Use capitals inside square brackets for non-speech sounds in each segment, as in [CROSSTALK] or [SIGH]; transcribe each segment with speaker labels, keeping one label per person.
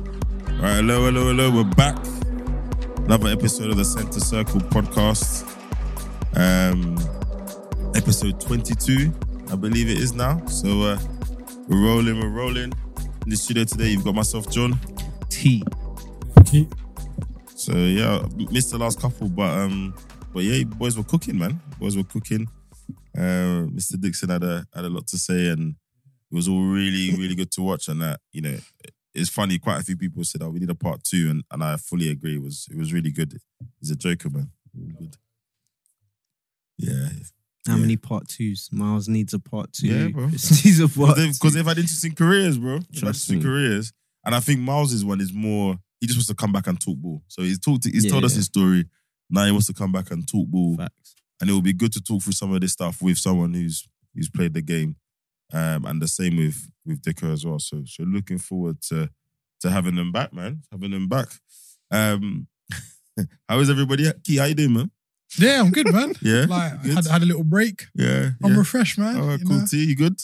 Speaker 1: All right, hello, hello, hello. We're back. Another episode of the Center Circle podcast. Um, episode 22, I believe it is now. So uh, we're rolling, we're rolling. In the studio today, you've got myself, John.
Speaker 2: T.
Speaker 3: Okay.
Speaker 1: So yeah, missed the last couple, but um, but yeah, boys were cooking, man. Boys were cooking. Uh, Mr. Dixon had a had a lot to say, and it was all really really good to watch. And that you know, it's funny. Quite a few people said, "Oh, we need a part two and and I fully agree. It was it was really good. He's a joker, man. Really good. Yeah,
Speaker 2: How
Speaker 1: Yeah.
Speaker 2: many part twos? Miles needs a part two.
Speaker 1: Yeah,
Speaker 2: [LAUGHS]
Speaker 1: bro.
Speaker 2: He's a part
Speaker 1: because they've, had interesting careers, bro. They've had
Speaker 2: Trust
Speaker 1: interesting
Speaker 2: me.
Speaker 1: careers, and I think Miles' one is more. He just wants to come back and talk ball. So he's talked. He's told us
Speaker 2: Yeah.
Speaker 1: his story. Now he wants to come back and talk ball.
Speaker 2: two. Facts.
Speaker 1: and it would be good to talk through some of this stuff with someone who's who's played the game, um, and the same with with Dicker as well. So so looking forward to to having them back, man. Having them back. Um, [LAUGHS] how is everybody? Key, how you doing, man?
Speaker 3: Yeah, I'm good, man.
Speaker 1: [LAUGHS] Yeah,
Speaker 3: Like, I
Speaker 1: Good?
Speaker 3: had, had a little break.
Speaker 1: yeah.
Speaker 3: I'm
Speaker 1: yeah.
Speaker 3: refreshed, man.
Speaker 1: All right,
Speaker 3: you
Speaker 1: cool.
Speaker 3: know?
Speaker 1: T, you good?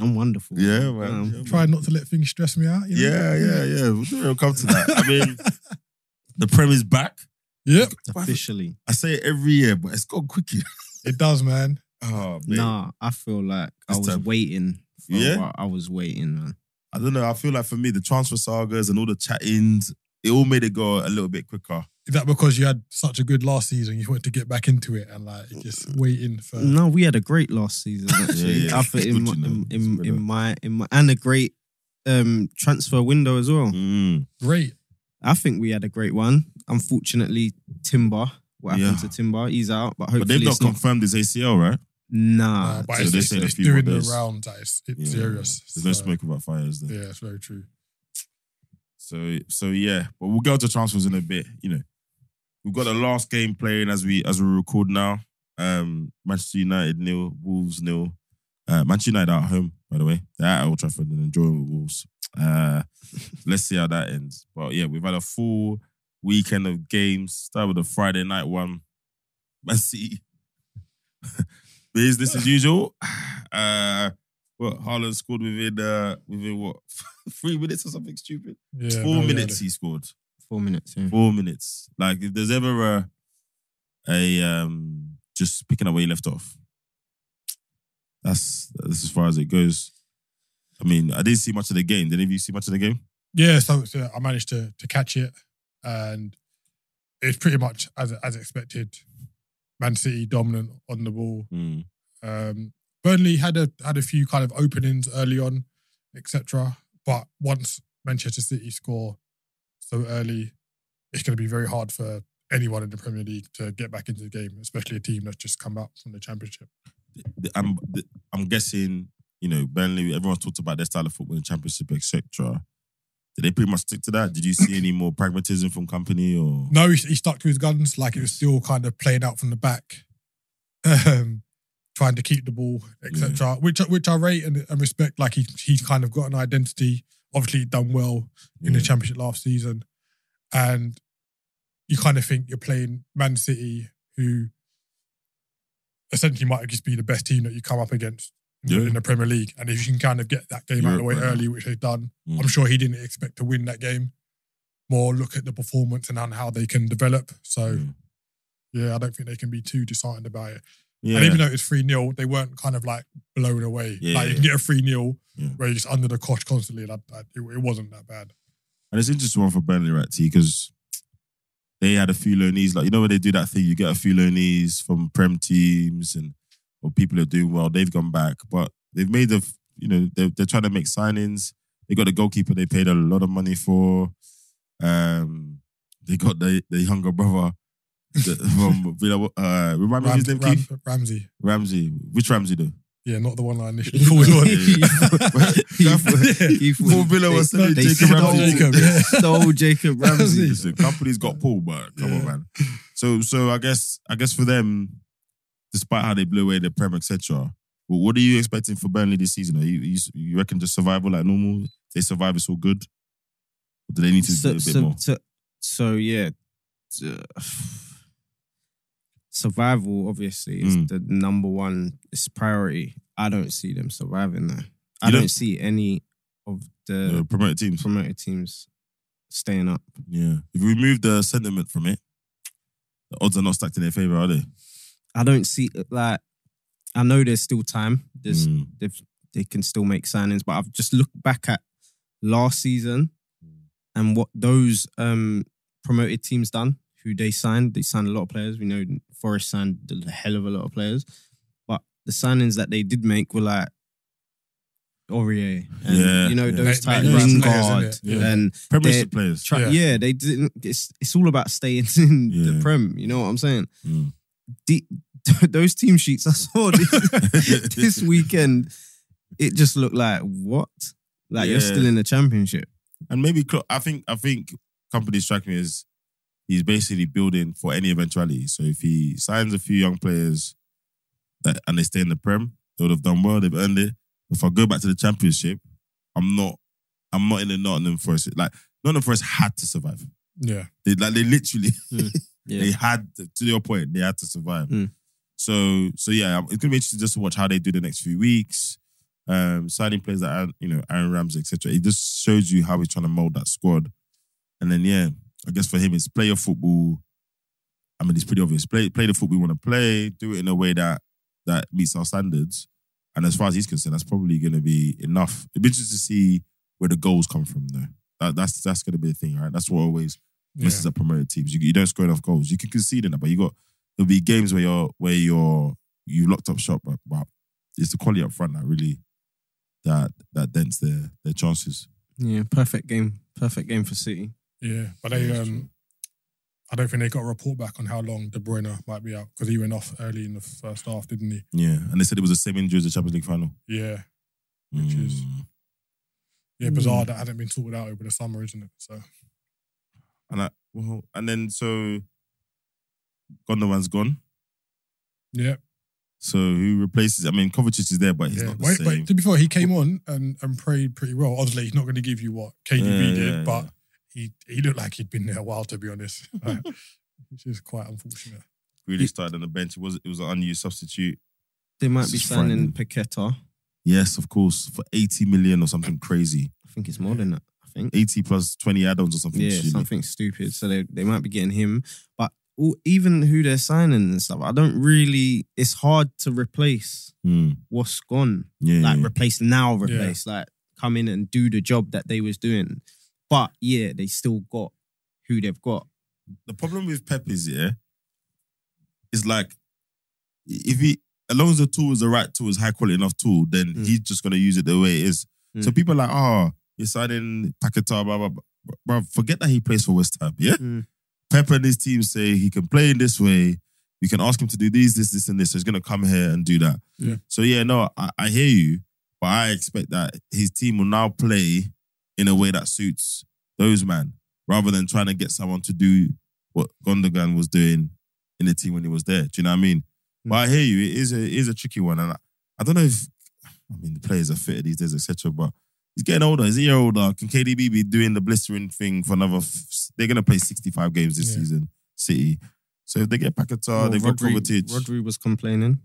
Speaker 2: I'm wonderful. Um,
Speaker 1: Yeah, man. Yeah,
Speaker 3: Try not to let things stress me out. You know?
Speaker 1: Yeah, yeah, yeah. We'll come to that. I mean, [LAUGHS] the Prem is back.
Speaker 3: Yep,
Speaker 2: Officially.
Speaker 1: I say it every year, but it's gone quickly. [LAUGHS]
Speaker 3: it does, man.
Speaker 1: Oh man,
Speaker 2: Nah, I feel like I
Speaker 1: This
Speaker 2: was
Speaker 1: time.
Speaker 2: waiting. For
Speaker 1: Yeah?
Speaker 2: a while. I was waiting, man.
Speaker 1: I don't know. I feel like for me, the transfer sagas and all the chattings, it all made it go a little bit quicker.
Speaker 3: Is that because you had such a good last season, you wanted to get back into it and like just waiting for?
Speaker 2: No, we had a great last season, actually.
Speaker 1: [LAUGHS] yeah.
Speaker 2: I feel
Speaker 1: It's
Speaker 2: in,
Speaker 1: good to
Speaker 2: my-
Speaker 1: know.
Speaker 2: in,
Speaker 1: It's
Speaker 2: in,
Speaker 1: good
Speaker 2: in
Speaker 1: to know.
Speaker 2: my in my and a great um transfer window as well.
Speaker 1: Mm.
Speaker 3: Great.
Speaker 2: I think we had a great one. Unfortunately, Timber. What happened
Speaker 1: Yeah.
Speaker 2: to Timber? He's out, but hopefully
Speaker 1: But they've not
Speaker 2: it's not.
Speaker 1: confirmed his ACL, right?
Speaker 2: Nah,
Speaker 3: Uh, but
Speaker 1: so
Speaker 3: it's,
Speaker 1: they
Speaker 3: it's,
Speaker 1: said a
Speaker 3: it's
Speaker 1: few more
Speaker 3: doing the
Speaker 1: days.
Speaker 3: rounds. Like, it's it's
Speaker 1: Yeah.
Speaker 3: serious.
Speaker 1: There's no
Speaker 3: So,
Speaker 1: smoke without fire, is there?
Speaker 3: Yeah, it's very true.
Speaker 1: So so yeah, but we'll go to transfers in a bit. You know, we've got the last game playing as we as we record now. Um, Manchester United nil, Wolves nil. Uh, Manchester United are at home, by the way. They're at Old Trafford and enjoying with Wolves. Uh, [LAUGHS] let's see how that ends. But yeah, we've had a full weekend of games. Start with the Friday night one. Man City. [LAUGHS] Business as usual. [SIGHS] Uh, what Haaland scored within uh, within what [LAUGHS] three minutes or something stupid.
Speaker 3: Yeah,
Speaker 1: Four
Speaker 3: very
Speaker 1: minutes
Speaker 3: early.
Speaker 1: he scored.
Speaker 2: four minutes. Yeah.
Speaker 1: Four minutes. Like if there's ever a a um just picking up where you left off. That's that's as far as it goes. I mean, I didn't see much of the game. Did any of you see much of the game?
Speaker 3: Yeah, so, so I managed to to catch it, and it's pretty much as as expected. Man City dominant on the ball.
Speaker 1: Mm.
Speaker 3: Um, Burnley had a had a few kind of openings early on, etc. But once Manchester City score so early, it's going to be very hard for anyone in the Premier League to get back into the game, especially a team that's just come up from the Championship.
Speaker 1: The- I'm the, I'm guessing you know Burnley. Everyone's talked about their style of football in the Championship, etc. Did they pretty much stick to that? Did you
Speaker 3: [COUGHS]
Speaker 1: see any more pragmatism from company or?
Speaker 3: No, he, he stuck to his guns. Like it was still kind of playing out from the back, um, trying to keep the ball, etc. Which which I rate and, and respect. Like he he's kind of got an identity. Obviously, he'd done well in the
Speaker 1: Yeah.
Speaker 3: championship last season, and you kind of think you're playing Man City, who essentially might just be the best team that you come up against. In, the,
Speaker 1: Yeah.
Speaker 3: in the Premier League, and if you can kind of get that game out of the way
Speaker 1: Europe right now.
Speaker 3: early, which they've done,
Speaker 1: Mm.
Speaker 3: I'm sure he didn't expect to win that game more look at the performance and on how they can develop. So
Speaker 1: Mm.
Speaker 3: yeah, I don't think they can be too disheartened about it.
Speaker 1: Yeah.
Speaker 3: And even though it's 3 0, they weren't kind of like blown away.
Speaker 1: Yeah,
Speaker 3: like
Speaker 1: yeah,
Speaker 3: you can get a 3 0
Speaker 1: Yeah.
Speaker 3: where you're just under the cosh constantly. That, that- it, it wasn't that bad.
Speaker 1: And it's an interesting one for Burnley, right, T? Because they had a few loanees. Like, you know, when they do that thing, you get a few loanees from Prem teams and or people are doing well. They've gone back, but they've made the, you know, they're, they're trying to make signings. They got the goalkeeper they paid a lot of money for. Um, they got the, the younger brother the, [LAUGHS] from, Villa- uh, remind me of
Speaker 3: Ram-
Speaker 1: his name,
Speaker 3: Ram-
Speaker 1: Keith?
Speaker 3: Ramsey.
Speaker 1: Ramsey. Which Ramsey, though? [LAUGHS]
Speaker 3: Yeah, not the one I initially thought it was.
Speaker 2: [LAUGHS] He-
Speaker 1: Paul Villa was
Speaker 2: they-
Speaker 1: selling
Speaker 2: they
Speaker 1: Jacob
Speaker 2: stole-
Speaker 1: Ramsey.
Speaker 3: Jacob, yeah.
Speaker 1: [LAUGHS]
Speaker 2: Stole Jacob Ramsey.
Speaker 1: Listen, companies got pulled, but come on,
Speaker 3: Yeah.
Speaker 1: man. So, so I guess, I guess for them, despite how they blew away the Prem, etc. Well, what are you expecting for Burnley this season? Are you, you you reckon just survival like normal? If they survive, it's all good. Or do they need to do a
Speaker 2: So,
Speaker 1: bit
Speaker 2: so,
Speaker 1: more?
Speaker 2: so, so, yeah. Uh, [SIGHS] Survival, obviously, is
Speaker 1: Mm.
Speaker 2: the number one it's priority. I don't see them surviving there. I
Speaker 1: You
Speaker 2: don't,
Speaker 1: don't-
Speaker 2: see any of the
Speaker 1: Uh, promoted teams.
Speaker 2: promoted teams staying up.
Speaker 1: Yeah. If we remove the sentiment from it, the odds are not stacked in their favor, are they?
Speaker 2: I don't see like I know there's still time. There's
Speaker 1: Mm.
Speaker 2: they've, they can still make signings. But I've just looked back at last season and what those um, promoted teams done, who they signed. They signed a lot of players. We know Forest signed a hell of a lot of players. But the signings that they did make were like Aurier and,
Speaker 1: Yeah,
Speaker 2: you know,
Speaker 1: yeah.
Speaker 2: those
Speaker 3: Ma- [LAUGHS]
Speaker 2: type
Speaker 3: ma-
Speaker 2: Lingard
Speaker 3: players, innit?
Speaker 1: Yeah.
Speaker 2: and
Speaker 1: Premiership players.
Speaker 2: tra-
Speaker 3: Yeah.
Speaker 2: yeah. they didn't. It's it's all about staying [LAUGHS] in
Speaker 1: Yeah.
Speaker 2: the prem. You know what I'm saying?
Speaker 1: Mm.
Speaker 2: The, [LAUGHS] those team sheets I
Speaker 1: [LAUGHS]
Speaker 2: saw this, this weekend, it just looked like what? Like you're
Speaker 1: Yeah.
Speaker 2: still in the championship.
Speaker 1: and maybe Klopp, I think I think company strike me as he's basically building for any eventuality. So if he signs a few young players that and they stay in the prem, they would have done well. They've earned it. If I go back to the championship, I'm not I'm not in the Nottingham Forest. Like Nottingham Forest had to survive.
Speaker 3: Yeah.
Speaker 1: They like they literally
Speaker 2: Yeah,
Speaker 1: they had to, to your point they had to survive.
Speaker 2: Mm.
Speaker 1: So so yeah, um, it's gonna be interesting just to watch how they do the next few weeks. Um, signing players like Aaron- you know Aaron Ramsey, etc. It just shows you how he's trying to mold that squad. And then yeah, I guess for him it's play your football. I mean, it's pretty obvious. Play play the football we want to play. Do it in a way that that meets our standards. And as far as he's concerned, that's probably going to be enough. It'd be interesting to see where the goals come from, though. That, that's that's going to be the thing, right? That's what always
Speaker 3: Yeah.
Speaker 1: misses at promoted teams. You, you don't score enough goals. You can concede in that, but you got there'll be games where you're where you're you locked up shop, but, but it's the quality up front that really that that dents their their chances.
Speaker 2: yeah, perfect game, perfect game for City.
Speaker 3: Yeah. But they,
Speaker 1: Yeah, that's
Speaker 3: um, I don't think they got a report back on how long De Bruyne might be out because he went off early in the first half, didn't he?
Speaker 1: Yeah, and they said it was the same injury as the Champions League final. Mm.
Speaker 3: Yeah. Which is- Yeah,
Speaker 2: Hmm.
Speaker 3: bizarre that hadn't been sorted out over the summer, isn't it? So
Speaker 1: and I, well, and then so Gondogan's gone.
Speaker 3: yeah,
Speaker 1: So who replaces? I mean, Kovacic is there, but he's
Speaker 3: yeah.
Speaker 1: not the
Speaker 3: Wait,
Speaker 1: same.
Speaker 3: wait. To be fair, he came on and, and prayed pretty well. Obviously, he's not going to give you what KDB
Speaker 1: Yeah,
Speaker 3: did,
Speaker 1: yeah,
Speaker 3: but he he looked like he'd been there a while. To be honest, [LAUGHS] Like, which is quite unfortunate.
Speaker 1: really started on the bench. It was it was an unused substitute.
Speaker 2: They might
Speaker 1: This
Speaker 2: be
Speaker 1: is
Speaker 2: signing Paqueta.
Speaker 1: Yes, of course, for eighty million or something crazy.
Speaker 2: I think it's more than that. I think
Speaker 1: Eighty plus twenty add-ons or something.
Speaker 2: yeah,
Speaker 1: silly.
Speaker 2: something stupid. So they they might be getting him, but all, even who they're signing and stuff, I don't really. It's hard to replace
Speaker 1: Mm,
Speaker 2: what's gone.
Speaker 1: yeah,
Speaker 2: like
Speaker 1: Mm. yeah.
Speaker 2: replace now
Speaker 3: Yeah.
Speaker 2: replace like come in and do the job that they was doing but yeah they still got who they've got
Speaker 1: the problem with Pep is yeah, is like if he as long as the tool is the right tool, is high quality enough tool, then
Speaker 2: Mm.
Speaker 1: he's just gonna use it the way it is. So
Speaker 2: Mm.
Speaker 1: people are like, oh, you're signing Paketa, blah blah blah. Bro, forget that he plays for West Ham. Yeah,
Speaker 2: Mm.
Speaker 1: Pep and his team say he can play in this way. You can ask him to do these, this, this, and this. So he's gonna come here and do that.
Speaker 3: Yeah.
Speaker 1: So yeah, no, I, I hear you, but I expect that his team will now play in a way that suits those man, rather than trying to get someone to do what Gondogan was doing in the team when he was there. Do you know what I mean? But I hear you. It is a it is a tricky one, and I, I don't know if I mean the players are fitter these days, etc. But he's getting older. He's a year older. Can KDB be doing the blistering thing for another? F- they're gonna play sixty five games this
Speaker 3: Yeah.
Speaker 1: season, City. So if they get Paquetá,
Speaker 2: Well,
Speaker 1: they've got
Speaker 2: Rodri,
Speaker 1: Kovacic.
Speaker 2: Rodri was complaining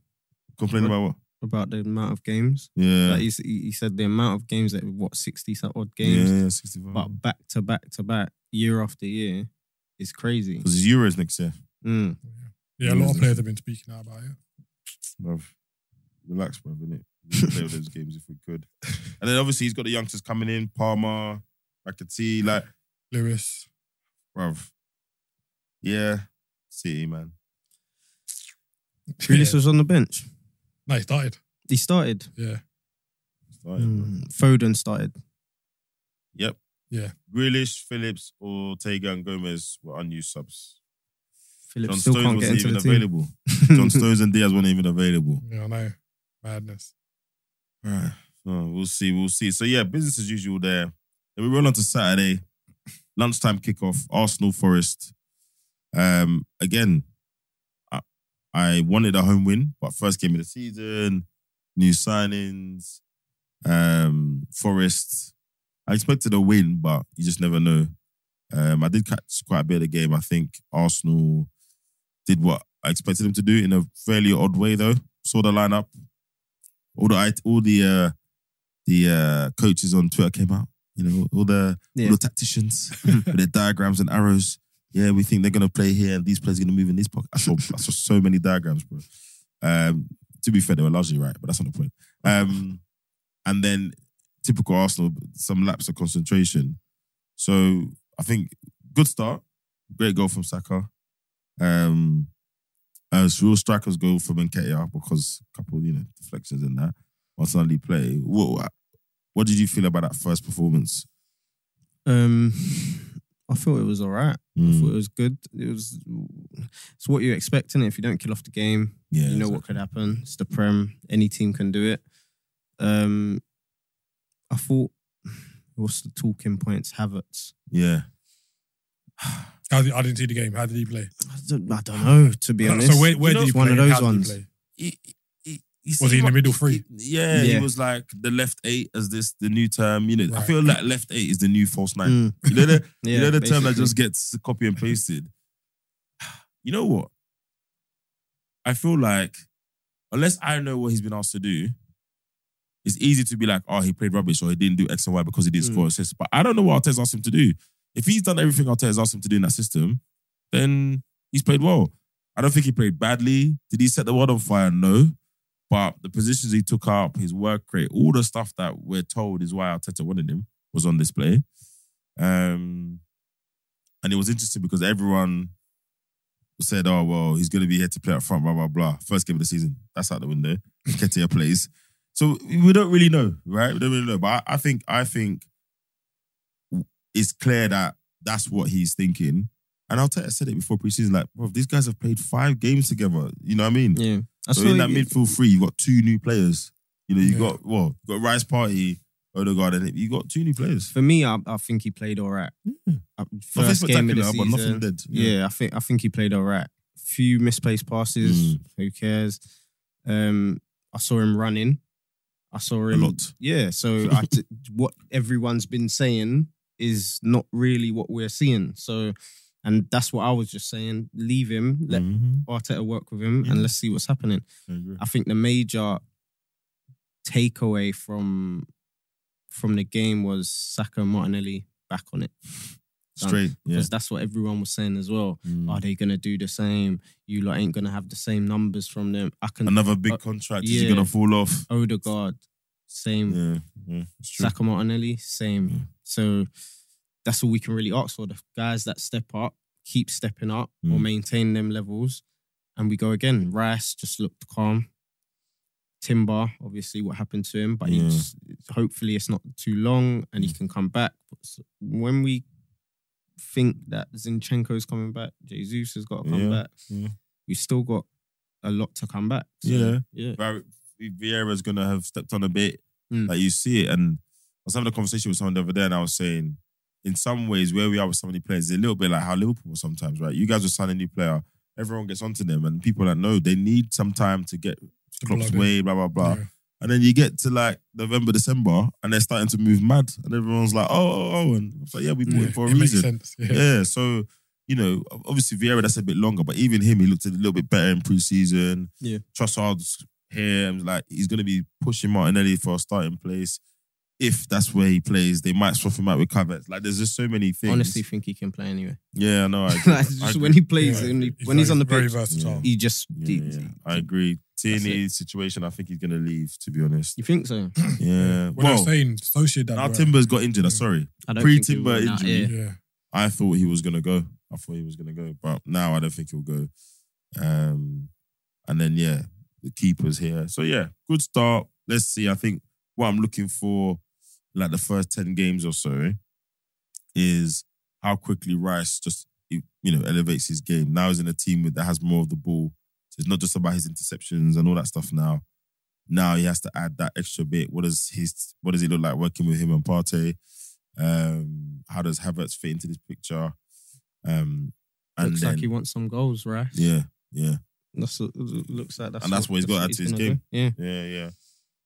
Speaker 1: complaining about what?
Speaker 2: about the amount of games
Speaker 1: Yeah,
Speaker 2: like he's, he, he said the amount of games that what 60 some odd games
Speaker 1: yeah, sixty
Speaker 2: but
Speaker 1: five.
Speaker 2: back to back to back year after year is crazy
Speaker 1: Because it's Euros next year,
Speaker 2: Mm.
Speaker 3: Yeah, a lot of players have been speaking out about it.
Speaker 1: bruv. Relax, bruv, innit? We could play all those games if we
Speaker 2: [LAUGHS]
Speaker 1: could. And then obviously he's got the youngsters coming in, Palmer, Rakiti, like
Speaker 3: Lewis,
Speaker 1: bruv. Yeah, City man.
Speaker 2: Grealish was on the bench
Speaker 3: no, he started.
Speaker 2: he started
Speaker 3: Yeah,
Speaker 1: Started, bruv.
Speaker 2: Mm. Foden started
Speaker 1: Yep.
Speaker 3: Yeah.
Speaker 1: Grealish, Phillips, Ortega, and Gomez were unused subs.
Speaker 2: Phillips
Speaker 1: John
Speaker 2: still
Speaker 1: Stones
Speaker 2: can't get
Speaker 1: wasn't
Speaker 2: into
Speaker 1: even
Speaker 2: the team
Speaker 1: available.
Speaker 2: [LAUGHS]
Speaker 1: John Stones and Diaz weren't even available.
Speaker 3: yeah, I know. Madness.
Speaker 1: Right. Oh, we'll see. We'll see. So yeah, business as usual there. Then we roll on to Saturday, lunchtime kickoff. Arsenal Forest. Um, again, I, I wanted a home win, but first game of the season, new signings. Um, Forest. I expected a win, but you just never know. Um, I did catch quite a bit of the game. I think Arsenal did what I expected them to do in a fairly odd way, though. Saw the lineup, all the it- all the uh, the uh, coaches on Twitter came out. you know, all the
Speaker 2: Yeah.
Speaker 1: all the tacticians with their diagrams and arrows. Yeah, we think they're gonna play here and these players are gonna move in this pocket. I saw, I saw so many diagrams, bro. Um, to be fair, they were largely right, but that's not the point. Um, and then typical Arsenal, some lapse of concentration. So I think good start, great goal from Saka. Um, a real strikers goal from Nketiah because a couple, you know, deflections in that. Martinelli play. What, what did you feel about that first performance?
Speaker 2: Um, I thought it was all right. I
Speaker 1: Mm.
Speaker 2: thought it was good. It was it's what you expect, innit? If you don't kill off the game,
Speaker 1: Yeah,
Speaker 2: you know what could happen. It's the Prem. Any team can do it. Um, I thought, what's the talking points? Havertz.
Speaker 1: Yeah,
Speaker 3: How did, I didn't see the game. How did he play?
Speaker 2: I don't, I don't know, to be honest.
Speaker 3: So where, where
Speaker 1: You know,
Speaker 3: did he
Speaker 2: it's
Speaker 3: play?
Speaker 2: one of those
Speaker 3: How did he
Speaker 2: ones.
Speaker 3: play?
Speaker 1: he, he,
Speaker 3: Was he in the
Speaker 1: what-
Speaker 3: middle three?
Speaker 1: he- yeah, he
Speaker 2: Yeah.
Speaker 1: was like the left eight as this the new term. You know, I
Speaker 3: Right.
Speaker 1: feel like left eight is the new false nine.
Speaker 2: Mm,
Speaker 1: You know, the,
Speaker 2: yeah,
Speaker 1: you know the term that
Speaker 2: basically.
Speaker 1: just gets copy and pasted. [SIGHS] You know what? I feel like unless I know what he's been asked to do, it's easy to be like, oh, he played rubbish or he didn't do X and Y because he didn't
Speaker 2: Mm.
Speaker 1: score assists. But I don't know what Arteta's asked him to do. If he's done everything Arteta's asked him to do in that system, then he's played well. I don't think he played badly. Did he set the world on fire? No. But the positions he took up, his work rate, all the stuff that we're told is why Arteta wanted him was on display. Um, and it was interesting because everyone said, "Oh well, he's going to be here to play up front." Blah blah blah. First game of the season, that's out the window. Ketia plays, so we don't really know, right? We don't really know. But I, I think I think it's clear that that's what he's thinking. And Arteta said it before preseason, like, bro, these guys have played five games together. You know what I mean?
Speaker 2: Yeah, I
Speaker 1: So in
Speaker 2: saw
Speaker 1: that
Speaker 2: you-
Speaker 1: midfield three, you got two new players. You know, you
Speaker 3: Yeah.
Speaker 1: got well, you got Rice Party, Odegaard, and you got two new players.
Speaker 2: For me, I, I think he played all right. Uh,
Speaker 1: Nothing
Speaker 2: First game of
Speaker 1: spectacular,
Speaker 2: the season,
Speaker 1: but nothing dead.
Speaker 2: Yeah, I think I think he played all right. Few misplaced passes.
Speaker 1: Mm.
Speaker 2: Who cares? Um, I saw him running. I saw
Speaker 1: a
Speaker 2: him
Speaker 1: lot.
Speaker 2: Yeah. So
Speaker 1: [LAUGHS]
Speaker 2: I t- what everyone's been saying is not really what we're seeing. So, and that's what I was just saying. Leave him. Let
Speaker 1: Mhm.
Speaker 2: Arteta work with him,
Speaker 1: Yeah.
Speaker 2: and let's see what's happening.
Speaker 1: I agree.
Speaker 2: I think the major takeaway from from the game was Saka and Martinelli back on it
Speaker 1: Straight, yeah.
Speaker 2: because that's what everyone was saying as well.
Speaker 1: Mm.
Speaker 2: Are they gonna do the same? You lot ain't gonna have the same numbers from them. I can
Speaker 1: Another big
Speaker 2: Uh,
Speaker 1: contract is
Speaker 2: yeah. Mm.
Speaker 1: gonna fall off.
Speaker 2: Odegaard, same.
Speaker 1: Yeah, yeah, it's true.
Speaker 2: Saka Martinelli, same.
Speaker 1: Mm.
Speaker 2: So that's all we can really ask for. The guys that step up, keep stepping up or
Speaker 1: Mm.
Speaker 2: maintain them levels. And we go again. Rice just looked calm. Timber, obviously, what happened to him, but
Speaker 1: Yeah. Mm.
Speaker 2: he's, hopefully it's not too long and he can come back. But s- when we think that Zinchenko's coming back, Jesus has got to come
Speaker 1: Yeah,
Speaker 2: back,
Speaker 1: yeah.
Speaker 2: we've still got a lot to come back.
Speaker 1: Yeah.
Speaker 2: Yeah.
Speaker 1: Var- Vieira's gonna have stepped on a bit.
Speaker 2: Mm.
Speaker 1: Like you see it, and I was having a conversation with someone the other day, and I was saying, in some ways, where we are with so many players, it's a little bit like how Liverpool were sometimes, right? You guys will sign a new player, everyone gets onto them, and people that know they need some time to get
Speaker 3: To
Speaker 1: Klopp's
Speaker 3: blood in.
Speaker 1: way, blah blah blah.
Speaker 3: Yeah.
Speaker 1: And then you get to like November, December, and they're starting to move mad, and everyone's like, oh, oh, oh. and it's like, yeah, we bought
Speaker 3: Yeah,
Speaker 1: him for a
Speaker 3: it makes
Speaker 1: reason.
Speaker 3: sense. Yeah.
Speaker 1: Yeah, so you know, obviously Vieira that's a bit longer, but even him, he looked a little bit better in preseason.
Speaker 2: Yeah.
Speaker 1: Trossard's here, and like he's gonna be pushing Martinelli for a starting place. If that's where he plays, they might swap him out with Havertz. Like, there's just so many things.
Speaker 2: Honestly, think he can play anyway. [LAUGHS]
Speaker 1: yeah,
Speaker 3: [LAUGHS]
Speaker 1: no, I agree.
Speaker 2: Like, it's
Speaker 1: I
Speaker 2: just
Speaker 1: agree.
Speaker 2: when he plays,
Speaker 3: Yeah.
Speaker 2: when, he, when he's on the
Speaker 3: very
Speaker 2: pitch,
Speaker 3: versatile.
Speaker 2: he just.
Speaker 1: yeah,
Speaker 2: he-
Speaker 1: yeah, I agree.
Speaker 2: That's
Speaker 1: Tierney situation, I think he's gonna leave. To be honest,
Speaker 2: You think so?
Speaker 1: yeah.
Speaker 3: [LAUGHS] When I
Speaker 1: Well,
Speaker 3: was saying Socia done
Speaker 1: now
Speaker 3: well.
Speaker 1: Timber's got injured. I'm
Speaker 3: Yeah.
Speaker 1: Sorry,
Speaker 2: I don't
Speaker 1: Pre-
Speaker 2: think he
Speaker 1: Timber
Speaker 2: will. Nah,
Speaker 1: injury.
Speaker 2: yeah.
Speaker 3: Yeah.
Speaker 1: I thought he was gonna go. I thought he was gonna go, but now I don't think he'll go. Um, and then yeah, the keepers here. So yeah, good start. Let's see. I think what I'm looking for, like the first ten games or so, is how quickly Rice just you know elevates his game. Now he's in a team with, that has more of the ball. So it's not just about his interceptions and all that stuff. Now, now he has to add that extra bit. What does his what does it look like working with him and Partey? Um, how does Havertz fit into this picture? Um, and
Speaker 2: looks
Speaker 1: then,
Speaker 2: like he wants some goals, right?
Speaker 1: yeah, yeah.
Speaker 2: That's what, looks like that's
Speaker 1: And that's what he's gotta
Speaker 2: that's
Speaker 1: add to his
Speaker 2: gonna
Speaker 1: game.
Speaker 2: do. Yeah.
Speaker 1: Yeah, yeah.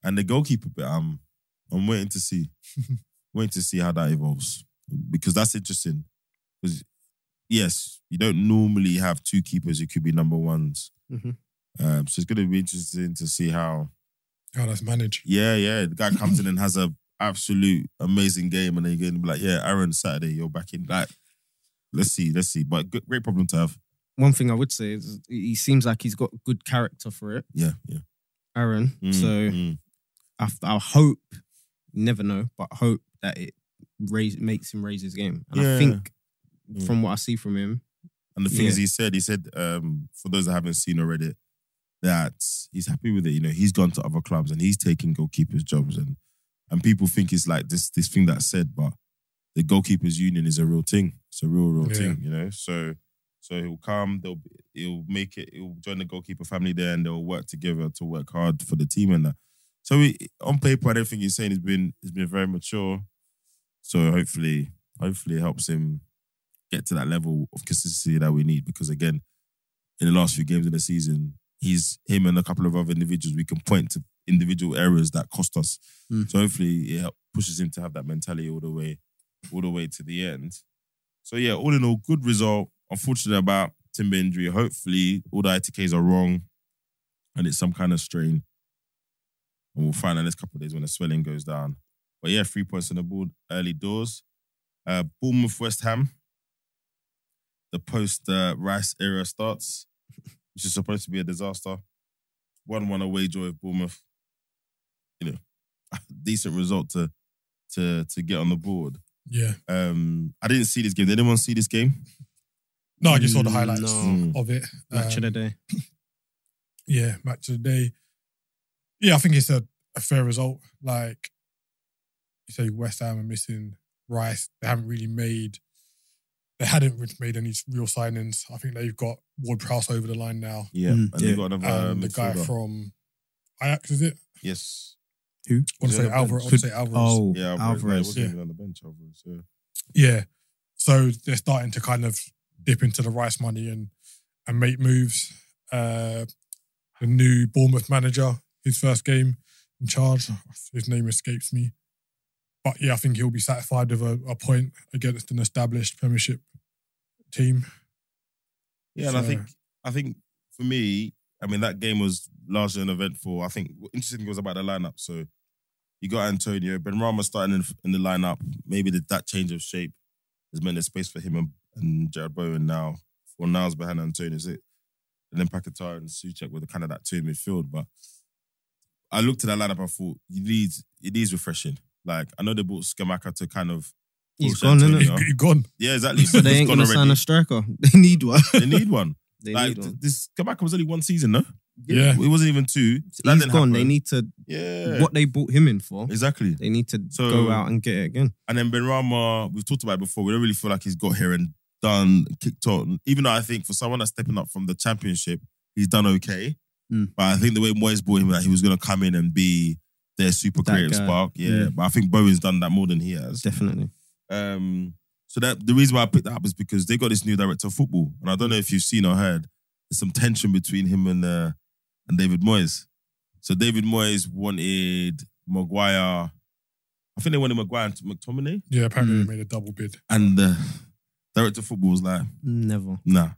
Speaker 1: And the goalkeeper bit, um, I'm waiting to see, waiting to see how that evolves because that's interesting. Because yes, you don't normally have two keepers who could be number ones.
Speaker 2: Mhm.
Speaker 1: Um, so it's going to be interesting to see how.
Speaker 3: Oh, that's managed.
Speaker 1: Yeah, yeah. The guy comes in and has a absolute amazing game, and then you're gonna be like, yeah, Aaron, Saturday, you're back in. Like, let's see, let's see. But good, great problem to have.
Speaker 2: One thing I would say is he seems like he's got good character for it,
Speaker 1: Yeah, yeah.
Speaker 2: Aaron.
Speaker 1: Mm,
Speaker 2: so
Speaker 1: mm.
Speaker 2: I, I hope, never know, but hope that it raise, makes him raise his game. And
Speaker 1: Yeah.
Speaker 2: I think
Speaker 1: Mm.
Speaker 2: from what I see from him,
Speaker 1: and the things
Speaker 2: yeah.
Speaker 1: he said, he said, um, for those that haven't seen or read it, that he's happy with it. You know, he's gone to other clubs and he's taking goalkeepers' jobs, and and people think it's like this this thing that's said, but the goalkeepers' union is a real thing. It's a real, real
Speaker 3: Yeah.
Speaker 1: thing. You know, so so he'll come. They'll he'll make it. He'll join the goalkeeper family there, and they'll work together to work hard for the team and that. So we, on paper, I don't think he's saying he's been he's been very mature. So hopefully, hopefully it helps him get to that level of consistency that we need. Because again, in the last few games of the season, he's him and a couple of other individuals. We can point to individual errors that cost us.
Speaker 2: Mm.
Speaker 1: So hopefully, it help- pushes him to have that mentality all the way, all the way to the end. So yeah, all in all, good result. Unfortunate about timber injury. Hopefully, all the ITKs are wrong, and it's some kind of strain. And we'll find out in the next couple of days when the swelling goes down. But yeah, three points on the board early doors. Uh, Bournemouth, West Ham. The post uh, Rice era starts, which is supposed to be a disaster. One-one away joy of Bournemouth. You know, [LAUGHS] decent result to to to get on the board.
Speaker 3: Yeah.
Speaker 1: Um, I didn't see this game. Did anyone see this game?
Speaker 3: No, I just saw the highlights
Speaker 2: No.
Speaker 3: of it.
Speaker 2: match
Speaker 3: Um,
Speaker 2: of the day.
Speaker 3: yeah, match of the day. Yeah, I think it's a, a fair result. Like you say, West Ham are missing Rice. They haven't really made, they hadn't really made any real signings. I think they've got Ward Prowse over the line now,
Speaker 1: Yeah, um,
Speaker 2: Mm,
Speaker 1: and they
Speaker 2: yeah.
Speaker 1: got another
Speaker 3: and Um, the guy
Speaker 1: midfielder.
Speaker 3: from Ajax is it?
Speaker 1: yes,
Speaker 2: Who?
Speaker 3: I want
Speaker 1: Is
Speaker 3: to
Speaker 1: he
Speaker 3: say
Speaker 1: on the bench?
Speaker 3: Alvarez. I want
Speaker 2: Could-
Speaker 3: to say Alvarez.
Speaker 2: Oh,
Speaker 1: yeah, Alvarez. No, he
Speaker 2: Alvarez.
Speaker 1: wasn't
Speaker 3: yeah.
Speaker 1: even on the bench. Alvarez, yeah.
Speaker 3: Yeah. So they're starting to kind of dip into the rice money and and make moves. Uh, the new Bournemouth manager, his first game in charge, his name escapes me. But yeah, I think he'll be satisfied with a, a point against an established Premiership team.
Speaker 1: Yeah, and I
Speaker 3: So-
Speaker 1: think I think for me, I mean that game was largely an eventful. I think what interesting thing was about the lineup. So you got Antonio Ben Rama starting in, in the lineup. Maybe that that change of shape has meant there's space for him and, and Jared Bowen now. Well, now's behind Antonio, so- and then Pakatar and Suchek were the kind of that two in midfield. But I looked at that lineup and thought you need it needs refreshing. Like I know they bought Skamaka to kind of
Speaker 2: He's
Speaker 1: Well,
Speaker 2: gone, isn't
Speaker 1: Antonio.
Speaker 2: it?
Speaker 1: Yeah.
Speaker 3: He's gone.
Speaker 1: yeah
Speaker 2: [LAUGHS]
Speaker 1: exactly.
Speaker 2: So they
Speaker 1: He's
Speaker 2: ain't
Speaker 1: gone
Speaker 2: gonna sign a
Speaker 1: already.
Speaker 2: striker. [LAUGHS] They need
Speaker 1: [LAUGHS]
Speaker 2: one.
Speaker 1: They need one.
Speaker 2: [LAUGHS] They
Speaker 1: like
Speaker 2: need
Speaker 1: th-
Speaker 2: one.
Speaker 1: this Kabaka was only one season, no?
Speaker 3: Yeah.
Speaker 1: It wasn't even two. That
Speaker 2: He's
Speaker 1: didn't
Speaker 2: gone. They
Speaker 1: happen.
Speaker 2: need to
Speaker 1: yeah.
Speaker 2: what they bought him in for.
Speaker 1: Exactly.
Speaker 2: They need to
Speaker 1: So-
Speaker 2: go out and get it again.
Speaker 1: And then Ben Rama, we've talked about it before. We don't really feel like he's got here and done kicked on. Even though I think for someone that's stepping up from the championship, he's done okay.
Speaker 2: Mm.
Speaker 1: But I think the way Moyes bought him, that he was going to come in and be their super
Speaker 2: That
Speaker 1: creative
Speaker 2: guy.
Speaker 1: spark. Yeah.
Speaker 2: Mm.
Speaker 1: But I think Bowen's done that more than he has.
Speaker 2: Definitely.
Speaker 1: Um, so that the reason why I picked that up is because they got this new director of football, and I don't know if you've seen or heard. There's some tension between him and uh, and David Moyes. So David Moyes wanted Maguire. I think they wanted Maguire and McTominay,
Speaker 3: Yeah, apparently they made a double bid.
Speaker 1: and the director of football was like,
Speaker 2: [LAUGHS] Never.
Speaker 1: "Nah,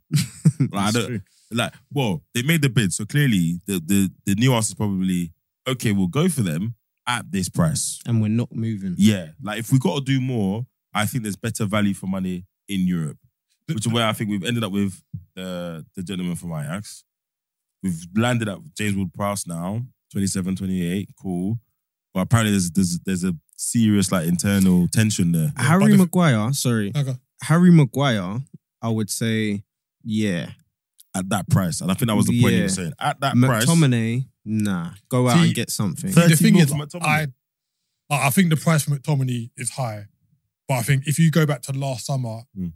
Speaker 1: Like, I
Speaker 2: It's
Speaker 1: don't-
Speaker 2: true.
Speaker 1: like, well, they made the bid, so clearly the the the nuance is probably okay. We'll go for them at this price.
Speaker 2: and we're not moving.
Speaker 1: Yeah, like if we got to do more, I think there's better value for money in Europe, which is where I think we've ended up with the the gentleman from Ajax. We've landed at James Wood Prowse now, 27, 28, cool. But apparently there's there's there's a serious like internal tension there.
Speaker 2: Harry
Speaker 3: but if-
Speaker 2: Maguire, sorry.
Speaker 3: Okay.
Speaker 2: Harry Maguire, I would say, yeah.
Speaker 1: At that price, and I think that was the point you
Speaker 2: Yeah.
Speaker 1: were saying. At that price,
Speaker 2: McTominay, nah. Go out
Speaker 3: See,
Speaker 2: and get something.
Speaker 1: thirty
Speaker 3: The thing
Speaker 1: mil
Speaker 3: is,
Speaker 1: for McTominay.
Speaker 3: I, I I think the price for McTominay is high, but I think if you go back to last summer
Speaker 1: Mm.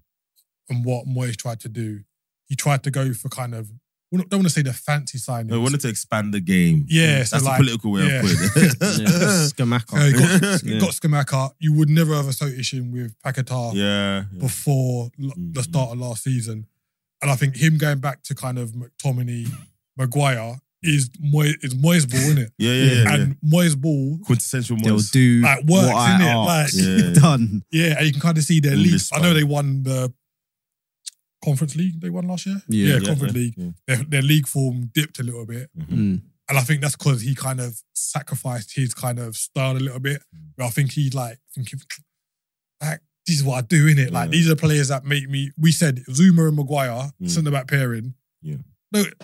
Speaker 3: and what Moyes tried to do, he tried to go for kind of well, don't want to say the fancy signings.
Speaker 1: we wanted to expand the game.
Speaker 3: Yeah,
Speaker 1: that's
Speaker 3: so
Speaker 1: the
Speaker 3: like-
Speaker 1: political way
Speaker 3: yeah.
Speaker 1: of putting
Speaker 2: yeah.
Speaker 1: [LAUGHS]
Speaker 3: [LAUGHS]
Speaker 1: it.
Speaker 3: Uh,
Speaker 2: Skamaka.
Speaker 3: you
Speaker 1: [LAUGHS]
Speaker 3: got,
Speaker 1: Yeah.
Speaker 3: [LAUGHS] got Skamaka. You would never have associated him with Paquetá
Speaker 1: yeah, yeah.
Speaker 3: before l- the
Speaker 1: Mm,
Speaker 3: start of last season, and I think him going back to kind of McTominay, Maguire is Moy- is Moyes
Speaker 1: [LAUGHS]
Speaker 3: ball, isn't it?
Speaker 1: yeah, yeah, yeah, yeah.
Speaker 3: And Moyes ball,
Speaker 1: Quintessential
Speaker 2: They'll
Speaker 1: Moyes.
Speaker 2: do
Speaker 3: Like, works,
Speaker 2: what I
Speaker 3: innit?
Speaker 2: ask.
Speaker 1: Like- Yeah.
Speaker 2: [LAUGHS] Done.
Speaker 3: Yeah, and you can kind of see their
Speaker 1: In
Speaker 3: league.
Speaker 1: this
Speaker 3: I know
Speaker 1: one.
Speaker 3: they won the Conference League they won last year.
Speaker 2: Yeah.
Speaker 3: Conference League.
Speaker 1: yeah.
Speaker 3: Their, their league form dipped a little bit,
Speaker 1: Mhm.
Speaker 2: Mm.
Speaker 3: And I think that's because he kind of sacrificed his kind of style a little bit.
Speaker 1: Mm.
Speaker 3: But I think he like thinking, like, this is what I do, in it. Like
Speaker 1: Yeah.
Speaker 3: these are players that make me we said Zuma and Maguire,
Speaker 1: Mm.
Speaker 3: centre back pairing.
Speaker 1: Yeah.
Speaker 3: No, like,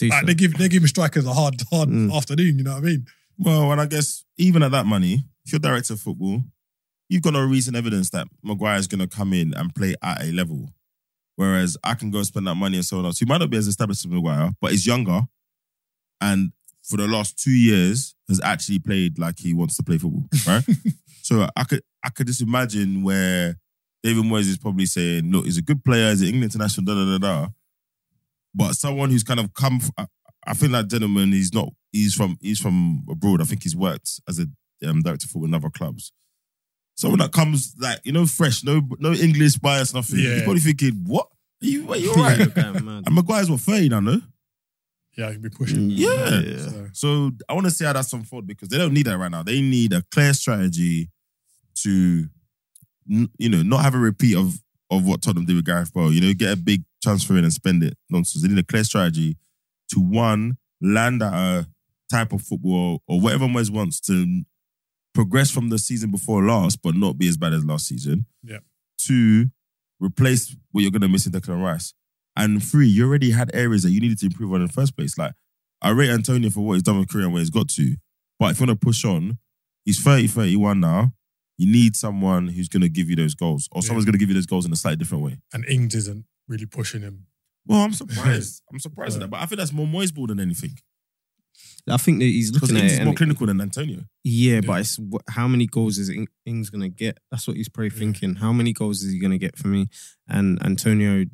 Speaker 2: Decent.
Speaker 3: they give they're giving strikers a hard, hard
Speaker 2: Mm.
Speaker 3: afternoon, you know what I mean?
Speaker 1: Well, and I guess even at that money, if you're director of football, you've got no recent evidence that Maguire's going to come in and play at a level. Whereas I can go spend that money on someone else who might not be as established as Maguire, but is younger and for the last two years has actually played like he wants to play football, right? so I could I could just imagine where David Moyes is probably saying, look, he's a good player, he's an England international, da da da da. But someone who's kind of come, f- I- I think that gentleman, he's not, he's from, he's from abroad. I think he's worked as a um, director for in other clubs. Someone that comes like you know, fresh, no, no English bias, nothing.
Speaker 3: Yeah.
Speaker 1: He's probably thinking, what? Are you, are
Speaker 2: [LAUGHS]
Speaker 1: you all
Speaker 2: Yeah,
Speaker 1: right?
Speaker 2: look at him, man.
Speaker 1: and Maguire's what thirty now, no?
Speaker 3: Yeah, I can be
Speaker 1: Mm.
Speaker 3: pushing.
Speaker 1: Yeah.
Speaker 3: So,
Speaker 1: So I want to see how that's unfolded because they don't need that right now. They need a clear strategy to, n- you know, not have a repeat of of what Tottenham did with Gareth Bale. You know, get a big transfer in and spend it nonsense. They need a clear strategy to one land at a type of football or whatever Moyes wants to progress from the season before last, but not be as bad as last season.
Speaker 3: Yeah.
Speaker 1: Two, replace what you're going to miss in Declan Rice. And three, you already had areas that you needed to improve on in the first place. Like, I rate Antonio for what he's done with Korea and where he's got to. But if you want to push on, he's 30, 31 now. You need someone who's going to give you those goals, or
Speaker 3: Yeah.
Speaker 1: someone's going to give you those goals in a slightly different way.
Speaker 3: and Ings isn't really pushing him.
Speaker 1: Well, I'm
Speaker 2: [LAUGHS]
Speaker 1: surprised. I'm surprised at
Speaker 3: Yeah.
Speaker 1: that. But I think that's more Moyes ball than anything.
Speaker 2: I think that he's
Speaker 1: Because
Speaker 2: looking at
Speaker 1: Ings is
Speaker 2: it.
Speaker 1: more
Speaker 2: and-
Speaker 1: clinical than Antonio.
Speaker 2: yeah,
Speaker 3: Yeah.
Speaker 2: but it's wh- how many goals is Ing- Ings gonna get? That's what he's probably
Speaker 3: Yeah.
Speaker 2: thinking. How many goals is he gonna get for me? And Antonio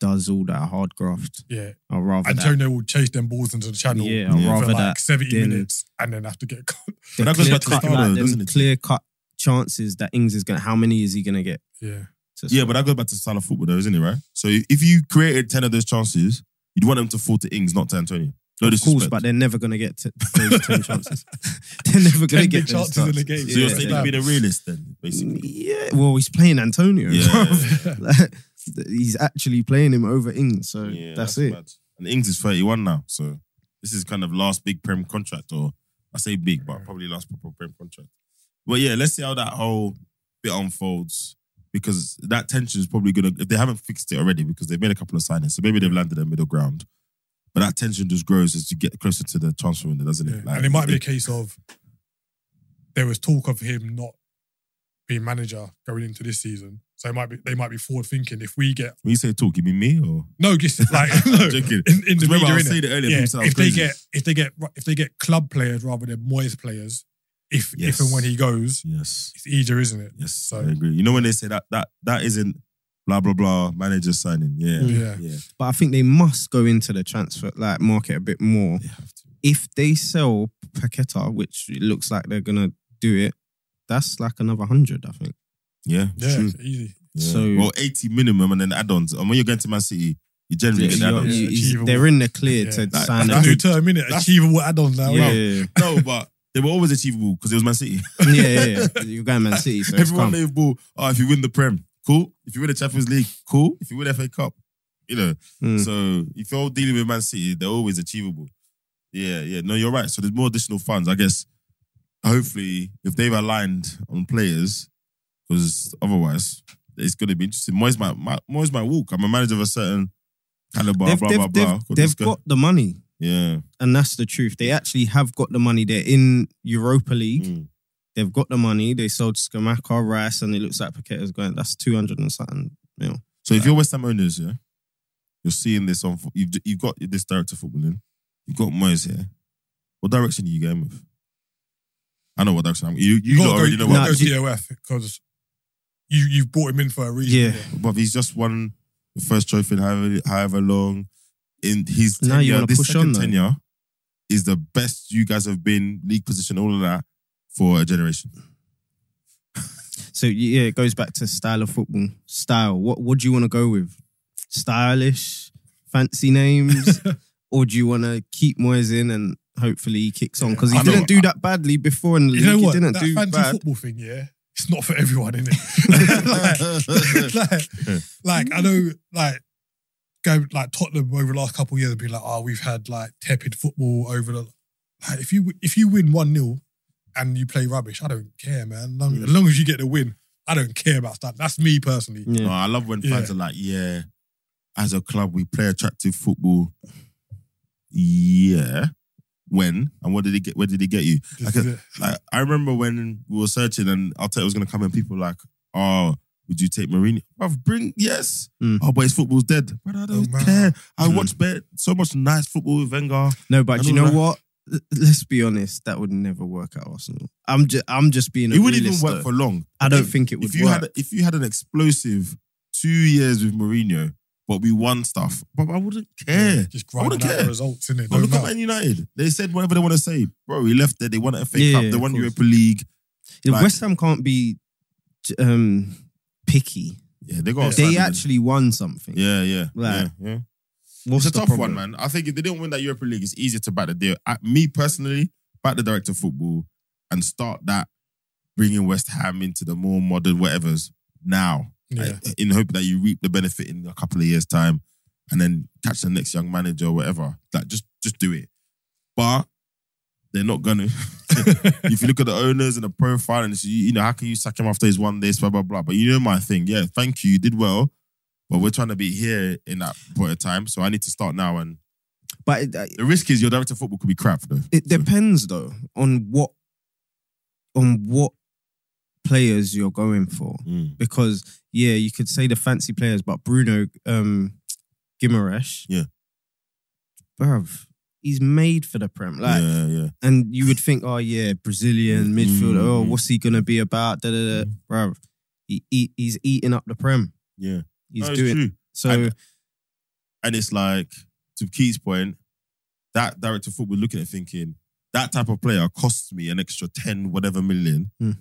Speaker 2: does all that hard graft.
Speaker 3: Yeah.
Speaker 2: I'd rather that.
Speaker 3: Antonio will chase them balls into the channel
Speaker 2: Yeah, I'd
Speaker 1: Yeah.
Speaker 3: for
Speaker 2: rather
Speaker 3: like
Speaker 2: that.
Speaker 3: 70
Speaker 2: than-
Speaker 3: minutes and then have to get cut.
Speaker 1: But that goes back to the
Speaker 2: Clear-cut,
Speaker 1: style,
Speaker 2: like, them
Speaker 1: doesn't it?
Speaker 2: Clear-cut chances that Ings is gonna. How many is he gonna get?
Speaker 3: [LAUGHS] Yeah.
Speaker 1: Yeah,
Speaker 2: to score?
Speaker 1: but that goes back to the style of football, though, isn't it? Right. So if you created ten of those chances, you'd want them to fall to Ings, not to Antonio. No
Speaker 2: of course,
Speaker 1: disrespect.
Speaker 2: but they're never gonna get to those
Speaker 1: [LAUGHS]
Speaker 2: ten chances. [LAUGHS] They're never gonna
Speaker 3: big
Speaker 2: get those
Speaker 3: chances in
Speaker 2: chances.
Speaker 3: the
Speaker 2: Mm,
Speaker 3: game.
Speaker 1: so you're
Speaker 3: yeah,
Speaker 1: saying
Speaker 3: yeah.
Speaker 1: you're being a realist then, basically.
Speaker 2: Yeah, well, he's playing Antonio.
Speaker 1: Yeah.
Speaker 2: Like, [LAUGHS] he's actually playing him over Ings, so
Speaker 1: Yeah,
Speaker 2: that's, it.
Speaker 1: mad. And Ings is 31 now, so this is kind of last big prem contract, or I say big, but probably last proper prem contract. But yeah, let's see how that whole bit unfolds because that tension is probably gonna if they haven't fixed it already because they've made a couple of signings, so maybe they've landed a middle ground. But that tension just grows as you get closer to the transfer window, doesn't
Speaker 3: Yeah.
Speaker 1: it?
Speaker 3: and it might be a case of there was talk of him not being manager going into this season. So it might be they might be forward thinking if we get
Speaker 1: When you say talk, you mean me or? [LAUGHS]
Speaker 3: no just like [LAUGHS] no,
Speaker 1: I'm joking.
Speaker 3: in, in
Speaker 1: 'Cause
Speaker 3: the
Speaker 1: Remember, I
Speaker 3: media,
Speaker 1: was
Speaker 3: innit?
Speaker 1: saying it earlier.
Speaker 3: yeah,
Speaker 1: people said I was
Speaker 3: if they
Speaker 1: crazy.
Speaker 3: get if they get if they get club players rather than Moyes players, if
Speaker 1: Yes.
Speaker 3: if and when he goes,
Speaker 1: yes.
Speaker 3: it's easier, isn't it?
Speaker 1: Yes,
Speaker 3: So-
Speaker 1: I agree. You know when they say that that that isn't blah blah blah manager signing. Yeah,
Speaker 3: Yeah.
Speaker 1: yeah,
Speaker 2: But I think they must go into the transfer like market a bit more.
Speaker 1: they have to.
Speaker 2: If they sell Paqueta, which it looks like they're gonna do it, that's like another hundred, I think.
Speaker 1: Yeah,
Speaker 3: Yeah,
Speaker 2: True.
Speaker 3: it's easy.
Speaker 1: yeah.
Speaker 2: So-
Speaker 1: well, eighty minimum and then add-ons. And when you're going to Man City, you generally get
Speaker 2: Yeah,
Speaker 3: add-ons.
Speaker 1: add-ons.
Speaker 2: you- he's-
Speaker 3: Achievable.
Speaker 2: they're in the clear to
Speaker 3: Yeah.
Speaker 1: That-
Speaker 2: sign
Speaker 1: that's
Speaker 2: a
Speaker 3: That's a new
Speaker 2: good.
Speaker 3: term, innit?
Speaker 1: that's-
Speaker 3: Achievable add-ons now.
Speaker 2: Yeah,
Speaker 3: innit?
Speaker 2: yeah,
Speaker 1: [LAUGHS] no, but they were always achievable because it was Man City.
Speaker 2: yeah, yeah, [LAUGHS] yeah. You're going Man City, so it's
Speaker 1: Everyone
Speaker 2: calm.
Speaker 1: they ball. Oh, if you win the Prem, cool. If you win the Champions League, cool. If you win FA Cup, you know.
Speaker 2: Mm.
Speaker 1: So if you're dealing with Man City, they're always achievable. Yeah, yeah. No, you're right. So there's more additional funds. I guess hopefully if they've aligned on players, because otherwise it's going to be interesting. Moyes might, might Moyes might walk. I'm a manager of a certain caliber.
Speaker 2: They've,
Speaker 1: blah,
Speaker 2: they've-
Speaker 1: blah
Speaker 2: they've-
Speaker 1: blah
Speaker 2: they've
Speaker 1: This guy-
Speaker 2: got the money,
Speaker 1: yeah.
Speaker 2: and that's the truth. They actually have got the money. They're in Europa League.
Speaker 1: Mm.
Speaker 2: They've got the money. They sold Skamaka, Rice, and it looks like Paqueta's going. That's two hundred and something. mil.
Speaker 1: So if you're West Ham owners, yeah, you're seeing this on. You've you've got this director of football in. You've got Moyes here. What direction are you going with? I know what direction I'm. You you,
Speaker 3: You,
Speaker 1: lot
Speaker 3: gotta go,
Speaker 1: already know
Speaker 3: you
Speaker 1: what
Speaker 2: Nah,
Speaker 3: gotta
Speaker 2: do-
Speaker 3: go DOF because you you brought him in for a reason.
Speaker 2: Yeah.
Speaker 1: But he's just won the first trophy in however, however long. In his
Speaker 2: Now
Speaker 1: tenure,
Speaker 2: you wanna
Speaker 1: this
Speaker 2: push
Speaker 1: second
Speaker 2: on, though.
Speaker 1: tenure is the best you guys have been, league position, all of that for a
Speaker 2: [LAUGHS]
Speaker 1: generation. [LAUGHS]
Speaker 2: So yeah, it goes back to style of football. Style. What what do you want to go with? Stylish,
Speaker 1: [LAUGHS]
Speaker 2: fancy names, or do you want to keep Moyes in and hopefully he kicks on because he
Speaker 1: I know.
Speaker 2: didn't do that badly before in the
Speaker 3: You know
Speaker 2: league.
Speaker 3: what?
Speaker 2: He didn't
Speaker 3: that
Speaker 2: do
Speaker 3: fancy
Speaker 2: bad.
Speaker 3: football thing, yeah, it's not for
Speaker 2: [LAUGHS]
Speaker 3: everyone, [LAUGHS] innit? like, like, like, I know, like, go like Tottenham over the last couple of years have been like, oh, we've had like tepid football over the if you if you win one 0 and you play rubbish, I don't care, man. Long- As long as you get the win, I don't care about that. That's me personally.
Speaker 1: No,
Speaker 2: Yeah.
Speaker 1: I love when fans
Speaker 3: Yeah.
Speaker 1: are like, yeah, as a club, we play attractive football. Yeah. When? And what did he get? Where did he get you?
Speaker 3: This
Speaker 1: Okay.
Speaker 3: is it.
Speaker 1: Like, I remember when we were searching and Arteta was going to come and people were like, oh, would you take Mourinho? Bruv, bring, yes.
Speaker 2: Mm.
Speaker 1: Oh, but his football's dead. But I don't
Speaker 3: Oh, man.
Speaker 1: care. I
Speaker 2: Mm.
Speaker 1: watch bet so much nice football with Wenger.
Speaker 2: No, but
Speaker 1: I
Speaker 2: do you
Speaker 1: don't
Speaker 2: know
Speaker 1: know.
Speaker 2: what? L- Let's be honest. That would never work at Arsenal. I'm just, I'm just being. A
Speaker 1: it wouldn't even
Speaker 2: realist,
Speaker 1: work
Speaker 2: though.
Speaker 1: for long.
Speaker 2: I don't
Speaker 1: If-
Speaker 2: think it would
Speaker 1: if you
Speaker 2: work.
Speaker 1: had if you had an explosive two years with Mourinho, but we won stuff, but I wouldn't care.
Speaker 3: Just
Speaker 1: I wouldn't
Speaker 3: grinding out
Speaker 1: care.
Speaker 3: the results in it.
Speaker 1: But look at Man United. They said whatever they want to say. Bro, he left there. They won a FA
Speaker 2: Yeah,
Speaker 1: Cup. They
Speaker 2: of
Speaker 1: won
Speaker 2: course.
Speaker 1: Europa League.
Speaker 2: Yeah,
Speaker 1: Like-
Speaker 2: West Ham can't be j- um, picky.
Speaker 1: Yeah, they got. a
Speaker 2: They
Speaker 1: standard.
Speaker 2: actually won something.
Speaker 1: Yeah, yeah,
Speaker 2: Like,
Speaker 1: yeah, yeah.
Speaker 2: What's
Speaker 1: it's a
Speaker 2: the
Speaker 1: tough
Speaker 2: problem?
Speaker 1: one, man. I think if they didn't win that Europa League, it's easier to back the deal. I, me personally, back the director of football and start that bringing West Ham into the more modern whatever's now.
Speaker 3: Yeah.
Speaker 1: I- in hope that you reap the benefit in a couple of years' time, and then catch the next young manager or whatever. Like just just do it. But they're not gonna. if you look at the owners and the profile, and it's, you you know how can you sack him after he's won this, blah blah blah. But you know my thing. Yeah, thank you, you did well. But we're trying to be here in that point of time, so I need to start now. And
Speaker 2: But it, uh,
Speaker 1: the risk is your director of football could be crap though.
Speaker 2: it depends though on what on what players you're going for.
Speaker 1: Mm.
Speaker 2: Because yeah, you could say the fancy players, but Bruno um, Guimaraes,
Speaker 1: Yeah.
Speaker 2: bruv, he's made for the Prem. Like,
Speaker 1: yeah, yeah.
Speaker 2: and you would think, oh yeah, Brazilian midfielder. Oh,
Speaker 1: Mm.
Speaker 2: what's he gonna be about? Da, da, da.
Speaker 1: Mm.
Speaker 2: Bruv, he, he he's eating up the prem.
Speaker 1: Yeah,
Speaker 2: He's
Speaker 1: No, Oh, it's
Speaker 2: doing
Speaker 1: true.
Speaker 2: so.
Speaker 1: And- And it's like, to Keith's point, that director of football looking at it thinking, that type of player costs me an extra 10, whatever million
Speaker 2: Mm.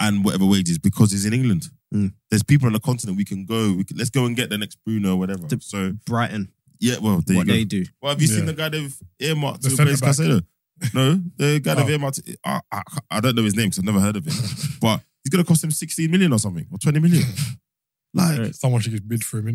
Speaker 1: and whatever wages because he's in England.
Speaker 2: Mm.
Speaker 1: There's people on the continent we can go, we can, let's go and get the next Bruno or whatever.
Speaker 2: The-
Speaker 1: so,
Speaker 2: Brighton,
Speaker 1: yeah, well, there
Speaker 2: what
Speaker 1: you go.
Speaker 2: they do.
Speaker 1: well, have you seen
Speaker 3: Yeah.
Speaker 1: the guy they've earmarked
Speaker 3: The
Speaker 1: to replace Casado?
Speaker 3: centre-back.
Speaker 1: No, the guy
Speaker 3: Oh.
Speaker 1: they've earmarked, I, I, I don't know his name because I've never heard of him,
Speaker 3: [LAUGHS]
Speaker 1: but he's going to cost him 16 million or something or 20 million. Like,
Speaker 2: Right.
Speaker 3: Someone should just bid for him,
Speaker 1: [LAUGHS]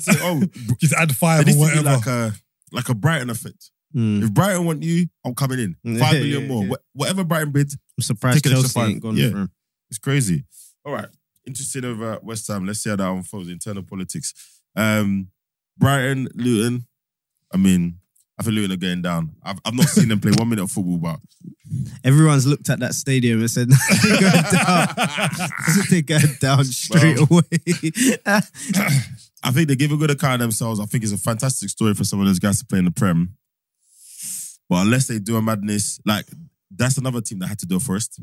Speaker 2: [LAUGHS]
Speaker 1: say, oh,
Speaker 3: [LAUGHS] just add five
Speaker 1: It
Speaker 3: or
Speaker 1: needs to be
Speaker 3: whatever.
Speaker 1: like a like a Brighton effect.
Speaker 2: Mm.
Speaker 1: If Brighton want you, I'm coming in.
Speaker 2: [LAUGHS] Yeah,
Speaker 1: Five million
Speaker 2: yeah,
Speaker 1: more.
Speaker 2: yeah.
Speaker 1: Wh- whatever Brighton bids,
Speaker 2: I'm surprised
Speaker 1: Take an extra
Speaker 2: Chelsea
Speaker 1: five.
Speaker 2: ain't gone
Speaker 1: Yeah.
Speaker 2: for him.
Speaker 1: it's crazy. All right. Interested over West Ham. Let's see how that unfolds. Internal politics. Um, Brighton, Luton. I mean, I think Luton are going down. I've, I've not seen them play one minute of football, but [LAUGHS]
Speaker 2: Everyone's looked at that stadium and said [LAUGHS] they're going down. [LAUGHS] they're going down straight
Speaker 1: Well.
Speaker 2: away.
Speaker 1: [CLEARS THROAT]
Speaker 2: [LAUGHS]
Speaker 1: I think they give a good account of themselves. I think it's a fantastic story for some of those guys to play in the Prem. But unless they do a madness, like that's another team that had to do it first.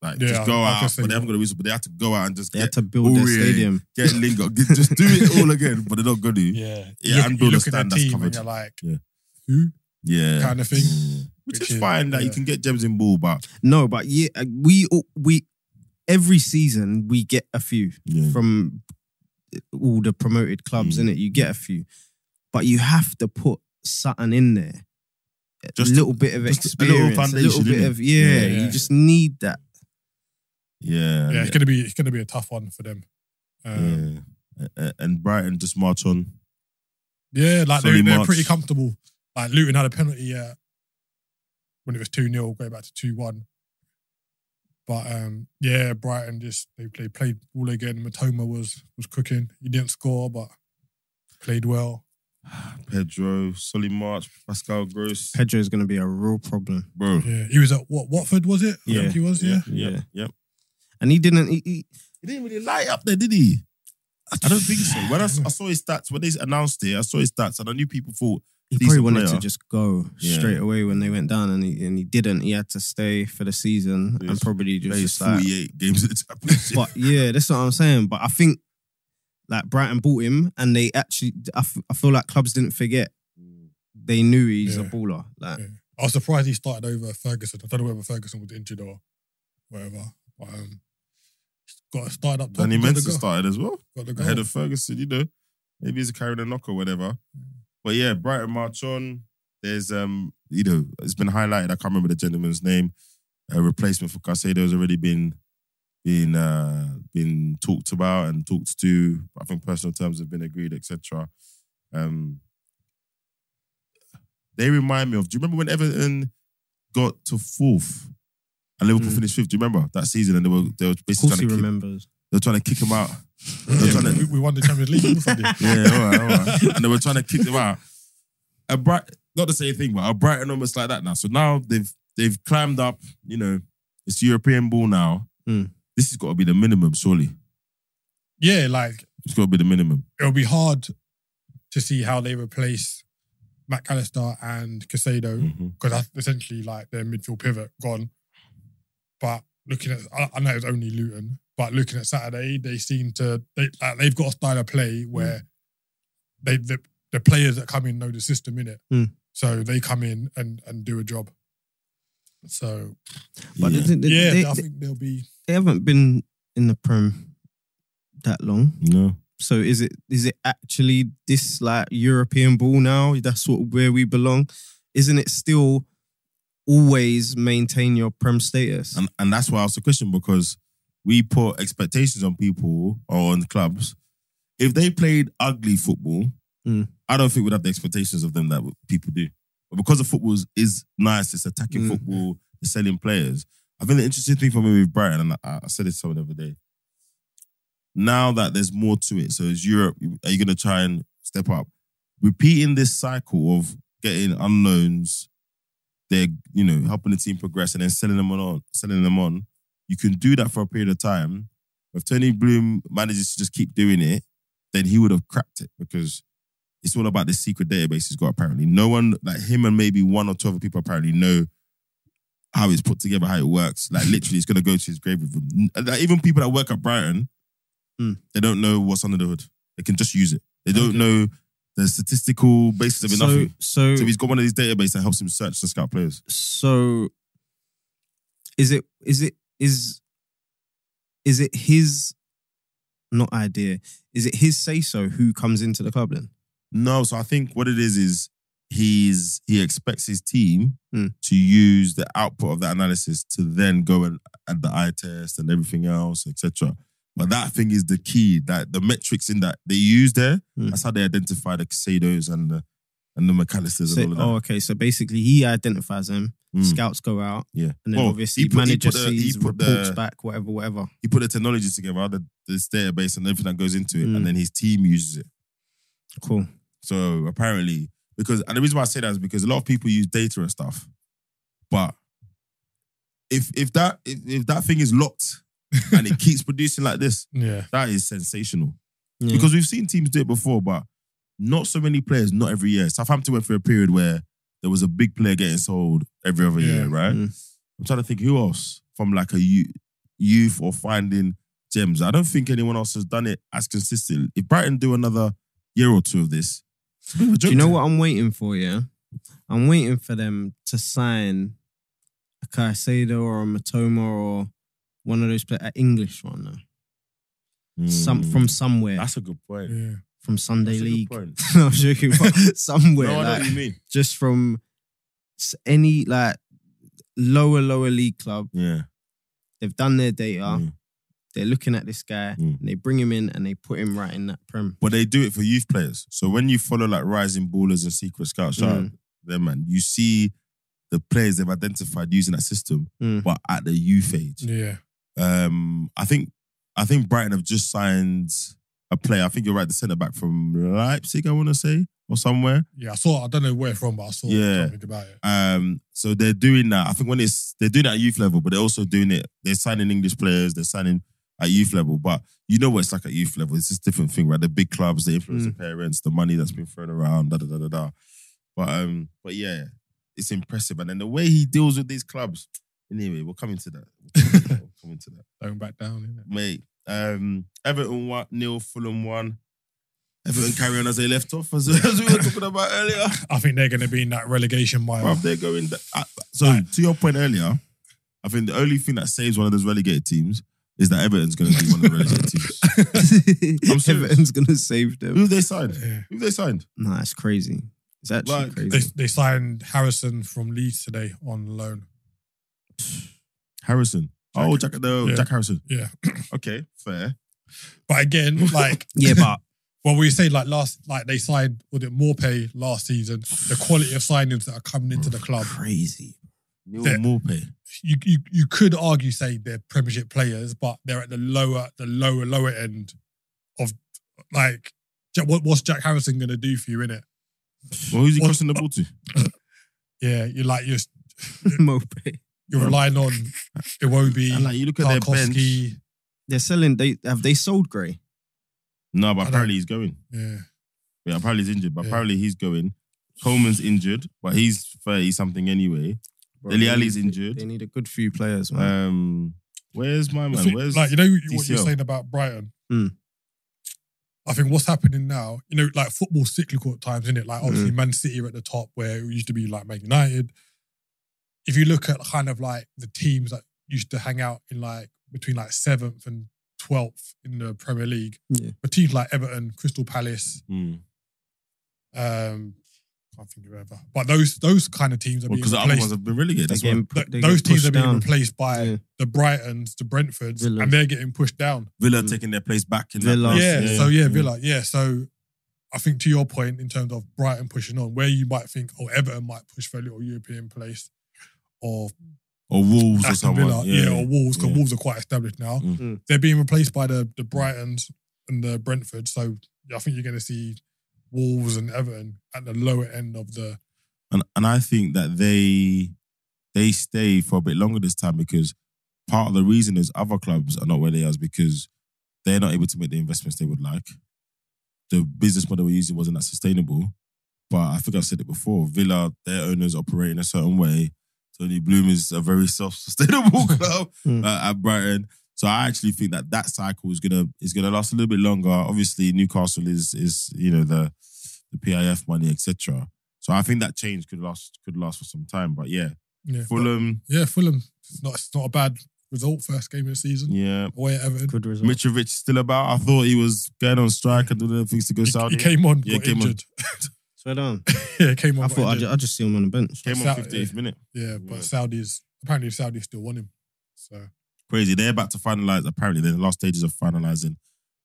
Speaker 1: Like
Speaker 3: Yeah,
Speaker 1: just go
Speaker 3: I- I can
Speaker 1: out, but
Speaker 3: see that.
Speaker 1: they haven't got a reason. But they had to go out and just
Speaker 2: they
Speaker 1: get
Speaker 2: had to build their
Speaker 1: Aurier.
Speaker 2: stadium.
Speaker 1: get
Speaker 3: [LAUGHS]
Speaker 1: Lingard, Get- just do it all again. But they're not gonna. Yeah,
Speaker 3: yeah.
Speaker 1: Yeah,
Speaker 3: you
Speaker 1: and build
Speaker 3: look,
Speaker 1: a
Speaker 3: you look at
Speaker 1: stand
Speaker 3: their
Speaker 1: that's
Speaker 3: team
Speaker 1: covered.
Speaker 3: and you're like,
Speaker 1: Yeah.
Speaker 3: who?
Speaker 1: yeah. Mm.
Speaker 3: Kind of thing.
Speaker 1: Which,
Speaker 3: Which
Speaker 1: is
Speaker 3: is-
Speaker 1: fine that you
Speaker 3: yeah.
Speaker 1: can get gems in ball, but
Speaker 2: No, but yeah, uh, we we every season we get a few.
Speaker 1: yeah,
Speaker 2: from all the promoted clubs,
Speaker 1: Mm.
Speaker 2: in it. You get a few, but you have to put something in there.
Speaker 1: Just
Speaker 2: a little bit of
Speaker 1: just a little
Speaker 2: experience, a little,
Speaker 1: foundation,
Speaker 2: bit
Speaker 1: innit?
Speaker 2: of yeah,
Speaker 3: Yeah, yeah.
Speaker 2: You just need that.
Speaker 1: yeah,
Speaker 3: Yeah, it's gonna be it's gonna be a tough one for them. Um,
Speaker 1: yeah. A- a- And Brighton just march on.
Speaker 3: yeah. like
Speaker 1: Sorry,
Speaker 3: they're, they're
Speaker 1: March.
Speaker 3: pretty comfortable. Like Luton had a penalty uh, when it was two 0 go back to two one. But um, yeah, Brighton just they, they played all again. Matoma was was cooking. He didn't score, but played well.
Speaker 1: Pedro, Solly March, Pascal Gross,
Speaker 2: Pedro is going to be a real problem,
Speaker 1: bro.
Speaker 3: Yeah, he was at what Watford was it? I
Speaker 2: Yeah.
Speaker 3: think he was. Yeah,
Speaker 1: yeah, yeah.
Speaker 2: Yeah.
Speaker 1: yeah.
Speaker 2: and he didn't. He, he,
Speaker 1: He didn't really light up there, did he? I don't think so. When I, s- I saw his stats, when they announced it, I saw his stats and I knew people thought,
Speaker 2: he
Speaker 1: Decent
Speaker 2: probably wanted
Speaker 1: player.
Speaker 2: to just go
Speaker 1: Yeah.
Speaker 2: straight away when they went down, and he and he didn't. He had to stay for the season
Speaker 1: Yes.
Speaker 2: and probably just,
Speaker 1: plays
Speaker 2: just like
Speaker 1: 48 games in the championship.
Speaker 2: But yeah, that's what I'm saying. But I think like Brighton bought him, and they actually, I, f- I feel like clubs didn't forget. They knew he's a
Speaker 3: Yeah.
Speaker 2: baller. Like
Speaker 3: Yeah. I was surprised he started over Ferguson. I don't know whether Ferguson was injured or whatever. But um, got started up. top,
Speaker 1: Danny
Speaker 3: got the
Speaker 1: Mensah
Speaker 3: goal,
Speaker 1: started as well,
Speaker 3: Got the goal.
Speaker 1: ahead of Ferguson, you know. Maybe he's carrying a knock or whatever. But yeah, Brighton march on. There's, um, you know, it's been highlighted. I can't remember the gentleman's name. A replacement for Casado has already been been uh, been talked about and talked to. I think personal terms have been agreed, etc. Um, they remind me of. Do you remember when Everton got to fourth, and Liverpool
Speaker 2: Mm.
Speaker 1: finished fifth. Do you remember that season? And they were they were
Speaker 2: Of
Speaker 1: basically
Speaker 2: course he
Speaker 1: trying to kick,
Speaker 2: remembers.
Speaker 1: they were trying to kick him out. They were
Speaker 3: Yeah,
Speaker 1: trying to
Speaker 3: [LAUGHS] we, we won the Champions League.
Speaker 1: [LAUGHS]
Speaker 3: or something.
Speaker 2: [LAUGHS]
Speaker 1: yeah, all right, all right. And they were trying to kick them out. A bright, not the same thing, but a Brighton almost like that now. So now they've they've climbed up. You know, it's European ball now.
Speaker 2: Mm.
Speaker 1: This has got to be the minimum, surely.
Speaker 3: yeah, like
Speaker 1: It's got to be the minimum.
Speaker 3: it'll be hard to see how they replace McAllister and Casado. because that's essentially like their midfield pivot gone. But looking at, I, I know it's only Luton, but looking at Saturday, they seem to they like, they've got a style of play where they the, the players that come in know the system in it,
Speaker 2: Mm.
Speaker 3: so they come in and and do a job. So
Speaker 2: But
Speaker 1: yeah.
Speaker 2: they, they,
Speaker 3: yeah,
Speaker 2: they,
Speaker 3: I think they'll be
Speaker 2: they haven't been in the Prem that long.
Speaker 1: no,
Speaker 2: So is it is it actually this like European ball now? That's what where we belong. Isn't it still always maintain your prem status?
Speaker 1: and and that's why I asked the question because we put expectations on people or on clubs. If they played ugly football,
Speaker 2: Mm.
Speaker 1: I don't think we'd have the expectations of them that people do. But because the football is- is nice, it's attacking
Speaker 2: Mm.
Speaker 1: football, it's selling players. I think the interesting thing for me with Brighton, and I, I said this to someone the other day, now that there's more to it, so is Europe, are you going to try and step up? Repeating this cycle of getting unknowns, they're, you know, helping the team progress and then selling them on, selling them on. You can do that for a period of time. If Tony Bloom manages to just keep doing it, then he would have cracked it because it's all about this secret database he's got apparently. No one like him and maybe one or two other people apparently know how it's put together, how it works.
Speaker 2: [LAUGHS]
Speaker 1: Like literally, it's gonna go to his grave with him. N- Like, even people that work at Brighton,
Speaker 2: Mm.
Speaker 1: they don't know what's under the hood. They can just use it. They don't
Speaker 2: Okay.
Speaker 1: know the statistical basis of it,
Speaker 2: so
Speaker 1: nothing.
Speaker 2: so
Speaker 1: So he's got one of these databases that helps him search the scout players.
Speaker 2: so is it is it is is it his not idea? Is it his say so who comes into the club then?
Speaker 1: No, so I think what it is is he's he expects his team
Speaker 2: Mm.
Speaker 1: to use the output of that analysis to then go and add the eye test and everything else, etc. But that thing is the key that the metrics in that they use there.
Speaker 2: Mm.
Speaker 1: That's how they identify the Casados and the and the McAllisters
Speaker 2: Say-
Speaker 1: and all
Speaker 2: oh,
Speaker 1: of
Speaker 2: okay. So basically, he identifies them.
Speaker 1: that. Mm,
Speaker 2: Scouts go out,
Speaker 1: yeah,
Speaker 2: and then
Speaker 1: Well,
Speaker 2: obviously
Speaker 1: he put- he
Speaker 2: manager
Speaker 1: put the- he
Speaker 2: sees,
Speaker 1: put the-
Speaker 2: reports back, whatever, whatever.
Speaker 1: he put the technology together, the, this database and everything that goes into it,
Speaker 2: Mm.
Speaker 1: and then his team uses it.
Speaker 2: Cool.
Speaker 1: So apparently, because and the reason why I say that is because a lot of people use data and stuff, but if if that if, if that thing is locked and it keeps producing like this,
Speaker 3: yeah.
Speaker 1: that is sensational.
Speaker 2: Yeah.
Speaker 1: Because we've seen teams do it before, but not so many players, not every year. Southampton went through a period where there was a big player getting sold every other
Speaker 3: Yeah.
Speaker 1: year, right? I'm trying to think who else from like a youth, youth or finding gems. I don't think anyone else has done it as consistently. If Brighton do another year or two of this, it's a bit of a
Speaker 2: Do
Speaker 1: joke
Speaker 2: you
Speaker 1: to
Speaker 2: know
Speaker 1: me.
Speaker 2: what I'm waiting for? Yeah, I'm waiting for them to sign a Caicedo or a Matoma or one of those players, an English one though, some
Speaker 1: Mm.
Speaker 2: from somewhere,
Speaker 1: That's a good point.
Speaker 3: Yeah.
Speaker 2: from Sunday
Speaker 1: That's a good
Speaker 2: League.
Speaker 1: point.
Speaker 2: [LAUGHS] no, I'm joking,
Speaker 1: [LAUGHS]
Speaker 2: but somewhere,
Speaker 1: No, I know
Speaker 2: like,
Speaker 1: what you
Speaker 2: [LAUGHS]
Speaker 1: mean.
Speaker 2: just from s- any like lower lower league club.
Speaker 1: Yeah.
Speaker 2: They've done their data.
Speaker 1: Mm.
Speaker 2: They're looking at this guy,
Speaker 1: Mm.
Speaker 2: and they bring him in, and they put him right in that prem.
Speaker 1: But they do it for youth players. So when you follow like rising ballers and secret scouts, shout out
Speaker 2: Mm.
Speaker 1: them man, you see the players they've identified using that system,
Speaker 2: Mm.
Speaker 1: but at the youth age.
Speaker 3: Yeah.
Speaker 1: Um, I think I think Brighton have just signed a player. I think you're right, the centre back from Leipzig, I want to say, or somewhere.
Speaker 3: Yeah. I saw I don't know where from, but I saw
Speaker 1: Yeah.
Speaker 3: something about it.
Speaker 1: Um, so they're doing that. I think when it's they're doing it at youth level, but they're also doing it. They're signing English players. They're signing at youth level, but you know what it's like at youth level. It's just different thing, right? The big clubs, the influence of parents, the money that's been thrown around, da da da da da. But um, but yeah, it's impressive. And then the way he deals with these clubs. Anyway, we'll come into that. We'll come into that,
Speaker 3: Going back down, innit?
Speaker 1: mate. Um, Everton one, nil, Fulham one. Everton carry on as they left off, as, [LAUGHS] as we were talking about earlier.
Speaker 3: I think they're going to be in that relegation
Speaker 1: Bruv,
Speaker 3: mile.
Speaker 1: they're going. th- I- so
Speaker 3: Right.
Speaker 1: to your point earlier, I think the only thing that saves one of those relegated teams is that Everton's going to be one of the
Speaker 3: [LAUGHS]
Speaker 1: relegated teams.
Speaker 2: [LAUGHS]
Speaker 1: serious.
Speaker 2: Everton's gonna save them.
Speaker 1: Who have they signed?
Speaker 3: Yeah.
Speaker 1: Who have they signed?
Speaker 2: Nah, it's crazy. It's actually
Speaker 1: Like,
Speaker 3: They,
Speaker 2: crazy.
Speaker 3: they signed Harrison from Leeds today on loan.
Speaker 1: Harrison. Oh, Jack, no,
Speaker 3: Yeah.
Speaker 1: Jack Harrison.
Speaker 3: Yeah.
Speaker 1: [CLEARS THROAT] Okay, fair.
Speaker 3: But again,
Speaker 1: [LAUGHS]
Speaker 3: like
Speaker 2: yeah, but
Speaker 3: Well, we say like last, like
Speaker 2: [LAUGHS]
Speaker 3: they signed was it Morpay last season. The quality of signings that are coming into the club
Speaker 2: crazy.
Speaker 1: Neil
Speaker 3: Yeah.
Speaker 1: Morpay.
Speaker 3: you, you you could argue say they're Premiership players, but they're at the lower the lower lower end of like Ja- what, what's Jack Harrison going to do for you in it?
Speaker 1: Well, who's he
Speaker 3: What-
Speaker 1: crossing the ball to?
Speaker 3: Yeah, you're like you're
Speaker 2: Mopey.
Speaker 3: you're
Speaker 1: [LAUGHS]
Speaker 3: relying on
Speaker 1: And,
Speaker 3: Iwobi,
Speaker 1: like you look at their bench.
Speaker 3: Tarkovsky.
Speaker 2: They're selling. They have they sold Gray.
Speaker 1: No, but
Speaker 3: don't-
Speaker 1: apparently he's going.
Speaker 3: Yeah,
Speaker 1: Yeah, apparently he's injured, but
Speaker 3: Yeah.
Speaker 1: apparently he's going. Coleman's injured, but he's thirty something anyway. Dele Alli's injured.
Speaker 2: They need a good few players, man.
Speaker 1: Um, where's my man?
Speaker 3: So,
Speaker 1: Where's
Speaker 3: like you know what you're
Speaker 1: DCL?
Speaker 3: saying about Brighton.
Speaker 2: Hmm.
Speaker 3: I think what's happening now, you know, like football cyclical at times, isn't it? Like obviously
Speaker 2: Hmm.
Speaker 3: Man City are at the top where it used to be like Man United. If you look at kind of like the teams that used to hang out in like between like seventh and twelfth in the Premier League,
Speaker 2: Yeah.
Speaker 3: but teams like Everton, Crystal Palace,
Speaker 1: Hmm.
Speaker 3: um, can't think of ever, but those those kind of teams are
Speaker 1: Well,
Speaker 3: being
Speaker 1: because the other
Speaker 3: replaced.
Speaker 1: ones have been relegated.
Speaker 2: They're
Speaker 1: That's why
Speaker 2: getting pu-
Speaker 3: th-
Speaker 2: they
Speaker 3: those
Speaker 2: get
Speaker 3: teams
Speaker 2: pushed
Speaker 3: are being
Speaker 2: down.
Speaker 3: replaced by
Speaker 2: Yeah.
Speaker 3: the Brightons, the Brentfords,
Speaker 2: Villa.
Speaker 3: and they're getting pushed down.
Speaker 1: Villa
Speaker 2: Mm.
Speaker 1: taking their place back in
Speaker 2: Villa.
Speaker 1: that.
Speaker 3: yeah,
Speaker 1: place.
Speaker 3: So yeah,
Speaker 2: Mm.
Speaker 3: Villa. Yeah. So I think to your point in terms of Brighton pushing on, where you might think, oh, Everton might push for a little European place, or
Speaker 1: or Wolves or
Speaker 3: Aston
Speaker 1: someone.
Speaker 3: Villa, yeah,
Speaker 1: yeah,
Speaker 3: or Wolves, because
Speaker 1: Yeah.
Speaker 3: Wolves are quite established now.
Speaker 1: Mm.
Speaker 2: Mm.
Speaker 3: They're being replaced by the the Brightons and the Brentford. So I think you're going to see Wolves and Everton at the lower end of the.
Speaker 1: and and I think that they they stay for a bit longer this time because part of the reason is other clubs are not where they are is because they're not able to make the investments they would like. The business model we're using wasn't that sustainable. But I think I've said it before. Villa, their owners operate in a certain way. Tony Bloom is a very self-sustainable [LAUGHS] club
Speaker 2: Mm.
Speaker 1: uh, at Brighton. So I actually think that that cycle is gonna is gonna last a little bit longer. Obviously, Newcastle is is you know the the PIF money etc. So I think that change could last could last for some time. But yeah,
Speaker 3: Yeah,
Speaker 1: Fulham,
Speaker 3: yeah, Fulham. It's not. It's not a bad result. First game of the season
Speaker 1: yeah.
Speaker 3: away at Everton.
Speaker 2: Good result.
Speaker 1: Mitrovic still about. I thought he was going on strike and doing things to go
Speaker 3: He,
Speaker 1: Saudi.
Speaker 3: he came on,
Speaker 1: Yeah,
Speaker 3: got
Speaker 1: came on.
Speaker 3: injured. [LAUGHS]
Speaker 2: Swear down.
Speaker 3: yeah, came on.
Speaker 2: I
Speaker 3: got
Speaker 2: thought I
Speaker 3: injured.
Speaker 2: just, I just see him on the bench.
Speaker 1: Came on
Speaker 3: Saudi.
Speaker 1: fifty eighth minute.
Speaker 3: Yeah, but
Speaker 1: Yeah.
Speaker 3: Saudis apparently Saudis still want him. So
Speaker 1: Crazy. They're about to finalize. Apparently, they're in the last stages of finalizing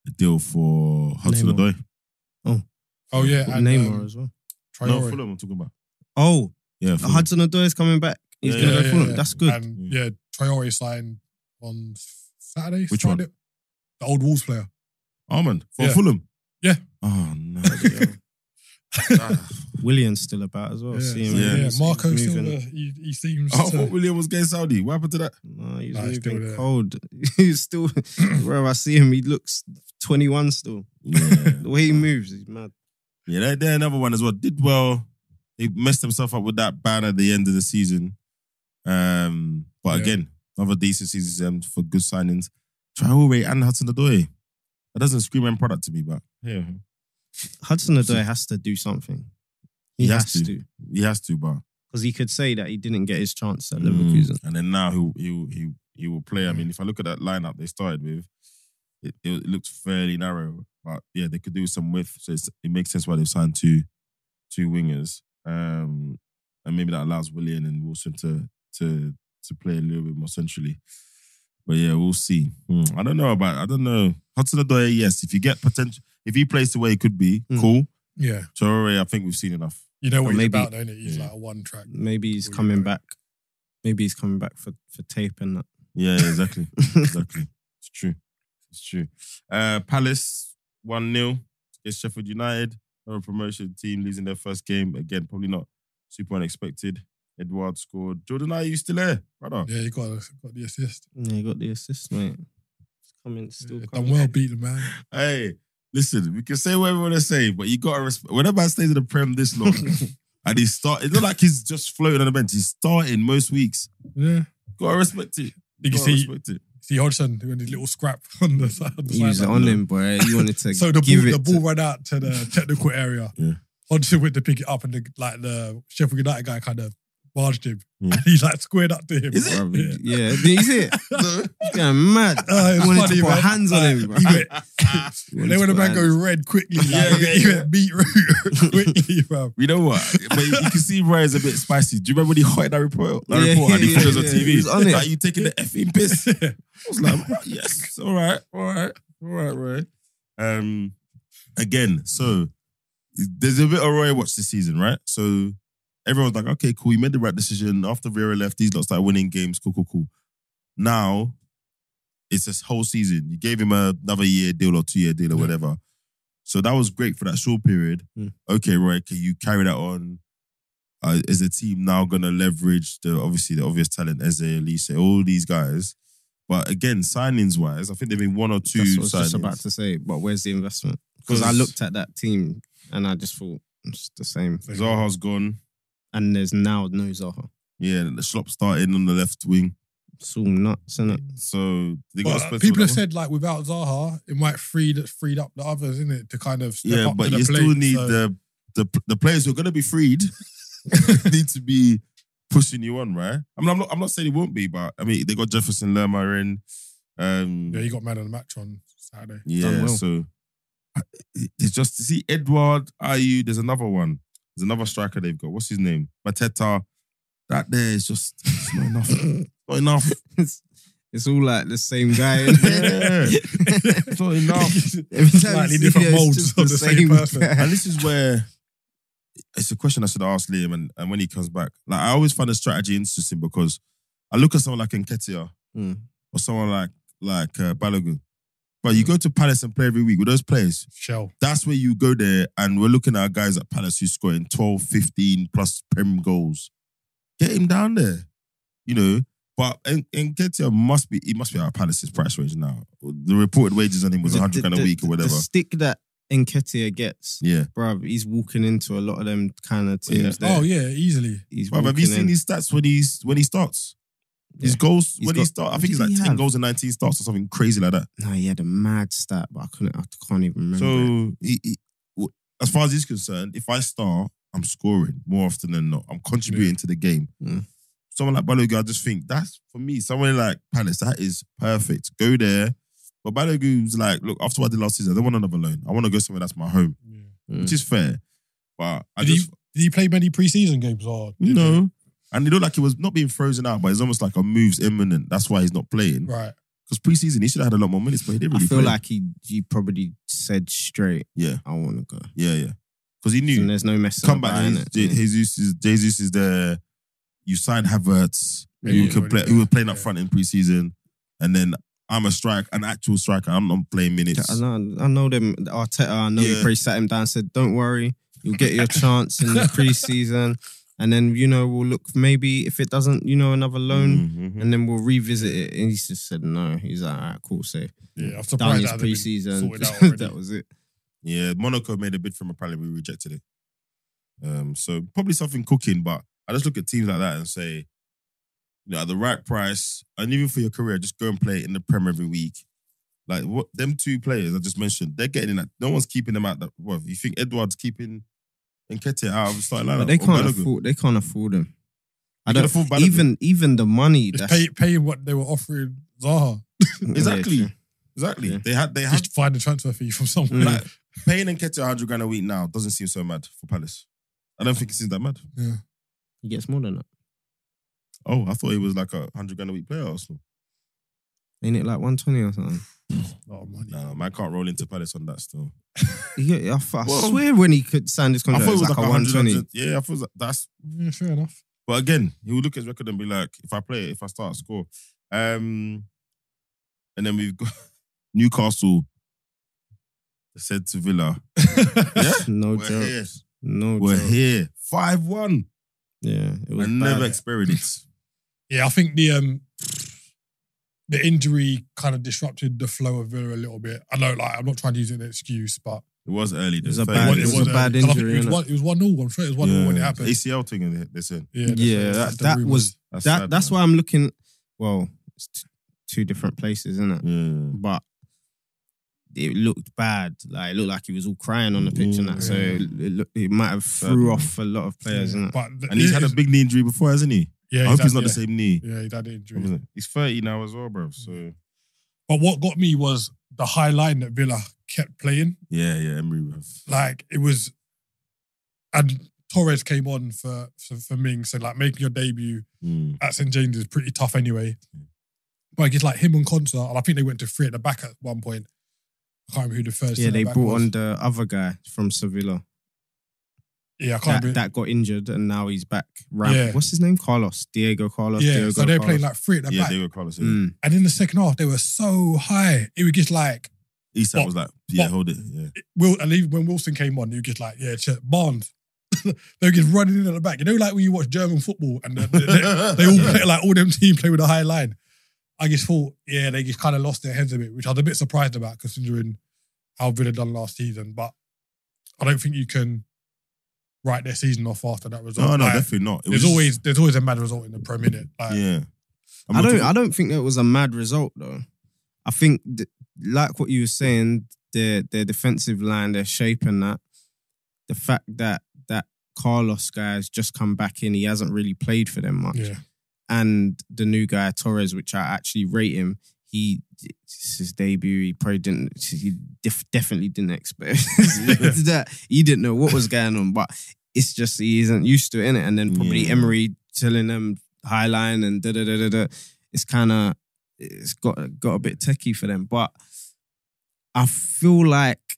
Speaker 1: a deal for Hudson
Speaker 2: Neymar.
Speaker 1: Odoi.
Speaker 3: oh yeah,
Speaker 2: But
Speaker 3: and,
Speaker 2: Neymar
Speaker 3: um,
Speaker 2: as well.
Speaker 3: Traore.
Speaker 1: No, Fulham. I'm talking about.
Speaker 2: Oh,
Speaker 1: Yeah, Fulham.
Speaker 2: Hudson Odoi is coming back. He's
Speaker 1: Yeah,
Speaker 2: gonna
Speaker 1: yeah,
Speaker 2: go
Speaker 1: yeah,
Speaker 2: Fulham.
Speaker 1: yeah.
Speaker 2: That's good.
Speaker 3: And yeah, Traore signed on Saturday.
Speaker 1: Which
Speaker 3: Friday? The old Wolves player.
Speaker 1: Armand for
Speaker 3: Yeah.
Speaker 1: Fulham.
Speaker 3: Yeah.
Speaker 1: Oh [LAUGHS] no. Ah.
Speaker 2: William's still about as well.
Speaker 3: yeah,
Speaker 2: See him.
Speaker 1: yeah.
Speaker 2: he's-
Speaker 3: yeah,
Speaker 2: he's
Speaker 3: Marco
Speaker 2: Oh, moving.
Speaker 3: Silva. He, he seems. [LAUGHS]
Speaker 1: oh, I
Speaker 3: to,
Speaker 1: thought William was getting Saudi. What happened to that?
Speaker 2: No, he's
Speaker 3: Nah, he's still
Speaker 2: moving
Speaker 3: there.
Speaker 2: cold. [LAUGHS] he's [COUGHS] still wherever I see him, he looks 21 still. The
Speaker 1: Yeah,
Speaker 2: way he moves, he's mad.
Speaker 1: yeah. They're, they're another one as well. Did well. They messed themselves up with that ban at the end of the season. Um, but
Speaker 3: Yeah.
Speaker 1: again, another decent season um, for good signings. Traore and Hudson Odoi. That doesn't scream end product to me, but yeah,
Speaker 2: Hudson Odoi has to do something. He, has, to.
Speaker 1: he has to. But
Speaker 2: Because he could say that he didn't get his chance
Speaker 3: Hmm.
Speaker 2: at
Speaker 1: Mm,
Speaker 2: Leverkusen.
Speaker 1: and then now he he he he will play. I mean, if I look at that lineup they started with, it, it looks fairly narrow. But yeah, they could do some width. So it's, it makes sense why they've signed two two wingers. Um, and maybe that allows Willian and Wilson to to to play a little bit more centrally. But yeah, we'll see. Hmm, I don't know about I don't know Hudson Odoi. Yes, if you get potential, if he plays the way he could be,
Speaker 2: Mm.
Speaker 1: cool.
Speaker 3: yeah,
Speaker 1: Traore, I think we've seen enough.
Speaker 3: you know what
Speaker 2: Or
Speaker 3: he's
Speaker 2: maybe-
Speaker 3: about, don't it? He's
Speaker 1: yeah.
Speaker 3: like a one track.
Speaker 2: Maybe he's
Speaker 3: Well, you
Speaker 2: coming
Speaker 3: know.
Speaker 2: back. Maybe he's coming back for, for tape and
Speaker 1: Yeah, yeah, exactly.
Speaker 2: that.
Speaker 1: exactly. It's true. It's true. Uh, Palace 1 0 against Sheffield United. Another promotion team losing their first game. Again, probably not super unexpected. Edward scored. Jordan, are you still there, brother?
Speaker 3: Yeah, he got got the assist.
Speaker 2: [LAUGHS] yeah, he got the assist, mate. It's coming, still
Speaker 3: Yeah, done
Speaker 2: coming. [LAUGHS]
Speaker 3: well, beat the man.
Speaker 1: Hey, listen, we can say whatever we want to say, but you got to respect. When a man stays in the Prem this
Speaker 3: [LAUGHS]
Speaker 1: long and he start, it's not like he's just floating on the bench. He's starting most weeks.
Speaker 3: Yeah.
Speaker 1: Got to respect it.
Speaker 3: Did you
Speaker 1: Gotta
Speaker 3: see
Speaker 1: respect it.
Speaker 3: see Hodgson doing his little scrap [LAUGHS] on the side? On the
Speaker 2: He was
Speaker 3: sideline?
Speaker 2: on him, boy. He wanted to
Speaker 3: [LAUGHS] So the
Speaker 2: give
Speaker 3: ball, the
Speaker 2: it
Speaker 3: ball ran out to the technical area.
Speaker 1: Yeah.
Speaker 3: Hodgson went to pick it up, and the, like the Sheffield United guy kind of barged him,
Speaker 1: Yeah.
Speaker 3: [LAUGHS] and he like squared up to him.
Speaker 1: Is
Speaker 2: to,
Speaker 1: it?
Speaker 2: bruv.
Speaker 3: Yeah. [LAUGHS]
Speaker 2: Yeah, he's it. He's going mad.
Speaker 3: Oh, it was
Speaker 2: he wanted
Speaker 3: funny,
Speaker 2: to put
Speaker 3: man.
Speaker 2: hands on him,
Speaker 3: He
Speaker 2: [LAUGHS] bruv.
Speaker 3: went, [LAUGHS]
Speaker 2: He wanted to
Speaker 3: they went
Speaker 2: put
Speaker 3: about
Speaker 2: hands.
Speaker 3: go red quickly. Like,
Speaker 1: Yeah, yeah,
Speaker 3: he
Speaker 1: yeah.
Speaker 3: went beetroot [LAUGHS] quickly,
Speaker 1: [LAUGHS]
Speaker 3: bro.
Speaker 1: You know what? But you can see Roy is a bit spicy. Do you remember when he hotted that report? That
Speaker 2: Yeah,
Speaker 1: report and he
Speaker 2: yeah,
Speaker 1: put it on
Speaker 2: yeah.
Speaker 1: TV.
Speaker 2: He was on it.
Speaker 1: Like you taking the effing
Speaker 2: [LAUGHS]
Speaker 1: piss. I
Speaker 3: Yeah.
Speaker 1: was like, "Right, yes, all right, all right, all right, Roy. Um, again, so there's a bit of Roy watch this season, right? So everyone's like, okay, cool, you made the right decision. After Vera left, these lot started winning games. Cool, cool, cool. Now it's this whole season. You gave him another year deal or two year deal or
Speaker 3: Yeah.
Speaker 1: whatever. So that was great for that short period.
Speaker 2: Mm.
Speaker 1: Okay, Roy, can you carry that on? Uh, is the team now gonna leverage the obviously the obvious talent, Eze, Elise, all these guys? But again, signings wise, I think there've been one or two
Speaker 2: That's what I was
Speaker 1: signings.
Speaker 2: just about to say. But where's the investment? Because I looked at that team and I just thought it's the same.
Speaker 1: Zaha's gone.
Speaker 2: And there's now no Zaha.
Speaker 1: Yeah, the Schlopp starting on the left wing.
Speaker 2: It's all nuts, isn't it?
Speaker 1: So they got
Speaker 3: But
Speaker 1: spent
Speaker 3: people
Speaker 1: on
Speaker 3: have
Speaker 1: that one.
Speaker 3: said like without Zaha, it might free that freed up the others, isn't it, to kind of step
Speaker 1: yeah,
Speaker 3: up
Speaker 1: but
Speaker 3: to the
Speaker 1: you
Speaker 3: plate.
Speaker 1: still need
Speaker 3: so-
Speaker 1: the, the the players who are going to be freed [LAUGHS] need to be pushing you on, right? I mean, I'm not I'm not saying it won't be, but I mean they got Jefferson Lerma in. Um,
Speaker 3: yeah, he got man of the match on Saturday. [LAUGHS]
Speaker 1: yeah,
Speaker 2: Done well.
Speaker 1: so I- it's just see Edward Ayu. There's another one. There's another striker they've got. What's his name? Mateta. That there is just it's not enough. not enough.
Speaker 2: it's, it's all like the same [LAUGHS] guy.
Speaker 1: Yeah.
Speaker 2: [LAUGHS]
Speaker 1: It's
Speaker 3: [LAUGHS]
Speaker 1: not enough.
Speaker 2: Every time
Speaker 3: Slightly
Speaker 2: you see
Speaker 3: different
Speaker 2: it, it's
Speaker 3: molds
Speaker 2: just
Speaker 3: of the same person.
Speaker 2: guy.
Speaker 1: and this is where it's a question I should ask Liam and, and when he comes back. Like I always find the strategy interesting because I look at someone like Enketia
Speaker 2: Mm.
Speaker 1: or someone like like uh, Balogun. But
Speaker 2: Hmm.
Speaker 1: you go to Palace and play every week with those players.
Speaker 3: Shell.
Speaker 1: That's where you go there and we're looking at guys at Palace who's scoring 12, 15 plus prem goals. Get him down there. You know, but En- Enketia must be he must be out of Palace's price range now. The reported wages on him was
Speaker 2: The-
Speaker 1: 100
Speaker 2: the-
Speaker 1: grand a
Speaker 2: the-
Speaker 1: week or
Speaker 2: The
Speaker 1: whatever.
Speaker 2: stick that Enketia gets,
Speaker 1: Yeah.
Speaker 2: bruv, he's walking into a lot of them kind of
Speaker 1: Yeah.
Speaker 2: teams. There.
Speaker 3: Oh yeah, easily.
Speaker 2: he's
Speaker 1: Bruv, have
Speaker 2: walking
Speaker 1: you seen
Speaker 2: in.
Speaker 1: his stats when he's when he starts? His
Speaker 2: Yeah.
Speaker 1: goals
Speaker 2: He's
Speaker 1: when he
Speaker 2: got-
Speaker 1: starts, I
Speaker 2: what
Speaker 1: think he's
Speaker 2: did
Speaker 1: like
Speaker 2: he
Speaker 1: ten
Speaker 2: have?
Speaker 1: goals and nineteen starts or something crazy like that.
Speaker 2: No, he had a mad stat, but I couldn't. I can't even remember. it.
Speaker 1: So he, he- w- as far as he's concerned, if I start, I'm scoring more often than not. I'm contributing to the game.
Speaker 2: Mm.
Speaker 1: Someone like Balogu, I just think that's for me. Someone like Palace, that is perfect. Go there, but Balogu's like, look, after what I did last season, I don't want another loan. I want to go somewhere that's my home,
Speaker 3: Yeah.
Speaker 2: Mm.
Speaker 1: which is fair. But I
Speaker 3: Did he-
Speaker 1: just
Speaker 3: Did he play many preseason games or did he?
Speaker 1: No. And it looked like he was not being frozen out, but it's almost like a move's imminent. That's why he's not playing.
Speaker 3: Right.
Speaker 1: Because preseason, he should have had a lot more minutes, but he didn't
Speaker 2: I
Speaker 1: really
Speaker 2: feel
Speaker 1: play.
Speaker 2: like he he probably said straight,
Speaker 1: Yeah.
Speaker 2: I want to go."
Speaker 1: Yeah, yeah. Because he
Speaker 2: And
Speaker 1: knew.
Speaker 2: there's no messing
Speaker 1: Come
Speaker 2: about
Speaker 1: back.
Speaker 2: innit?
Speaker 1: Je-
Speaker 2: Yeah.
Speaker 1: Jesus is, Jesus is there. You sign Havertz,
Speaker 3: Yeah,
Speaker 1: who,
Speaker 3: yeah.
Speaker 1: can play, who was playing up
Speaker 3: Yeah.
Speaker 1: front in preseason. And then I'm a strike, an actual striker. I'm not playing minutes.
Speaker 2: I know, I know them. Arteta, I know he
Speaker 1: Yeah.
Speaker 2: probably sat him down and said, "Don't worry, you'll get your chance in the preseason, and then you know we'll look maybe if it doesn't, you know, another loan,
Speaker 1: Mhm.
Speaker 2: and then we'll revisit it." And he's just said, "No." He's like, "All right, cool, safe."
Speaker 3: Yeah, I'm
Speaker 2: Done
Speaker 3: surprised
Speaker 2: his
Speaker 3: that hasn't been
Speaker 2: preseason.
Speaker 3: sorted out already.
Speaker 2: [LAUGHS] that was it.
Speaker 1: Yeah, Monaco made a bid for him. Apparently, we rejected it. Um, so probably something cooking, but I just look at teams like that and say, you know, at the right price, and even for your career, just go and play in the Prem every week. Like what them two players I just mentioned, they're getting in that. No one's keeping them out. That what you think Edward's keeping Nketiah out of the starting lineup?
Speaker 2: But they
Speaker 1: or
Speaker 2: can't
Speaker 1: Balogun?
Speaker 2: afford. They can't afford him. I
Speaker 1: You can
Speaker 2: don't
Speaker 1: afford Balogun.
Speaker 2: even even the money.
Speaker 3: Just
Speaker 2: That's,
Speaker 3: pay, pay him what they were offering Zaha.
Speaker 2: Yeah,
Speaker 1: Exactly.
Speaker 2: true.
Speaker 1: Exactly.
Speaker 2: Yeah. Mm.
Speaker 1: They had they had
Speaker 3: Just find a transfer fee from someone. [LAUGHS]
Speaker 1: like, paying Nketiah hundred grand a week now doesn't seem so mad for Palace. I don't think it seems that mad.
Speaker 3: Yeah.
Speaker 2: He gets more than that.
Speaker 1: Oh, I thought he was like a hundred grand a week player. Or something.
Speaker 2: Ain't it like one twenty or something?
Speaker 3: lot of Oh, money.
Speaker 1: No, man can't roll into Palace on that still.
Speaker 2: Yeah, I, f- I
Speaker 1: Well,
Speaker 2: swear when he could sign this
Speaker 1: I
Speaker 2: contract,
Speaker 1: thought it was like,
Speaker 2: like a
Speaker 1: 100,
Speaker 2: 120.
Speaker 1: 100. Yeah, I thought it was like- that's.
Speaker 3: Yeah, fair enough.
Speaker 1: But again, he would look at his record and be like, if I play, if I start, score. Um, and then we've got [LAUGHS] Newcastle. Said to Villa, [LAUGHS] yeah,
Speaker 2: [LAUGHS]
Speaker 1: we're
Speaker 2: No joke.
Speaker 1: here,
Speaker 2: No
Speaker 1: we're
Speaker 2: joke.
Speaker 1: here, five one.
Speaker 2: Yeah, it
Speaker 1: I
Speaker 2: was
Speaker 1: never
Speaker 2: bad.
Speaker 1: experienced
Speaker 3: Yeah, I think the um the injury kind of disrupted the flow of Villa a little bit. I know, like, I'm not trying to use it as an excuse, but
Speaker 1: it. It was early.
Speaker 2: was
Speaker 1: though,
Speaker 2: a
Speaker 1: fair enough.
Speaker 2: bad- it was a
Speaker 3: wasn't-
Speaker 2: bad
Speaker 3: 'cause I think
Speaker 2: injury,
Speaker 3: It was
Speaker 2: innit?
Speaker 3: one. It was one all. I'm sure it was one all when it
Speaker 1: Yeah.
Speaker 3: happened.
Speaker 1: ACL thing. they- They said
Speaker 3: yeah, that's-
Speaker 2: Yeah,
Speaker 3: that's
Speaker 2: that-
Speaker 3: the
Speaker 2: that
Speaker 3: rumours.
Speaker 2: was-
Speaker 1: that's
Speaker 2: That,
Speaker 1: sad,
Speaker 2: that's
Speaker 1: man.
Speaker 2: why I'm looking. Well, it's t- two different places, isn't it?
Speaker 1: Yeah.
Speaker 2: But it looked bad. Like it looked like he was all crying on the pitch and that. So
Speaker 3: Yeah.
Speaker 2: it, it, looked, it might have threw off a lot of players,
Speaker 3: Yeah,
Speaker 2: innit?
Speaker 3: but
Speaker 1: And he's had a big knee injury before, hasn't he?
Speaker 3: Yeah,
Speaker 1: I hope he's not
Speaker 3: yeah.
Speaker 1: the same knee.
Speaker 3: Yeah, he's had an injury.
Speaker 1: He's thirty now as well, bro. So
Speaker 3: But what got me was the high line that Villa kept playing.
Speaker 1: yeah, yeah, Emery. bruv.
Speaker 3: Like it was, and Torres came on for for, for Ming. So like making your debut
Speaker 1: Mm.
Speaker 3: at St James is pretty tough anyway.
Speaker 2: Hmm.
Speaker 3: But I guess like him and Concert, and I think they went to three at the back at one point. I can't remember who the first.
Speaker 2: Yeah,
Speaker 3: centre
Speaker 2: they
Speaker 3: back
Speaker 2: brought
Speaker 3: was.
Speaker 2: on the other guy from Sevilla.
Speaker 3: Yeah, I can't
Speaker 2: that,
Speaker 3: remember.
Speaker 2: that got injured and now he's back. Ram-
Speaker 3: Yeah.
Speaker 2: What's his name? Carlos. Diego Carlos.
Speaker 3: yeah,
Speaker 2: Diego
Speaker 3: so they were
Speaker 2: Carlos.
Speaker 3: playing like three at the
Speaker 1: Yeah,
Speaker 3: back.
Speaker 1: Diego Carlos. Yeah.
Speaker 2: Mm.
Speaker 3: and in the second half, they were so high. It was just like,
Speaker 1: Isak
Speaker 3: But-
Speaker 1: was like, yeah,
Speaker 3: but-
Speaker 1: hold it. Yeah.
Speaker 3: it- Will, and even when Wilson came on, you just like, yeah, shit, Barnes. [LAUGHS] they were just running in at the back. You know, like when you watch German football and the, the,
Speaker 1: [LAUGHS]
Speaker 3: They all play like all them team play with a high line. I just thought, yeah, they just kind of lost their heads a bit, which I was a bit surprised about considering how Villa done last season. But I don't think you can write their season off after that result.
Speaker 1: No, no,
Speaker 3: Like,
Speaker 1: definitely not. It
Speaker 3: there's
Speaker 1: was-
Speaker 3: always there's always a mad result in the Premier Minute. Like,
Speaker 1: Yeah.
Speaker 2: I don't. I don't think that was a mad result though. I think, th- like what you were saying, their their defensive line, their shape, and that the fact that that Carlos guy has just come back in, he hasn't really played for them much,
Speaker 3: yeah,
Speaker 2: and the new guy Torres, which I actually rate him, he it's his debut. He probably didn't. He def- definitely didn't expect [LAUGHS] expect that. He didn't know what was going on, but it's just he isn't used to it, innit? And then probably
Speaker 1: Yeah.
Speaker 2: Emery telling them high line and da da da da da. It's kind of it's got got a bit techie for them, but I feel like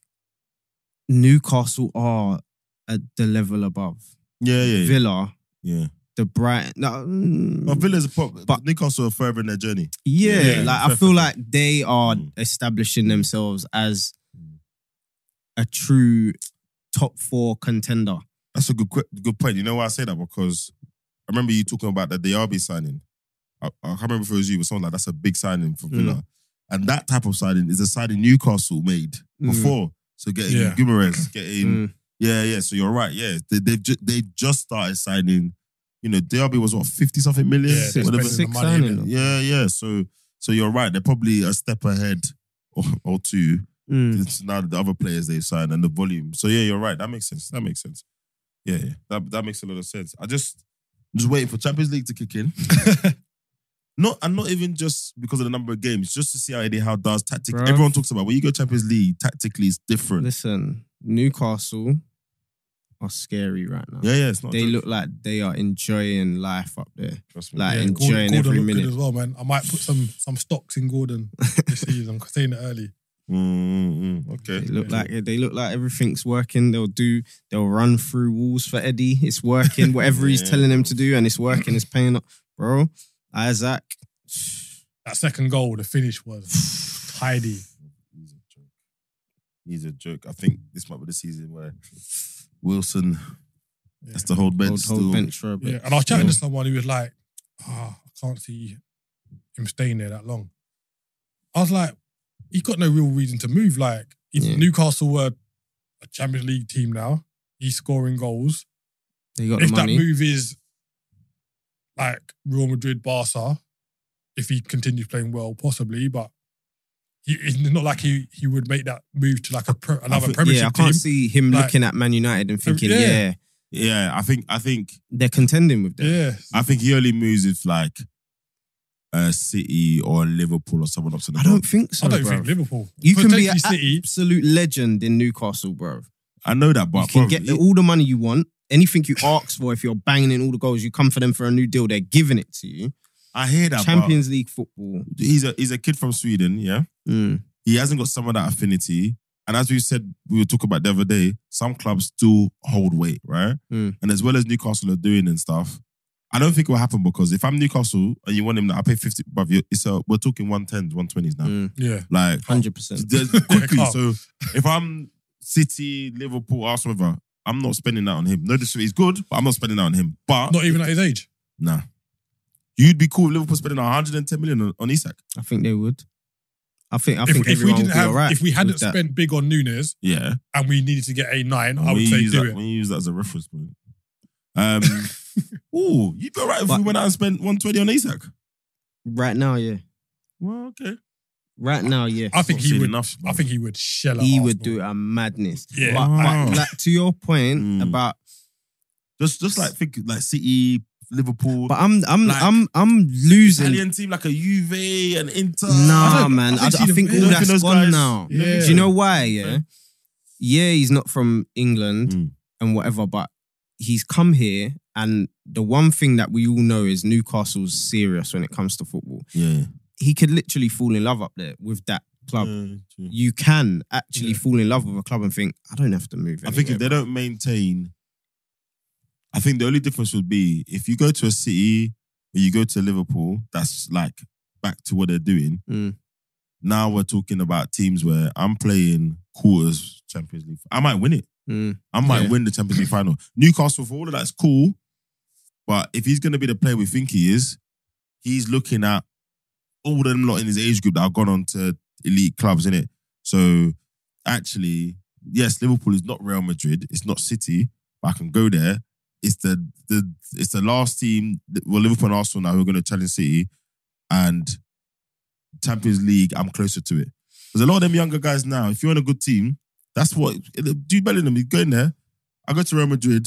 Speaker 2: Newcastle are at the level above
Speaker 1: yeah, yeah, yeah.
Speaker 2: Villa,
Speaker 1: yeah.
Speaker 2: the Brighton. No, mm,
Speaker 1: But Villa's a pop.
Speaker 2: But-
Speaker 1: But Newcastle are further in their journey.
Speaker 2: yeah,
Speaker 1: Yeah,
Speaker 2: like I
Speaker 1: perfectly.
Speaker 2: feel like they are
Speaker 1: Mm.
Speaker 2: establishing themselves as
Speaker 1: Mm.
Speaker 2: a true top four contender.
Speaker 1: That's a good que- good point. You know why I say that? Because I remember you talking about the Diaby signing. I, I can't remember if it was you, but someone like that's a big signing
Speaker 2: Mm.
Speaker 1: for Villa. And that type of signing is a signing Newcastle made
Speaker 2: Mm.
Speaker 1: before. So getting
Speaker 3: Yeah.
Speaker 1: Guimaraes, getting
Speaker 2: Mm.
Speaker 1: yeah, yeah. So you're right. Yeah, they they've ju- they just started signing. You know, Diaby was what fifty something million.
Speaker 3: Yeah,
Speaker 2: Six,
Speaker 1: whatever.
Speaker 3: expensive.
Speaker 2: six
Speaker 3: the money,
Speaker 2: signing.
Speaker 1: yeah, yeah. So so you're right. They're probably a step ahead or, or two.
Speaker 2: Mm.
Speaker 1: It's now the other players they signed and the volume. So yeah, you're right. That makes sense. That makes sense. Yeah, yeah. That that makes a lot of sense. I just I'm just waiting for Champions League to kick
Speaker 2: [LAUGHS]
Speaker 1: in. not and not even just because of the number of games, just to see how Eddie Howe does tactically.
Speaker 2: Bruv.
Speaker 1: Everyone talks about when you go Champions League, tactically it's different.
Speaker 2: Listen, Newcastle are scary right now.
Speaker 1: yeah, yeah, it's not. a
Speaker 2: They
Speaker 1: joke,
Speaker 2: look like they are enjoying life up there.
Speaker 1: trust
Speaker 2: like-
Speaker 3: yeah,
Speaker 2: enjoying
Speaker 3: Gordon,
Speaker 2: every
Speaker 3: looked
Speaker 2: minute.
Speaker 3: good as well, man. I might put some some stocks in Gordon
Speaker 2: [LAUGHS]
Speaker 3: this season. I'm saying it early.
Speaker 1: Mm, mm, mm. Okay.
Speaker 2: They look
Speaker 1: Yeah.
Speaker 2: like they look like everything's working. They'll do. They'll run through walls for Eddie. It's working. Whatever he's
Speaker 1: Yeah.
Speaker 2: telling them to do, and it's working. It's paying up, bro. Isaac,
Speaker 3: That second goal, the finish was tidy.
Speaker 1: He's a joke. He's a joke. I think this might be the season where Wilson
Speaker 3: Yeah.
Speaker 1: has to hold bench
Speaker 2: hold,
Speaker 1: still.
Speaker 2: hold bench for a bit.
Speaker 3: Yeah, and I was chatting
Speaker 1: Yeah.
Speaker 3: to someone who was like, "Ah, I can't see him staying there that long." I was like, "He got no real reason to move. Like, if
Speaker 2: Yeah.
Speaker 3: Newcastle were a Champions League team now, he's scoring goals.
Speaker 2: They got
Speaker 3: if
Speaker 2: the
Speaker 3: that
Speaker 2: money.
Speaker 3: move is like Real Madrid, Barca, if he continues playing well, possibly, but." He, it's not like he, he would make that move to like a pro, another
Speaker 1: think-
Speaker 3: Premiership
Speaker 2: yeah, I can't
Speaker 3: team.
Speaker 2: see him
Speaker 3: like-
Speaker 2: looking at Man United and thinking,
Speaker 3: Yeah.
Speaker 2: yeah.
Speaker 1: Yeah, I think I think
Speaker 2: they're contending with them.
Speaker 3: Yeah,
Speaker 1: I think he only moves if like uh, City or Liverpool or someone up to the
Speaker 2: I
Speaker 1: top.
Speaker 2: don't think so.
Speaker 3: I don't
Speaker 2: bro.
Speaker 3: think Liverpool.
Speaker 2: You can be
Speaker 3: Potentially
Speaker 2: a-
Speaker 3: City.
Speaker 2: absolute legend in Newcastle, bro.
Speaker 1: I know that, but
Speaker 2: you can
Speaker 1: bruv,
Speaker 2: get
Speaker 1: it-
Speaker 2: all the money you want. Anything you ask for, if you're banging in all the goals, you come for them for a new deal, they're giving it to you.
Speaker 1: I hear that. Champions.
Speaker 2: Champions League football.
Speaker 1: But he's a he's a kid from Sweden. Yeah,
Speaker 2: Mm.
Speaker 1: he hasn't got some of that affinity. And as we said, we were talking about the other day. Some clubs still hold weight, right?
Speaker 3: Hmm.
Speaker 2: Mm.
Speaker 1: And as well as Newcastle are doing and stuff, I don't think it will happen because if I'm Newcastle and you want him, I pay fifty. But it's a, we're talking one tens, one twenties now.
Speaker 2: Mm.
Speaker 3: Yeah,
Speaker 1: Like
Speaker 2: 100%.
Speaker 3: [LAUGHS]
Speaker 1: There's- quickly.
Speaker 3: Hmm. Can't.
Speaker 1: so if I'm City, Liverpool, Arsenal, whatever, I'm not spending that on him. No, this he's good, but I'm not spending that on him. But
Speaker 3: not even at his age.
Speaker 1: nah, you'd be cool with Liverpool spending 110 million on, on Isak.
Speaker 2: I think they would. I think I
Speaker 3: if,
Speaker 2: think
Speaker 3: if we
Speaker 2: everyone
Speaker 3: didn't
Speaker 2: would be
Speaker 3: have,
Speaker 2: alright.
Speaker 3: if we hadn't
Speaker 2: with that.
Speaker 3: spent big on Nunes
Speaker 1: Yeah,
Speaker 3: and we needed to get a nine, I
Speaker 1: When
Speaker 3: would
Speaker 1: you
Speaker 3: say
Speaker 1: use
Speaker 3: do
Speaker 1: that,
Speaker 3: it.
Speaker 1: When you use that as a reference point.
Speaker 2: [LAUGHS]
Speaker 1: Um, ooh, you'd be alright if we
Speaker 2: But-
Speaker 1: went out and spent 120 on Isak.
Speaker 2: right now, yeah.
Speaker 1: Well, okay.
Speaker 2: Right now, yeah.
Speaker 3: I think
Speaker 1: Not
Speaker 3: he
Speaker 1: seen
Speaker 3: would.
Speaker 1: Enough,
Speaker 3: I think he would shell. out
Speaker 2: He would
Speaker 3: Arsenal.
Speaker 2: do a madness.
Speaker 3: Yeah,
Speaker 2: But,
Speaker 1: Wow.
Speaker 2: but like, to your point
Speaker 1: Mm.
Speaker 2: about
Speaker 1: just just like think like City, Liverpool,
Speaker 2: But I'm I'm
Speaker 1: Like-
Speaker 2: I'm I'm losing.
Speaker 1: Italian team like a Juve and Inter. I
Speaker 2: Nah,
Speaker 1: don't-
Speaker 2: man. I, I
Speaker 1: he's-
Speaker 2: think
Speaker 1: I don't
Speaker 2: all that's
Speaker 1: those
Speaker 2: gone
Speaker 1: guys-
Speaker 2: now.
Speaker 3: Yeah.
Speaker 2: Do you know why? Yeah, yeah. He's not from England
Speaker 1: Mm.
Speaker 2: and whatever, but he's come here, and the one thing that we all know is Newcastle's serious when it comes to football.
Speaker 1: Yeah.
Speaker 2: He could literally fall in love up there with that club.
Speaker 1: Yeah, true.
Speaker 2: You can actually
Speaker 3: Yeah.
Speaker 2: fall in love with a club and think, I don't have to move.
Speaker 1: I think
Speaker 2: anywhere,
Speaker 1: if they
Speaker 2: bro."
Speaker 1: don't maintain I think the only difference would be if you go to a city or you go to Liverpool, that's like back to what they're doing.
Speaker 2: Mm.
Speaker 1: Now we're talking about teams where I'm playing quarters Champions League. I might win it.
Speaker 2: Mm.
Speaker 1: I might
Speaker 2: Yeah.
Speaker 1: win the Champions League final. Newcastle for all of that's cool, but if he's going to be the player we think he is, he's looking at all of them lot in his age group that have gone on to elite clubs, in it. So actually, yes, Liverpool is not Real Madrid, it's not City, but I can go there. It's the the it's the last team. that- Well, Liverpool and Arsenal now who are going to challenge City, and Champions League. I'm closer to it. There's a lot of them younger guys now. If you're on a good team, that's what do Bellingham. You go in there. I go to Real Madrid.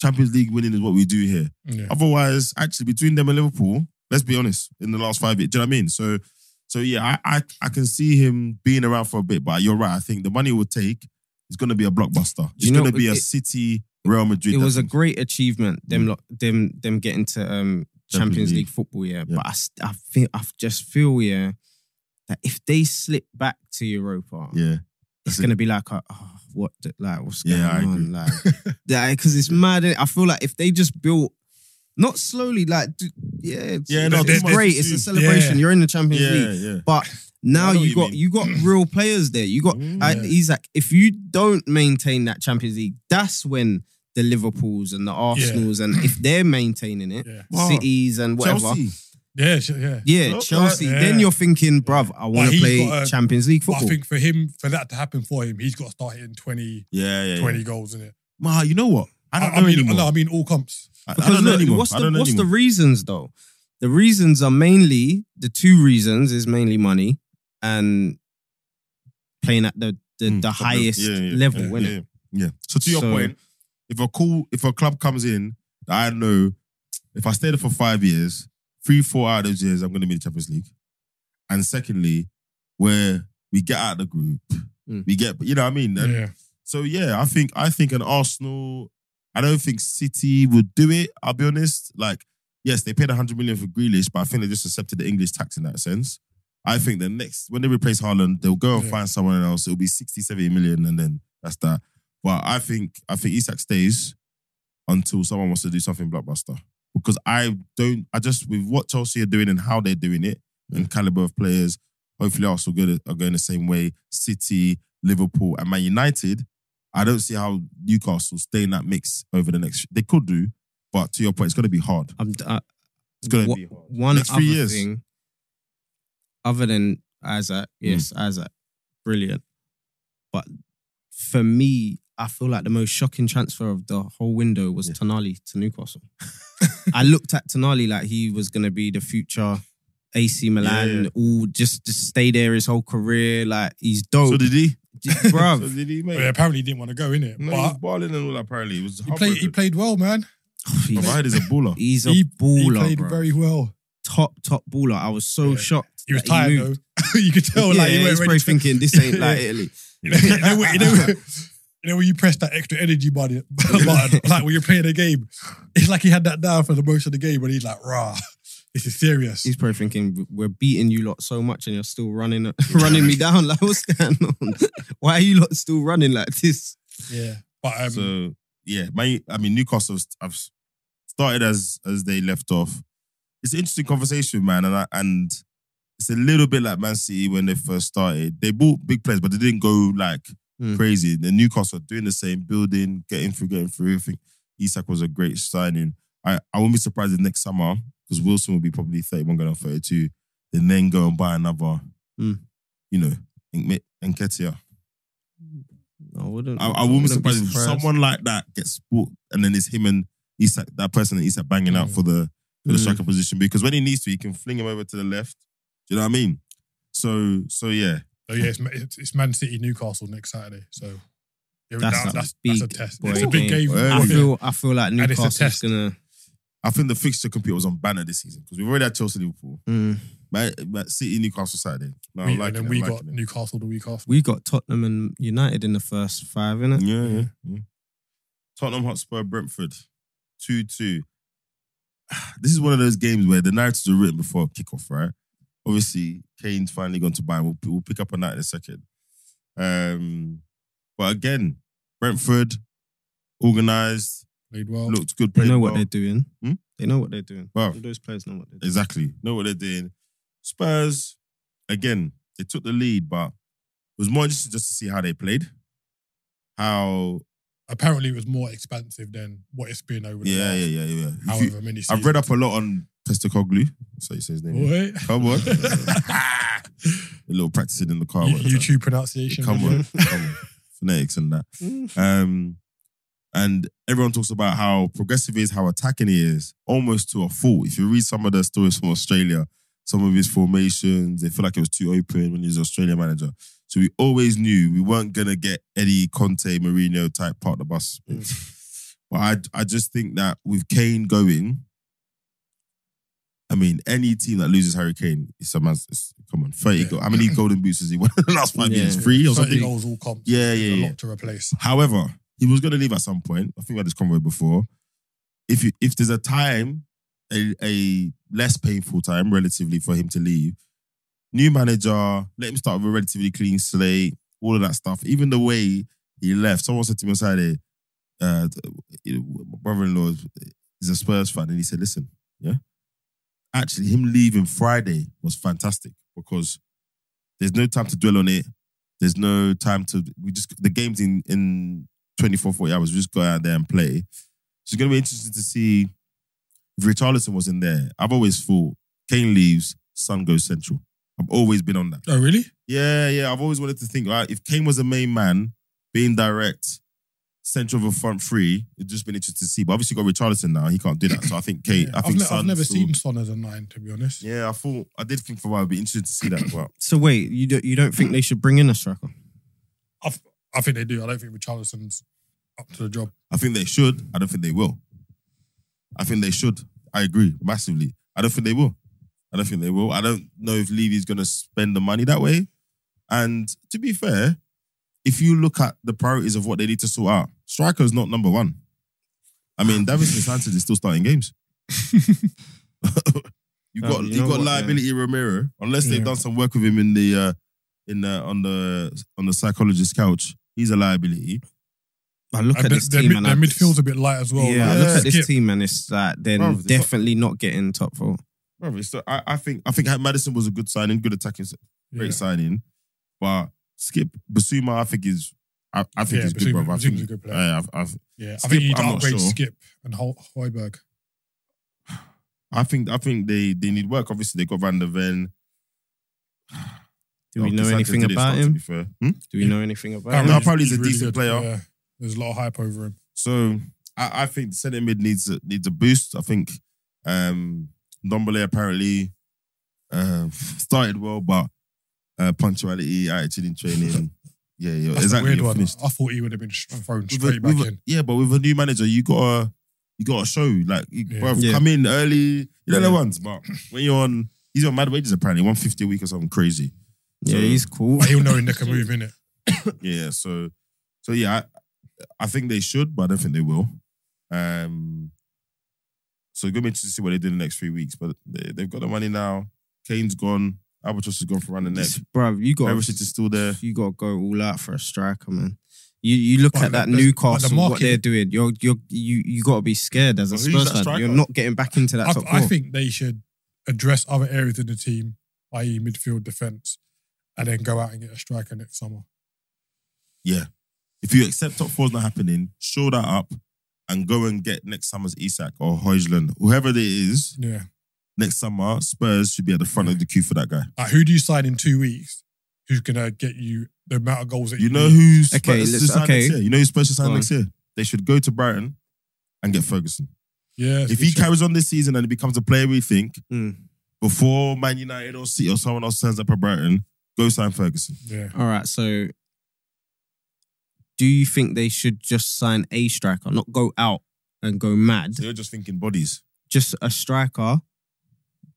Speaker 1: Champions League winning is what we do here.
Speaker 3: Yeah.
Speaker 1: Otherwise, actually, between them and Liverpool, let's be honest, in the last five years, do you know what I mean? So, so yeah, I, I I can see him being around for a bit, but you're right. I think the money it will take is going to be a blockbuster. It's
Speaker 2: You know,
Speaker 1: going to be a
Speaker 2: it-
Speaker 1: City Real Madrid.
Speaker 2: It was a
Speaker 1: that's-
Speaker 2: great achievement. Them, lot them, them getting to um, Champions
Speaker 1: Mm.
Speaker 2: League,
Speaker 1: League.
Speaker 2: football. Yeah,
Speaker 1: Yeah.
Speaker 2: but I, s- I feel, I just feel, yeah, that if they slip back to Europa,
Speaker 1: yeah,
Speaker 2: it's
Speaker 1: That's it.
Speaker 2: gonna be like, a, oh, what, the, like, what's going
Speaker 1: Yeah, I agree. [LAUGHS]
Speaker 2: on, like, because it's mad. innit? I feel like if they just built. Not slowly, like d- yeah, it's,
Speaker 1: Yeah,
Speaker 3: no,
Speaker 2: it's
Speaker 3: there's- there's-
Speaker 2: great. It's a
Speaker 1: yeah.
Speaker 2: celebration. You're in the Champions League.
Speaker 1: yeah, yeah.
Speaker 2: But now
Speaker 1: I know
Speaker 2: you,
Speaker 1: what
Speaker 2: got
Speaker 1: you
Speaker 2: you got
Speaker 1: [CLEARS THROAT]
Speaker 2: real players there. You got
Speaker 1: Mm,
Speaker 2: I-
Speaker 3: yeah.
Speaker 2: he's like if you don't maintain that Champions League, that's when the Liverpools and the Arsenals and if they're maintaining it,
Speaker 3: Yeah.
Speaker 1: Wow.
Speaker 2: cities and whatever.
Speaker 1: Chelsea.
Speaker 3: Yeah. sh- Yeah.
Speaker 2: Yeah,
Speaker 1: Well,
Speaker 2: Chelsea.
Speaker 3: yeah.
Speaker 2: Then you're thinking, bruv, I want to
Speaker 3: he's
Speaker 2: play
Speaker 3: got a-
Speaker 2: Champions League
Speaker 3: But I
Speaker 2: football.
Speaker 3: think for him, for that to happen for him, he's got to start hitting 20,
Speaker 1: Yeah, yeah, yeah.
Speaker 3: 20 goals in it.
Speaker 1: Ma, you know what? I don't
Speaker 3: I, I
Speaker 1: know
Speaker 3: mean,
Speaker 1: anymore.
Speaker 3: no, I mean all comps.
Speaker 1: I, I
Speaker 2: because
Speaker 1: don't know
Speaker 2: look,
Speaker 1: anymore.
Speaker 2: what's
Speaker 1: I
Speaker 2: the
Speaker 1: don't know
Speaker 2: what's the
Speaker 1: anymore.
Speaker 2: reasons though? The reasons are mainly the two reasons is mainly money and playing at the the,
Speaker 1: Mm,
Speaker 2: the
Speaker 1: top
Speaker 2: highest
Speaker 1: Yeah, yeah,
Speaker 2: level,
Speaker 1: yeah,
Speaker 2: innit?
Speaker 1: yeah, yeah. So to your
Speaker 2: So-
Speaker 1: point, if a cool, if a club comes in that I know, if I stay there for five years, three, four out of those years, I'm going to be in the Champions League. And secondly, where we get out of the group,
Speaker 2: Mm.
Speaker 1: we get, you know what I mean. And
Speaker 3: yeah.
Speaker 1: So yeah, I think I think an Arsenal. I don't think City would do it. I'll be honest. Like, yes, they paid 100 million for Grealish, but I think they just accepted the English tax in that sense. I think the next when they replace Haaland, they'll go and
Speaker 3: Yeah.
Speaker 1: find someone else. It'll be 60, 70 million, and then that's that. But I think I think Isak stays until someone wants to do something blockbuster. Because I don't, I just with what Chelsea are doing and how they're doing it and caliber of players, hopefully Arsenal go are going the same way. City, Liverpool, and Man United. I don't see how Newcastle stay in that mix over the next. They could do, but to your point, it's going to be hard.
Speaker 2: I'm, I,
Speaker 1: It's going to
Speaker 2: Wha-
Speaker 1: be hard.
Speaker 2: One
Speaker 1: Next
Speaker 2: other
Speaker 1: three years.
Speaker 2: thing, other than Isaac,
Speaker 3: Mm.
Speaker 2: yes, Isaac, brilliant. But for me, I feel like the most shocking transfer of the whole window was
Speaker 1: Yeah.
Speaker 2: Tonali to Newcastle.
Speaker 3: [LAUGHS]
Speaker 2: I looked at Tonali like he was going to be the future AC Milan,
Speaker 1: Yeah, yeah.
Speaker 2: all just, just stay there his whole career. Like he's dope,
Speaker 1: So did he?
Speaker 2: Just-
Speaker 3: [LAUGHS]
Speaker 2: bruv.
Speaker 1: so did he,
Speaker 3: But
Speaker 1: mate?
Speaker 3: yeah, apparently he didn't want to go in it.
Speaker 1: No, he was
Speaker 3: but
Speaker 1: balling and all that, apparently. He was
Speaker 3: he played, he played well, man.
Speaker 2: [SIGHS] he's,
Speaker 1: Provide is a baller.
Speaker 2: he's a
Speaker 3: He- he
Speaker 2: baller,
Speaker 3: played
Speaker 2: bruv.
Speaker 3: very well.
Speaker 2: top top baller. I was so
Speaker 3: Yeah.
Speaker 2: shocked.
Speaker 3: He was
Speaker 2: that
Speaker 3: tired
Speaker 2: moved.
Speaker 3: though. [LAUGHS] you could tell, like
Speaker 2: yeah,
Speaker 3: he
Speaker 2: he's
Speaker 3: went
Speaker 2: probably
Speaker 3: ready. To,
Speaker 2: thinking this ain't
Speaker 3: [LAUGHS]
Speaker 2: like Italy.
Speaker 3: you know, you know, when- you
Speaker 1: [LAUGHS]
Speaker 3: know, when- you know when you press that extra energy button, button, [LAUGHS] like when you're playing a game, it's like he had that down for the most of the game, but he's like, rah, this is serious.
Speaker 2: He's probably thinking we're beating you lot so much and you're still running [LAUGHS] running me down. Like what's going on? Why are you lot still running like this?
Speaker 3: yeah, but um,
Speaker 1: so yeah, my I mean Newcastle. I've started as as they left off. It's an interesting conversation, man, and I, and it's a little bit like Man City when they first started. They bought big players, but they didn't go like
Speaker 2: Mm.
Speaker 1: crazy. The Newcastle are doing the same, building, getting through, getting through. I think Isak was a great signing. I, I won't be surprised if next summer because Wilson will be probably thirty one going on thirty two. Then then go and buy another,
Speaker 2: Mm.
Speaker 1: you know, Nk- Nketiah.
Speaker 2: I wouldn't.
Speaker 1: I, I wouldn't be surprised if
Speaker 2: surprised.
Speaker 1: someone like that gets bought and then it's him and Isak, that person that Isak banging out
Speaker 3: Mm.
Speaker 1: for the for the
Speaker 2: Mm.
Speaker 1: striker position because when he needs to, he can fling him over to the left. Do you know what I mean? So so yeah,
Speaker 3: so oh, yeah, it's, Ma- it's, it's Man City Newcastle next Saturday. So yeah,
Speaker 2: That's
Speaker 3: that-
Speaker 2: a
Speaker 3: that's,
Speaker 2: big
Speaker 3: that's a test.
Speaker 2: boy
Speaker 3: It's a big
Speaker 2: game.
Speaker 3: game.
Speaker 1: Well,
Speaker 2: I
Speaker 1: Yeah.
Speaker 2: feel I feel like
Speaker 3: it's a
Speaker 2: Newcastle's
Speaker 3: test.
Speaker 2: gonna.
Speaker 1: I think the fixture computer was on banner this season because we've already had Chelsea Liverpool,
Speaker 2: Mm.
Speaker 1: but, but City Newcastle Saturday. No,
Speaker 3: We-
Speaker 1: I'm liking
Speaker 3: and then
Speaker 1: it,
Speaker 3: we
Speaker 1: I'm
Speaker 3: got
Speaker 1: liking it.
Speaker 3: Newcastle the week after.
Speaker 2: We got Tottenham and United in the first five, innit?
Speaker 1: Yeah, yeah, yeah. Tottenham Hotspur Brentford, two two. [SIGHS] This is one of those games where the narratives are written before kickoff, right? Obviously, Kane's finally gone to Bayern. We'll, we'll pick up on that in a second. Um, but again, Brentford organized,
Speaker 3: played well.
Speaker 1: Looked good.
Speaker 2: They
Speaker 1: Played
Speaker 2: know what
Speaker 1: well.
Speaker 2: they're doing.
Speaker 1: Hmm?
Speaker 2: They know what they're doing.
Speaker 1: Bruv.
Speaker 2: All Those players know what they're doing.
Speaker 1: Exactly. Know what they're doing. Spurs, again, they took the lead, but it was more interesting just to see how they played. How,
Speaker 3: Apparently, it was more expensive than what it's been over the
Speaker 1: yeah,
Speaker 3: last
Speaker 1: yeah, yeah, yeah. If you-
Speaker 3: however many seasons.
Speaker 1: I've read up a lot on Pestacoglu. That's how you say his name.
Speaker 3: What?
Speaker 1: Come
Speaker 3: [LAUGHS]
Speaker 1: on. a little practicing in the car.
Speaker 3: You-
Speaker 1: but-
Speaker 3: YouTube pronunciation.
Speaker 1: Come
Speaker 3: video.
Speaker 1: on. Come on. Phonetics and that.
Speaker 2: Mm.
Speaker 1: Um, and everyone talks about how progressive he is, how attacking he is, almost to a fault. If you read some of the stories from Australia, some of his formations, they feel like it was too open when he was Australia manager. So we always knew we weren't gonna get Eddie Conte Mourinho type part of the bus.
Speaker 3: Mm.
Speaker 1: [LAUGHS] But I I just think that with Kane going, I mean, any team that loses Harry Kane, it's a man's it's, come on, 30
Speaker 3: Yeah.
Speaker 1: goal. How many golden boots has he won in the last five
Speaker 2: Yeah.
Speaker 1: years? Three or
Speaker 3: 30
Speaker 1: something?
Speaker 3: goals all comps.
Speaker 1: Yeah, yeah,
Speaker 3: There's
Speaker 1: yeah.
Speaker 3: A lot to replace.
Speaker 1: However, he was going to leave at some point. I think we had this convo before. If you, if there's a time, a, a less painful time relatively for him to leave, new manager, let him start with a relatively clean slate, all of that stuff. Even the way he left, someone said to me on Saturday, uh, you know, my brother-in-law is- is a Spurs fan, and he said, "Listen, yeah, actually, him leaving Friday was fantastic because there's no time to dwell on it. There's no time to we just the games in in 24, 40 hours. We just go out there and play. So it's gonna be interesting to see if Richarlison was in there. I've always thought Kane leaves, Sun goes central. I've always been on that.
Speaker 3: Oh, really?
Speaker 1: Yeah, yeah. I've always wanted to think like if Kane was the main man, being direct, central of a front three, it'd just been interesting to see. But obviously, you got Richarlison now. He can't do that. So I think Kane. I
Speaker 3: I've,
Speaker 1: think
Speaker 3: ne- I've
Speaker 1: Son
Speaker 3: never
Speaker 1: still-
Speaker 3: seen Son as a nine, to be honest.
Speaker 1: Yeah, I thought I did think for a while. It'd be interesting to see that. But
Speaker 2: So wait, you don't you don't think they should bring in a striker?
Speaker 3: I think they do. I don't think Richarlison's up to the job.
Speaker 1: I think they should. I don't think they will. I think they should. I agree massively. I don't think they will. I don't think they will. I don't know if Levy's going to spend the money that way. And to be fair, if you look at the priorities of what they need to sort out, striker is not number one. I mean, Davis Sanchez is still starting games. you
Speaker 2: Um,
Speaker 1: got
Speaker 2: you
Speaker 1: you
Speaker 2: know
Speaker 1: got
Speaker 2: what,
Speaker 1: liability Romero, unless they've
Speaker 3: Yeah.
Speaker 1: done some work with him in the uh, in the on the on the psychologist's couch. He's a liability.
Speaker 2: I look
Speaker 3: And
Speaker 2: at
Speaker 3: their,
Speaker 2: this
Speaker 3: their
Speaker 2: team
Speaker 3: mid-
Speaker 2: and
Speaker 3: their
Speaker 2: I just-
Speaker 3: midfield's a bit light as well.
Speaker 2: yeah, I
Speaker 3: Like,
Speaker 2: look at
Speaker 3: Skip,
Speaker 2: this team and it's like they're
Speaker 1: Bruv, they've got-
Speaker 2: definitely not getting top four.
Speaker 1: Brother, it's the- I, I think I think Madison was a good signing, good attacking, great
Speaker 3: yeah.
Speaker 1: signing. But Skip Basuma, I think is I, I think
Speaker 3: Yeah,
Speaker 1: he's good,
Speaker 3: Bissouma-
Speaker 1: brother. I
Speaker 3: Bissouma's
Speaker 1: think
Speaker 3: a good player.
Speaker 1: I, I, I-
Speaker 3: Yeah, I
Speaker 1: Skip,
Speaker 3: think you need to
Speaker 1: I'm not
Speaker 3: upgrade
Speaker 1: sure.
Speaker 3: Skip and Ho- Hoiberg.
Speaker 1: I think I think they they need work. Obviously, they got Van der Ven.
Speaker 2: Do
Speaker 1: Oh,
Speaker 2: we know
Speaker 1: Cassandra
Speaker 2: anything
Speaker 1: didn't
Speaker 2: about
Speaker 1: start, to
Speaker 2: him?
Speaker 1: be fair. Hmm?
Speaker 2: Do we know anything about
Speaker 1: no,
Speaker 2: him?
Speaker 1: Apparently- probably he's a
Speaker 3: really
Speaker 1: decent
Speaker 3: good.
Speaker 1: player.
Speaker 3: Yeah. There's a lot of hype over him.
Speaker 1: So I, I think the centre mid needs a, needs a boost. I think um Ndombele apparently uh, started well, but uh, punctuality, attitude in training, yeah, yeah,
Speaker 3: That's
Speaker 1: exactly.
Speaker 3: a weird
Speaker 1: you're
Speaker 3: one.
Speaker 1: finished.
Speaker 3: I thought he would have been sh- thrown
Speaker 1: With a-
Speaker 3: straight back
Speaker 1: with a-
Speaker 3: in.
Speaker 1: Yeah, but with a new manager, you gotta you gotta show like you,
Speaker 3: Yeah.
Speaker 1: bruv,
Speaker 2: Yeah.
Speaker 1: come in early. You know the
Speaker 2: Yeah.
Speaker 1: ones, but when you're on, he's on mad wages apparently, one fifty a week or something crazy.
Speaker 2: Yeah, he's cool.
Speaker 3: But he'll know he
Speaker 2: [LAUGHS]
Speaker 3: can move in it.
Speaker 1: Yeah, so so yeah, I, I think they should, but I don't think they will. Um, so it's gonna be interesting to see what they do in the next three weeks. But they, they've got the money now. Kane's gone. Albatross is gone for around the neck.
Speaker 2: Bro, you got
Speaker 1: Perisic is still there.
Speaker 2: You got to go all out for a striker, man. You you look
Speaker 3: But
Speaker 2: at that
Speaker 3: the- but the
Speaker 2: Newcastle, what
Speaker 3: market-
Speaker 2: they're doing. You're you're you you got to be scared as a
Speaker 1: But who's
Speaker 2: Spurs
Speaker 1: that
Speaker 2: fan. You're
Speaker 1: striker?
Speaker 2: not getting back into that
Speaker 3: I,
Speaker 2: top four.
Speaker 3: I think they should address other areas in the team, i.e., midfield defense, and then go out and get a striker next summer.
Speaker 1: If you accept top four's not happening, show that up and go and get next summer's E Isak or Hoijlund, whoever it is.
Speaker 3: Yeah.
Speaker 1: next summer, Spurs should be at the front of the queue for that guy.
Speaker 3: Like, who do you sign in two weeks? Who's gonna get you the amount of goals that you,
Speaker 1: You know
Speaker 3: need?
Speaker 1: who
Speaker 2: Okay,
Speaker 1: Spurs should
Speaker 2: let's-
Speaker 1: sign
Speaker 2: okay.
Speaker 1: next year? You know who Spurs should sign
Speaker 2: Go
Speaker 1: next year? They should go to Brighton and get Ferguson.
Speaker 3: Yeah, it's
Speaker 1: If
Speaker 3: good
Speaker 1: he
Speaker 3: shout.
Speaker 1: carries on this season and he becomes a player we think,
Speaker 2: Mm.
Speaker 1: before Man United or City or someone else turns up at Brighton, go sign Ferguson.
Speaker 3: yeah,
Speaker 2: All right, so do you think they should just sign a striker, not go out and go mad?
Speaker 1: So you're just thinking bodies.
Speaker 2: Just a striker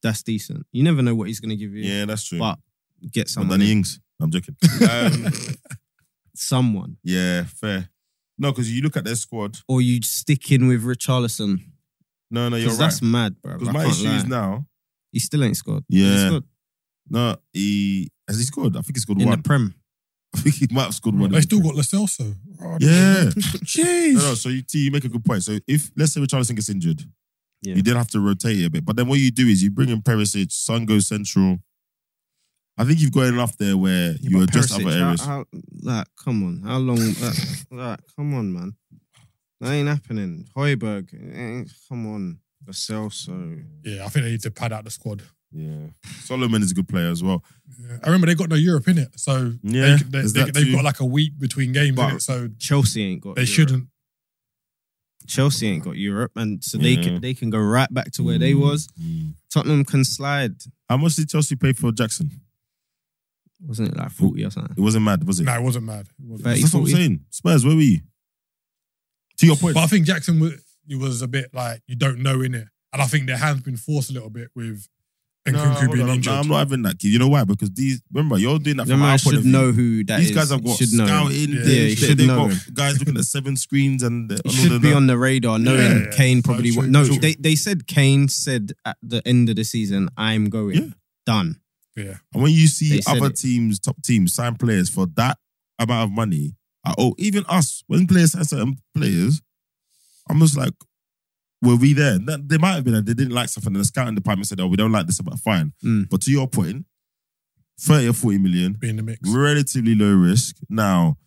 Speaker 2: that's decent. You never know what he's going to give you.
Speaker 1: Yeah, that's true.
Speaker 2: But get
Speaker 1: Not
Speaker 2: someone.
Speaker 1: Danny Ings. I'm
Speaker 2: [LAUGHS]
Speaker 1: joking. [LAUGHS] Um,
Speaker 2: someone.
Speaker 1: yeah, fair. No, because you look at their squad.
Speaker 2: Or you stick in with Richarlison.
Speaker 1: No, no, you're
Speaker 2: Because
Speaker 1: right.
Speaker 2: that's mad, bro.
Speaker 1: Because my issue is now.
Speaker 2: he still ain't scored.
Speaker 1: Yeah.
Speaker 2: He scored
Speaker 1: No, he has he scored. I think he scored
Speaker 2: in
Speaker 1: one. [LAUGHS]
Speaker 2: the Prem.
Speaker 1: think he might have scored one.
Speaker 3: They Mm. still got Lascelles. Oh,
Speaker 1: Yeah.
Speaker 3: Jeez.
Speaker 1: No, no. So you see, you make a good point. So if let's say Richarlison gets injured,
Speaker 2: Yeah.
Speaker 1: you then have to rotate it a bit. But then what you do is you bring in Perisic, Sun goes central. I think you've got enough there where you
Speaker 2: but
Speaker 1: address
Speaker 2: Perisic,
Speaker 1: other
Speaker 2: how-
Speaker 1: areas.
Speaker 2: how- like, come on. How long? That, like, come on, man. That ain't happening. Hoiberg, eh, come on. Lacelso.
Speaker 3: Yeah, I think they need to pad out the squad.
Speaker 1: yeah, Solomon is a good player as well.
Speaker 3: Yeah. I remember they got no Europe in it, so
Speaker 1: Yeah,
Speaker 3: they,
Speaker 1: there's
Speaker 3: they,
Speaker 1: that
Speaker 3: they,
Speaker 1: too.
Speaker 3: have got like a week between games,
Speaker 2: But-
Speaker 3: innit? so
Speaker 2: Chelsea ain't got.
Speaker 3: they
Speaker 2: Europe.
Speaker 3: shouldn't.
Speaker 2: Chelsea ain't got Europe, and so they
Speaker 1: Yeah.
Speaker 2: can they can go right back to where they
Speaker 1: Mm,
Speaker 2: was.
Speaker 1: mm.
Speaker 2: Tottenham can slide.
Speaker 1: How much did Chelsea pay for Jackson?
Speaker 2: Wasn't it like forty or something?
Speaker 1: It wasn't mad, was it?
Speaker 3: No, it wasn't mad. It wasn't.
Speaker 2: But-
Speaker 1: That's what I'm
Speaker 2: 40.
Speaker 1: saying. Spurs, where were you? To your point,
Speaker 3: But I think Jackson was, he was a bit like you don't know in it, and I think their hand's been forced a little bit with
Speaker 1: No,
Speaker 3: Nkunku
Speaker 1: hold
Speaker 3: being
Speaker 1: on, I'm-
Speaker 3: injured.
Speaker 1: no, I'm not having that kid. You know why? Because these remember you're doing that
Speaker 2: No
Speaker 1: from
Speaker 2: man
Speaker 1: our point of
Speaker 2: should
Speaker 1: view.
Speaker 2: know who that is.
Speaker 1: These guys have got
Speaker 2: should know.
Speaker 1: scouting.
Speaker 3: Yeah,
Speaker 1: they-
Speaker 2: you
Speaker 1: they-
Speaker 2: should
Speaker 1: they've
Speaker 2: know.
Speaker 1: got guys looking at seven screens and
Speaker 2: It
Speaker 1: and all
Speaker 2: should
Speaker 1: of
Speaker 2: be
Speaker 1: that.
Speaker 2: on the radar, knowing
Speaker 3: Yeah.
Speaker 2: Kane probably
Speaker 3: True,
Speaker 2: won't. No,
Speaker 3: true.
Speaker 2: they, they said Kane said at the end of the season, I'm going.
Speaker 1: Yeah.
Speaker 2: Done.
Speaker 3: yeah,
Speaker 1: And when you
Speaker 2: They
Speaker 1: see
Speaker 2: said
Speaker 1: other
Speaker 2: it.
Speaker 1: teams, top teams, sign players for that amount of money, I- oh, even us, when players sign certain players, I'm just like, were we there? That, they might have been, and they didn't like something. And the scouting department said, oh, we don't like this about fine.
Speaker 2: Mm.
Speaker 1: But to your point, 30 or 40 million,
Speaker 3: being the mix.
Speaker 1: relatively low risk. Now,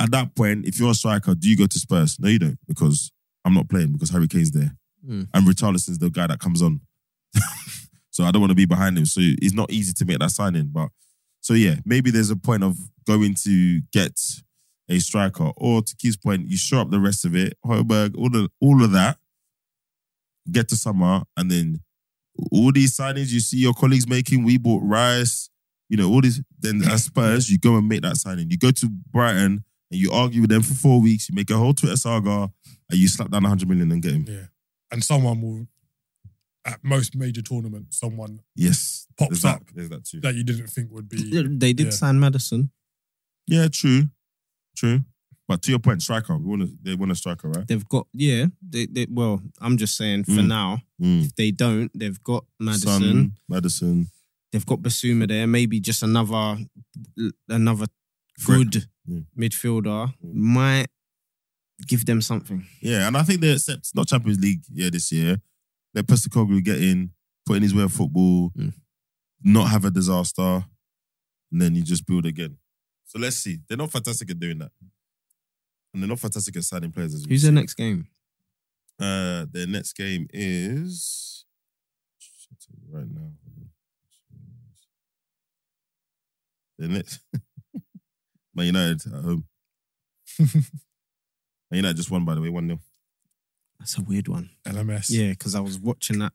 Speaker 1: at that point, if you're a striker, do you go to Spurs? No, you don't, because I'm not playing because Harry Kane's there.
Speaker 2: Mm.
Speaker 1: And Richarlison's the guy that comes on. [LAUGHS] so I don't want to be behind him. So it's not easy to make that signing. But so yeah, maybe there's a point of going to get a striker. Or to Keith's point, you shore up the rest of it, Hoiberg, all the all of that, get to summer, and then all these signings you see your colleagues making, we bought Rice, you know, all this, then as Spurs, you go and make that signing. You go to Brighton and you argue with them for four weeks, you make a whole Twitter saga, and you slap down 100 million and get him.
Speaker 3: Yeah, and someone will at most major tournament, someone
Speaker 1: Yes.
Speaker 3: Pops
Speaker 1: there's
Speaker 3: up.
Speaker 1: That, there's that too.
Speaker 3: that you didn't think would
Speaker 2: They
Speaker 3: be.
Speaker 2: they did
Speaker 3: Yeah.
Speaker 2: sign Madison.
Speaker 1: Yeah, true. True. But to your point, striker. We want to, they want a striker, right?
Speaker 2: They've got yeah. They, they well, I'm just saying for
Speaker 1: Mm.
Speaker 2: now,
Speaker 1: Mm.
Speaker 2: if they don't, they've got Madison.
Speaker 1: Son, Madison.
Speaker 2: They've got Basuma there. Maybe just another another
Speaker 1: Correct.
Speaker 2: good
Speaker 1: Yeah.
Speaker 2: midfielder
Speaker 1: Mm.
Speaker 2: might give them something.
Speaker 1: Yeah, and I think they accept not Champions League yeah this year. Let Postecoglou get in, put in his way of football,
Speaker 2: Mm.
Speaker 1: not have a disaster, and then you just build again. So let's see. They're not fantastic at doing that, and they're not fantastic at signing players. As we
Speaker 2: Who's
Speaker 1: see.
Speaker 2: their next game?
Speaker 1: Uh, their next game is I'll tell you right now. Their next [LAUGHS] Man United at
Speaker 2: [LAUGHS]
Speaker 1: home. Man United just won, by the way, one 0
Speaker 2: That's a weird one.
Speaker 3: LMS.
Speaker 2: Yeah, because I was watching that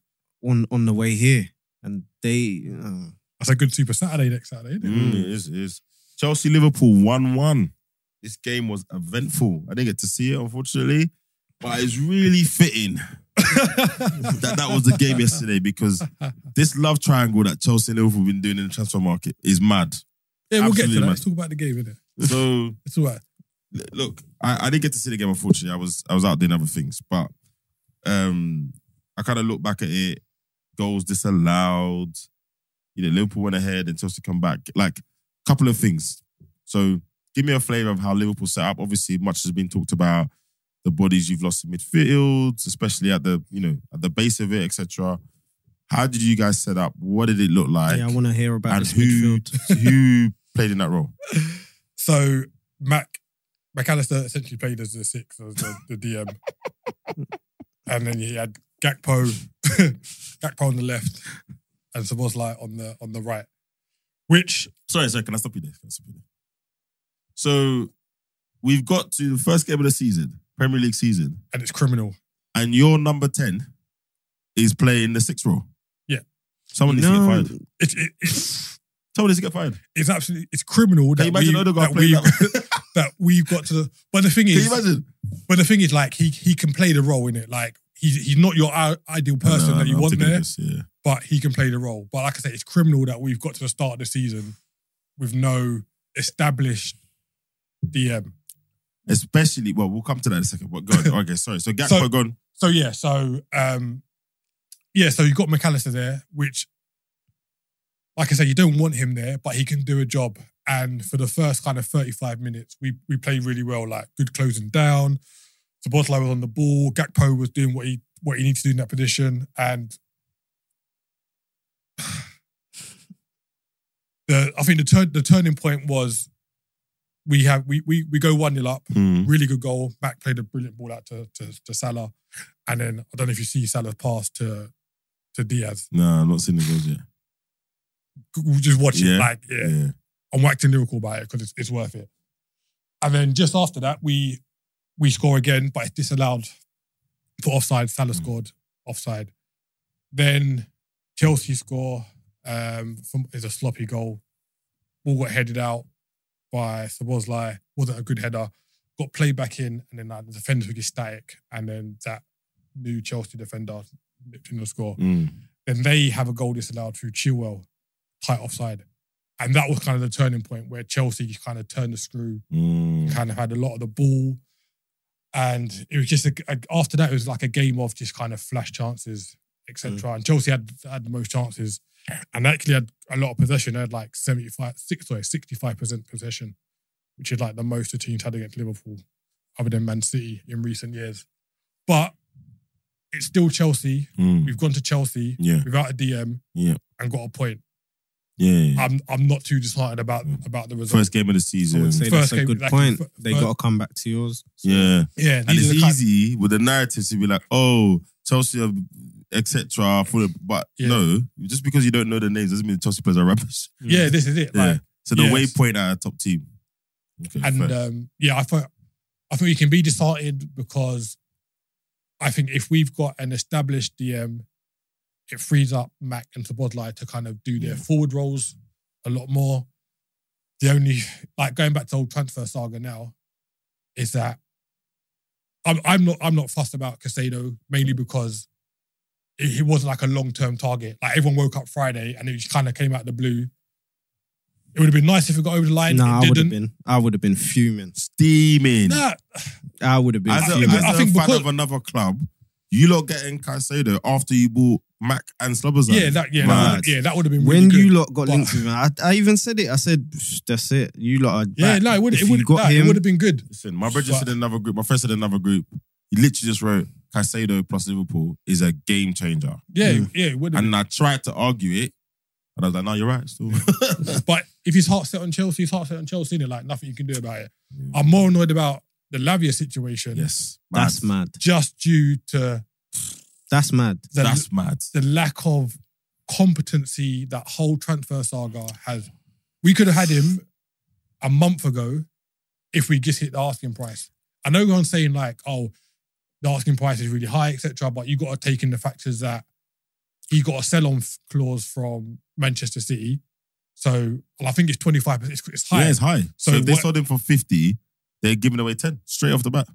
Speaker 2: on on the way here, and they uh,
Speaker 3: That's a good Super Saturday next Saturday, isn't it?
Speaker 1: Mm, it is, it is. Chelsea Liverpool 1 1. This game was eventful. I didn't get to see it, unfortunately, but it's really fitting [LAUGHS] that that was the game yesterday because this love triangle that Chelsea and Liverpool have been doing in the transfer market is mad.
Speaker 3: Yeah, we'll get to
Speaker 1: Absolutely,
Speaker 3: that.
Speaker 1: man.
Speaker 3: Let's talk about the game, innit?
Speaker 1: So
Speaker 3: It's all right.
Speaker 1: L- look, I, I didn't get to see the game. Unfortunately, I was I was out doing other things, but um, I kind of look back at it. Goals disallowed. You know, Liverpool went ahead and Chelsea come back. Like a couple of things. So give me a flavour of how Liverpool set up. Obviously, much has been talked about the bodies you've lost in midfield, especially at the you know at the base of it, etc. How did you guys set up? What did it look like?
Speaker 2: yeah, I want to hear about
Speaker 1: and
Speaker 2: this
Speaker 1: who
Speaker 2: midfield. [LAUGHS]
Speaker 1: who played in that role?
Speaker 3: So Mac McAllister essentially played as the six, as the, the
Speaker 1: [LAUGHS]
Speaker 3: DM, and then he had Gakpo, [LAUGHS] Gakpo on the left, and Sabozlai on the on the right. Which
Speaker 1: Sorry, sorry, can I stop you there? Can I stop you there? So we've got to the first game of the season, Premier League season,
Speaker 3: and it's criminal.
Speaker 1: and your number 10 is playing the sixth role.
Speaker 3: Yeah.
Speaker 1: Someone needs to
Speaker 2: No,
Speaker 1: get fired.
Speaker 3: It, it, it's
Speaker 1: Someone needs to get fired.
Speaker 3: it's absolutely it's criminal.
Speaker 1: Can you
Speaker 3: that
Speaker 1: imagine
Speaker 3: we,
Speaker 1: Odegaard
Speaker 3: that
Speaker 1: playing
Speaker 3: we,
Speaker 1: that role?
Speaker 3: [LAUGHS] that we've got to. The, but the thing
Speaker 1: Can you
Speaker 3: is,
Speaker 1: imagine?
Speaker 3: but the thing is, like he he can play the role in it. Like he's he's not your i- ideal person
Speaker 1: No,
Speaker 3: that you
Speaker 1: no, I'm
Speaker 3: want
Speaker 1: thinking
Speaker 3: there.
Speaker 1: this, yeah.
Speaker 3: but he can play the role. But like I say, it's criminal that we've got to the start of the season with no established DM.
Speaker 1: Especially, well, we'll come to that in a second, but go
Speaker 3: [LAUGHS]
Speaker 1: on. Okay, sorry. So Gakpo
Speaker 3: So-
Speaker 1: gone.
Speaker 3: So yeah, so um yeah, so you got McAllister there, which like I say, you don't want him there, but he can do a job And for the first kind of 35 minutes, we we played really well, like good closing down. Sabotla was on the ball. Gakpo was doing what he what he needed to do in that position. And [SIGHS] the I think the turn the turning point was we have we we we go one nil up.
Speaker 1: Mm.
Speaker 3: Really good goal. Mac played a brilliant ball out to, to to Salah. And then I don't know if you see Salah's pass to to Diaz.
Speaker 1: Nah, I'm not seeing the goals yet.
Speaker 3: G- Just watch
Speaker 1: Yeah.
Speaker 3: it. Like, yeah. I'm waxing lyrical about it because it's, it's worth it. And then just after that, we we score again, but it's disallowed for offside. Salah
Speaker 1: Mm.
Speaker 3: scored offside. Then Chelsea score um, from is a sloppy goal. Ball got headed out by Sabozlai. Wasn't a good header. Got played back in, and then like, the defenders were just static. And then that new Chelsea defender nipped in the score
Speaker 1: Mm.
Speaker 3: then they have a goal disallowed through Chilwell, tight offside. And that was kind of the turning point where Chelsea kind of turned the screw,
Speaker 1: Mm.
Speaker 3: kind of had a lot of the ball. And it was just, a, a- after that, it was like a game of just kind of flash chances, etc. And Chelsea had, had the most chances and actually had a lot of possession. They had like 75, six, sorry, 65% possession, which is like the most the teams had against Liverpool, other than Man City in recent years. But it's still Chelsea.
Speaker 1: Mm.
Speaker 3: We've gone to Chelsea
Speaker 1: Yeah,
Speaker 3: without a DM
Speaker 1: Yeah.
Speaker 3: and got a point.
Speaker 1: yeah. yeah.
Speaker 3: I'm I'm not too disheartened about
Speaker 1: Mm.
Speaker 3: about the result.
Speaker 1: First game of the
Speaker 2: I
Speaker 1: season.
Speaker 2: would say that's
Speaker 3: First
Speaker 2: a
Speaker 3: game,
Speaker 2: good
Speaker 3: like,
Speaker 2: point.
Speaker 3: fir-
Speaker 2: they
Speaker 3: fir-
Speaker 2: got to come back to yours. So
Speaker 1: yeah.
Speaker 3: yeah,
Speaker 1: and
Speaker 3: these
Speaker 1: it's
Speaker 3: are the kind-
Speaker 1: easy with the narrative to be like, oh, Chelsea, etc. But
Speaker 3: Yeah.
Speaker 1: no, just because you don't know the names doesn't mean Chelsea players are
Speaker 3: [LAUGHS]
Speaker 1: rubbish.
Speaker 3: Mm. yeah, this is it.
Speaker 1: Yeah.
Speaker 3: Like,
Speaker 1: so the
Speaker 3: yes.
Speaker 1: waypoint at a top team. Okay,
Speaker 3: and
Speaker 1: fair.
Speaker 3: um, yeah, I thought I think you can be disheartened because I think if we've got an established DM, it frees up Mac and Sabodlai to kind of do their
Speaker 1: Yeah.
Speaker 3: forward roles a lot more. The only like going back to old transfer saga now is that I'm I'm not I'm not fussed about Casado mainly because it, he wasn't like a long term target. Like everyone woke up Friday and it just kind of came out of the blue. It would have been nice if it got over the line.
Speaker 2: nah, I
Speaker 3: it
Speaker 2: would have
Speaker 3: didn't.
Speaker 2: been. I would have been fuming.
Speaker 1: steaming.
Speaker 3: Nah,
Speaker 2: I would have been
Speaker 1: As a,
Speaker 2: fuming.
Speaker 1: as
Speaker 3: I
Speaker 1: a
Speaker 3: think
Speaker 1: fan
Speaker 3: because-
Speaker 1: of another club, you lot getting Caicedo after you bought Mac and Slobozan.
Speaker 3: yeah, that yeah, that
Speaker 2: Mad.
Speaker 3: would've- yeah, that would have been really
Speaker 2: when
Speaker 3: good.
Speaker 2: you lot got
Speaker 3: But-
Speaker 2: linked with him, I, I even said it. I said, "Psh, "That's it. You lot are
Speaker 3: yeah,
Speaker 2: back."
Speaker 3: no, it would
Speaker 2: If
Speaker 3: it
Speaker 2: you
Speaker 3: would
Speaker 2: got
Speaker 3: nah, it
Speaker 2: him-
Speaker 3: would have been good.
Speaker 1: Listen, my brother just
Speaker 3: But-
Speaker 1: said in another group. My friend said in another group. He literally just wrote Caicedo plus Liverpool is a game changer.
Speaker 3: Yeah,
Speaker 2: Mm.
Speaker 3: yeah, it would have.
Speaker 1: And I tried to argue it, and I was like, "No, you're right.
Speaker 3: [LAUGHS]
Speaker 1: Still,
Speaker 3: been. But if his heart's set on Chelsea, his heart's set on Chelsea, and like nothing you can do about it.
Speaker 1: Yeah.
Speaker 3: I'm more annoyed about the Lavia situation,
Speaker 1: yes,
Speaker 2: That's mad.
Speaker 3: just due to
Speaker 2: That's mad.
Speaker 3: the
Speaker 1: That's mad.
Speaker 3: the lack of competency that whole transfer saga has. We could have had him a month ago if we just hit the asking price. I know everyone's saying like, oh, the asking price is really high, etc. But you got to take in the factors that he got a sell-on f- clause from Manchester City, so well, I think it's twenty five percent. It's high,
Speaker 1: Yeah, it's high. So,
Speaker 3: So
Speaker 1: if they
Speaker 3: what-
Speaker 1: sold him for 50, they're giving away 10 straight off the bat.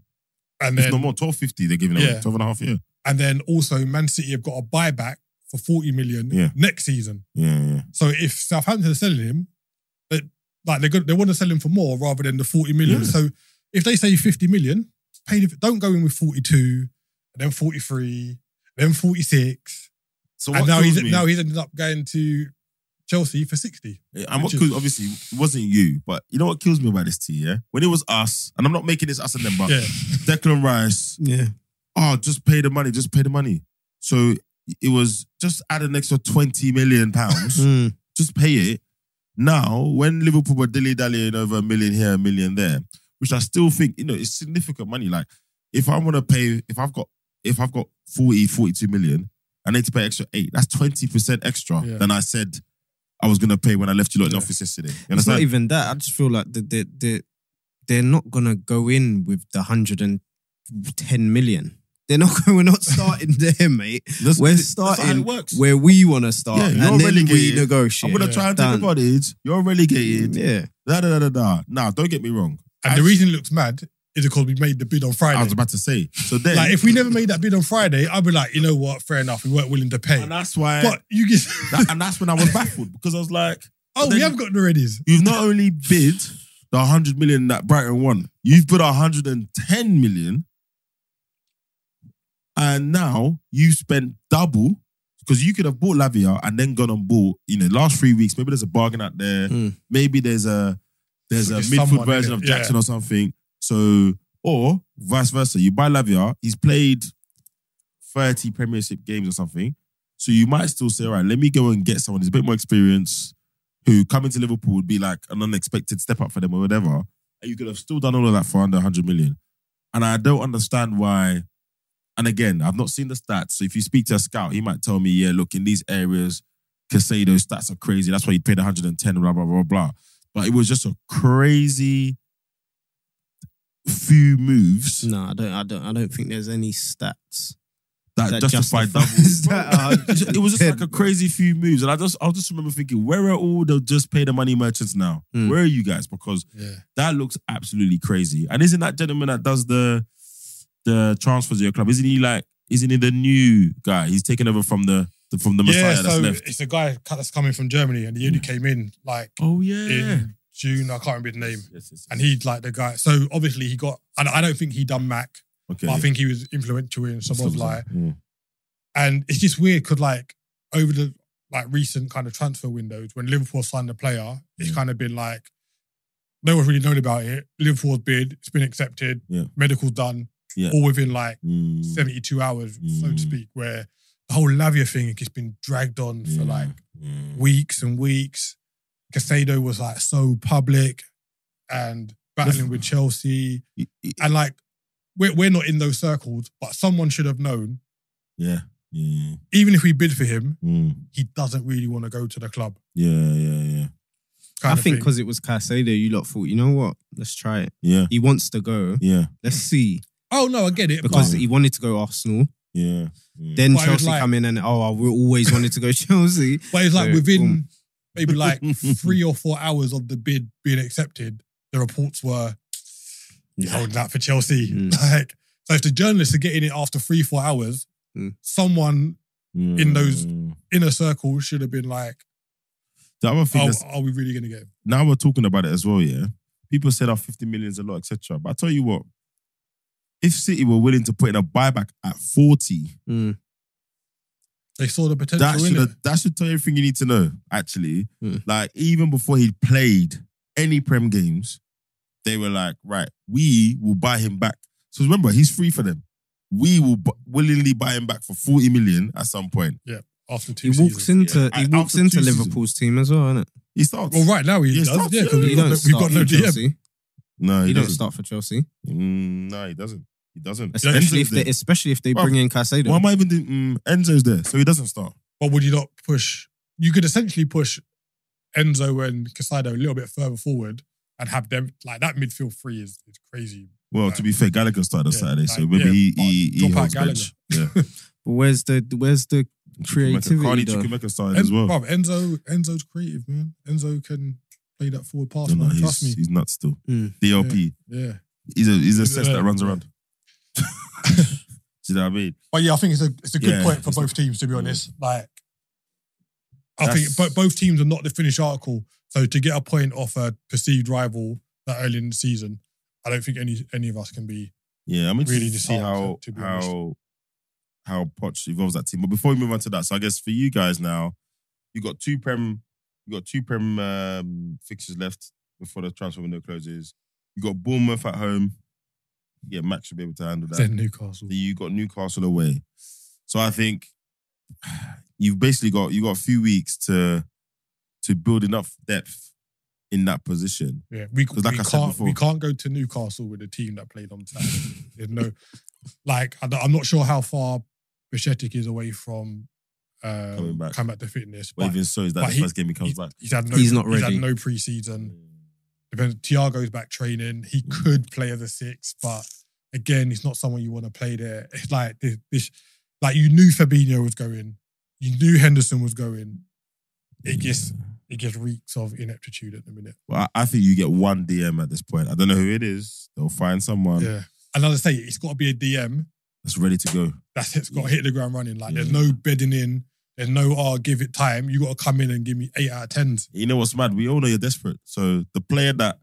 Speaker 3: and
Speaker 1: If
Speaker 3: then
Speaker 1: no more, 12 50, they're giving away
Speaker 3: Yeah.
Speaker 1: 12 and a half, yeah.
Speaker 3: and then also Man City have got a buyback for forty million
Speaker 1: Yeah.
Speaker 3: next season.
Speaker 1: Yeah, yeah.
Speaker 3: So if Southampton are selling him, they, like they're good, they want to sell him for more rather than the 40 million.
Speaker 1: Yeah.
Speaker 3: So if they say 50 million, pay the, don't go in with 42, then 43, then 46.
Speaker 1: So
Speaker 3: and now
Speaker 1: kills
Speaker 3: he's
Speaker 1: me-
Speaker 3: now he's ended up going to Chelsea for 60.
Speaker 1: eh, and what
Speaker 3: which is-
Speaker 1: kills, obviously, it wasn't you, but you know what kills me about this tea, yeah? When it was us, and I'm not making this us and them, but
Speaker 3: Yeah.
Speaker 1: Declan Rice,
Speaker 2: Yeah,
Speaker 1: oh, just pay the money, just pay the money. So it was just add an extra 20 million
Speaker 3: [LAUGHS]
Speaker 1: pounds.
Speaker 2: Mm.
Speaker 1: just pay it. Now, when Liverpool were dilly dallying over a million here, a million there, which I still think, you know, it's significant money. Like, if I'm gonna pay, if I've got if I've got 40, 42 million, I need to pay extra eight. That's 20% extra
Speaker 3: Yeah.
Speaker 1: than I said I was gonna pay when I left you lot in the
Speaker 3: Yeah.
Speaker 1: office yesterday. You
Speaker 2: it's not
Speaker 1: understand?
Speaker 2: even that. I just feel like the, the, the, they're not gonna go in with the hundred and ten million. They're not. [LAUGHS] We're not starting there, mate.
Speaker 1: That's-
Speaker 2: We're
Speaker 1: that's not how
Speaker 2: starting
Speaker 1: it works.
Speaker 2: where we want to start,
Speaker 1: Yeah,
Speaker 2: and
Speaker 1: you're
Speaker 2: then we
Speaker 1: relegated. I'm
Speaker 2: negotiate.
Speaker 1: gonna
Speaker 3: Yeah.
Speaker 1: try and
Speaker 2: Done.
Speaker 1: take advantage. You're relegated.
Speaker 2: yeah,
Speaker 1: Da, da, da, da, da. Now, don't get me wrong.
Speaker 3: And the reason it looks mad is because we made the bid on
Speaker 1: I
Speaker 3: Friday.
Speaker 1: was about to say. So then
Speaker 3: Like if we never made that bid on Friday, I'd be like, you know what, fair enough, we weren't willing to pay.
Speaker 1: and that's why
Speaker 3: But
Speaker 1: [LAUGHS]
Speaker 3: you get
Speaker 1: that- and that's when I was baffled because I was like,
Speaker 3: [LAUGHS] oh,
Speaker 1: then-
Speaker 3: we have got the readies.
Speaker 1: You've not only bid the 100 million that Brighton won, you've bid 110 million. And now you spent double Because you could have bought Lavia and then gone and bought, you know, last three weeks, maybe there's a bargain out there.
Speaker 2: Mm.
Speaker 1: Maybe there's a there's a
Speaker 3: There's
Speaker 1: midfield
Speaker 3: someone,
Speaker 1: version
Speaker 3: innit?
Speaker 1: of Jackson or something. So or vice versa. You buy Lavia, he's played 30 premiership games or something. So you might still say, all right, let me go and get someone who's a bit more experienced, who coming to Liverpool would be like an unexpected step up for them or whatever. And you could have still done all of that for under 100 million. And I don't understand why. And again, I've not seen the stats. So if you speak to a scout, he might tell me, yeah, look, in these areas, Casado's stats are crazy. That's why he paid 110, blah, blah, blah, blah. But it was just a crazy few moves
Speaker 2: No, I don't. I don't. I don't think there's any stats
Speaker 1: that,
Speaker 2: that justify
Speaker 1: justified doubles. [LAUGHS] it was just like a
Speaker 2: crazy.
Speaker 1: crazy few moves, and I just I just remember thinking, where are all the just pay the money merchants now?
Speaker 2: Mm.
Speaker 1: Where are you guys? Because
Speaker 3: Yeah.
Speaker 1: that looks absolutely crazy. And isn't that gentleman that does the the transfers at your club? Isn't he like? Isn't he the new guy? He's taken over from the, the from the Messiah
Speaker 3: yeah,
Speaker 1: that's
Speaker 3: so
Speaker 1: left.
Speaker 3: it's a guy that's coming from Germany and he only came in like
Speaker 1: Oh yeah.
Speaker 3: in June. I can't remember his name.
Speaker 1: Yes, yes, yes.
Speaker 3: And he like the guy. So obviously he got. And I don't think he done Mac,
Speaker 1: Okay.
Speaker 3: but I think he was influential in some of like.
Speaker 1: Yeah.
Speaker 3: And it's just weird because like over the like recent kind of transfer windows, when Liverpool signed a player, it's
Speaker 1: Yeah.
Speaker 3: kind of been like no one's really known about it. Liverpool's bid, it's been accepted,
Speaker 1: Yeah.
Speaker 3: medical's done,
Speaker 1: Yeah.
Speaker 3: all within like
Speaker 1: Mm.
Speaker 3: 72 hours, so to
Speaker 1: Mm.
Speaker 3: speak, where the whole Lavia thing has just been dragged on
Speaker 1: Yeah.
Speaker 3: for like
Speaker 1: Mm.
Speaker 3: weeks and weeks. Casado was like so public and battling with Chelsea. And like, we're, we're not in those circles, but someone should have known,
Speaker 1: yeah. Yeah.
Speaker 3: even if we bid for him,
Speaker 1: Mm.
Speaker 3: he doesn't really want to go to the club.
Speaker 1: Yeah. Yeah. Yeah.
Speaker 2: I
Speaker 3: kind of
Speaker 2: think
Speaker 3: thing.
Speaker 2: because it was Casado, you lot thought, you know what? Let's try it.
Speaker 1: Yeah.
Speaker 2: He wants to go.
Speaker 1: Yeah.
Speaker 2: Let's see
Speaker 3: Oh, no, I get it.
Speaker 2: because
Speaker 1: But-
Speaker 2: he wanted to go Arsenal.
Speaker 1: Yeah. Yeah.
Speaker 2: Then
Speaker 3: But I would
Speaker 2: Chelsea
Speaker 3: like-
Speaker 2: come in and oh, I will- always wanted to go [LAUGHS]
Speaker 1: [LAUGHS]
Speaker 2: Chelsea.
Speaker 3: but, but it's like
Speaker 2: So,
Speaker 3: within
Speaker 2: boom. [LAUGHS]
Speaker 3: maybe like three or four hours of the bid being accepted, the reports were He's holding out for Chelsea.
Speaker 2: Mm.
Speaker 3: [LAUGHS] Like, so if the journalists are getting it after three, four hours,
Speaker 2: Mm.
Speaker 3: someone in those-
Speaker 1: Yeah.
Speaker 3: in a circle should have been like,
Speaker 1: The other thing
Speaker 3: oh,
Speaker 1: that's
Speaker 3: are we really going to get him?
Speaker 1: now we're talking about it as well, yeah. People said, oh, 50 million is a lot, etc. But I tell you what, if City were willing to put in a buyback at 40,
Speaker 2: Mm.
Speaker 3: They saw the potential
Speaker 1: that
Speaker 3: in
Speaker 1: should
Speaker 3: it.
Speaker 1: have- that should tell you everything you need to know, actually.
Speaker 2: Mm.
Speaker 1: Like, even before he played any Prem games, they were like, right, we will buy him back. So remember, he's free for them. We will bu- willingly buy him back for 40 million at some point.
Speaker 3: After
Speaker 2: He
Speaker 3: two
Speaker 2: walks
Speaker 3: seasons.
Speaker 2: into
Speaker 1: yeah.
Speaker 2: he
Speaker 1: Out
Speaker 2: walks
Speaker 1: for
Speaker 2: into
Speaker 1: two seasons.
Speaker 2: Liverpool's team as well, isn't it?
Speaker 1: He starts.
Speaker 3: Well, right now he
Speaker 1: Yeah,
Speaker 3: does.
Speaker 1: stop.
Speaker 3: Yeah,
Speaker 1: Yeah,
Speaker 3: because
Speaker 1: he
Speaker 3: we've
Speaker 2: don't
Speaker 3: got, we've got
Speaker 2: start
Speaker 3: no
Speaker 2: for
Speaker 3: GM.
Speaker 2: Chelsea.
Speaker 1: No, he,
Speaker 2: He don't
Speaker 1: doesn't.
Speaker 2: start for Chelsea,
Speaker 1: Mm, no, he doesn't. He doesn't.
Speaker 2: especially
Speaker 1: Enzo's
Speaker 2: if they
Speaker 1: there.
Speaker 2: especially if they
Speaker 1: Well,
Speaker 2: bring in Casado.
Speaker 1: Why am I even doing mm, Enzo's there? So he doesn't start.
Speaker 3: But would you not push? You could essentially push Enzo and Casado a little bit further forward and have them, like, that midfield three is, is crazy.
Speaker 1: Well,
Speaker 3: Right.
Speaker 1: to be fair, Gallagher started
Speaker 3: Yeah,
Speaker 1: Saturday, so
Speaker 3: like,
Speaker 1: maybe
Speaker 3: yeah,
Speaker 1: he
Speaker 3: but
Speaker 1: he, he
Speaker 3: drop out
Speaker 1: holds
Speaker 3: Gallagher.
Speaker 1: bench. Yeah,
Speaker 2: But where's the where's the [LAUGHS] Creativity,
Speaker 1: Cardi
Speaker 2: though.
Speaker 1: Chukwemeka started
Speaker 3: En-
Speaker 1: as well.
Speaker 3: bruv, Enzo, Enzo's creative, man. Enzo can play that forward pass,
Speaker 1: No, no,
Speaker 3: man.
Speaker 1: he's,
Speaker 3: Trust me.
Speaker 1: he's nuts still.
Speaker 2: Mm.
Speaker 1: DLP,
Speaker 3: Yeah.
Speaker 1: he's a he's a
Speaker 3: He's
Speaker 1: cess
Speaker 3: a-
Speaker 1: that runs
Speaker 3: yeah.
Speaker 1: around. [LAUGHS] Do you know what I mean?
Speaker 3: But yeah, I think it's a it's a good
Speaker 1: Yeah,
Speaker 3: point for
Speaker 1: it's-
Speaker 3: both teams to be honest.
Speaker 2: Mm.
Speaker 3: Like, I
Speaker 1: That's-
Speaker 3: think bo- both teams are not the finished article, so to get a point off a perceived rival that early in the season, I don't think any any of us can be.
Speaker 1: Yeah, I'm interested
Speaker 3: Really
Speaker 1: to see how
Speaker 3: disheartened, to be honest.
Speaker 1: how how Poch evolves that team. But before we move on to that, so I guess for you guys now, you got two prem, you got two prem um, fixtures left before the transfer window closes. You got Bournemouth at home. Yeah, Max should be able to handle that.
Speaker 3: Then Newcastle.
Speaker 1: Then you got Newcastle away. So I think you've basically got you got a few weeks to to build enough depth in that position.
Speaker 3: Yeah, we, we
Speaker 1: 'Cause like I said
Speaker 3: can't
Speaker 1: before-
Speaker 3: we can't go to Newcastle with a team that played
Speaker 1: [LAUGHS]
Speaker 3: on Saturday. There's no, like I don't- I'm not sure how far Bichetic is away from um,
Speaker 1: Coming back.
Speaker 3: come back to fitness,
Speaker 1: But
Speaker 3: but
Speaker 1: even so, is that
Speaker 3: but
Speaker 1: the
Speaker 3: he-
Speaker 1: first game he comes
Speaker 3: he's,
Speaker 1: back?
Speaker 3: he's had no
Speaker 2: He's not
Speaker 3: he's
Speaker 2: ready.
Speaker 3: had no preseason. depends. Tiago's back training. He
Speaker 1: Mm.
Speaker 3: could play as a six, but again, he's not someone you want to play there. It's like this, this like you knew Fabinho was going, you knew Henderson was going. It just it just reeks of ineptitude at the minute.
Speaker 1: Well, I, I think you get one DM at this point. I don't know who it is. They'll find someone
Speaker 3: Yeah. And as I say, it's got to be a DM.
Speaker 1: that's ready to go.
Speaker 3: That's it's got to hit the ground running. Like there's
Speaker 1: Yeah.
Speaker 3: no bedding in. There's no oh give it time. You got to come in and give me eight out of tens.
Speaker 1: You know what's mad? We all know you're desperate. So the player that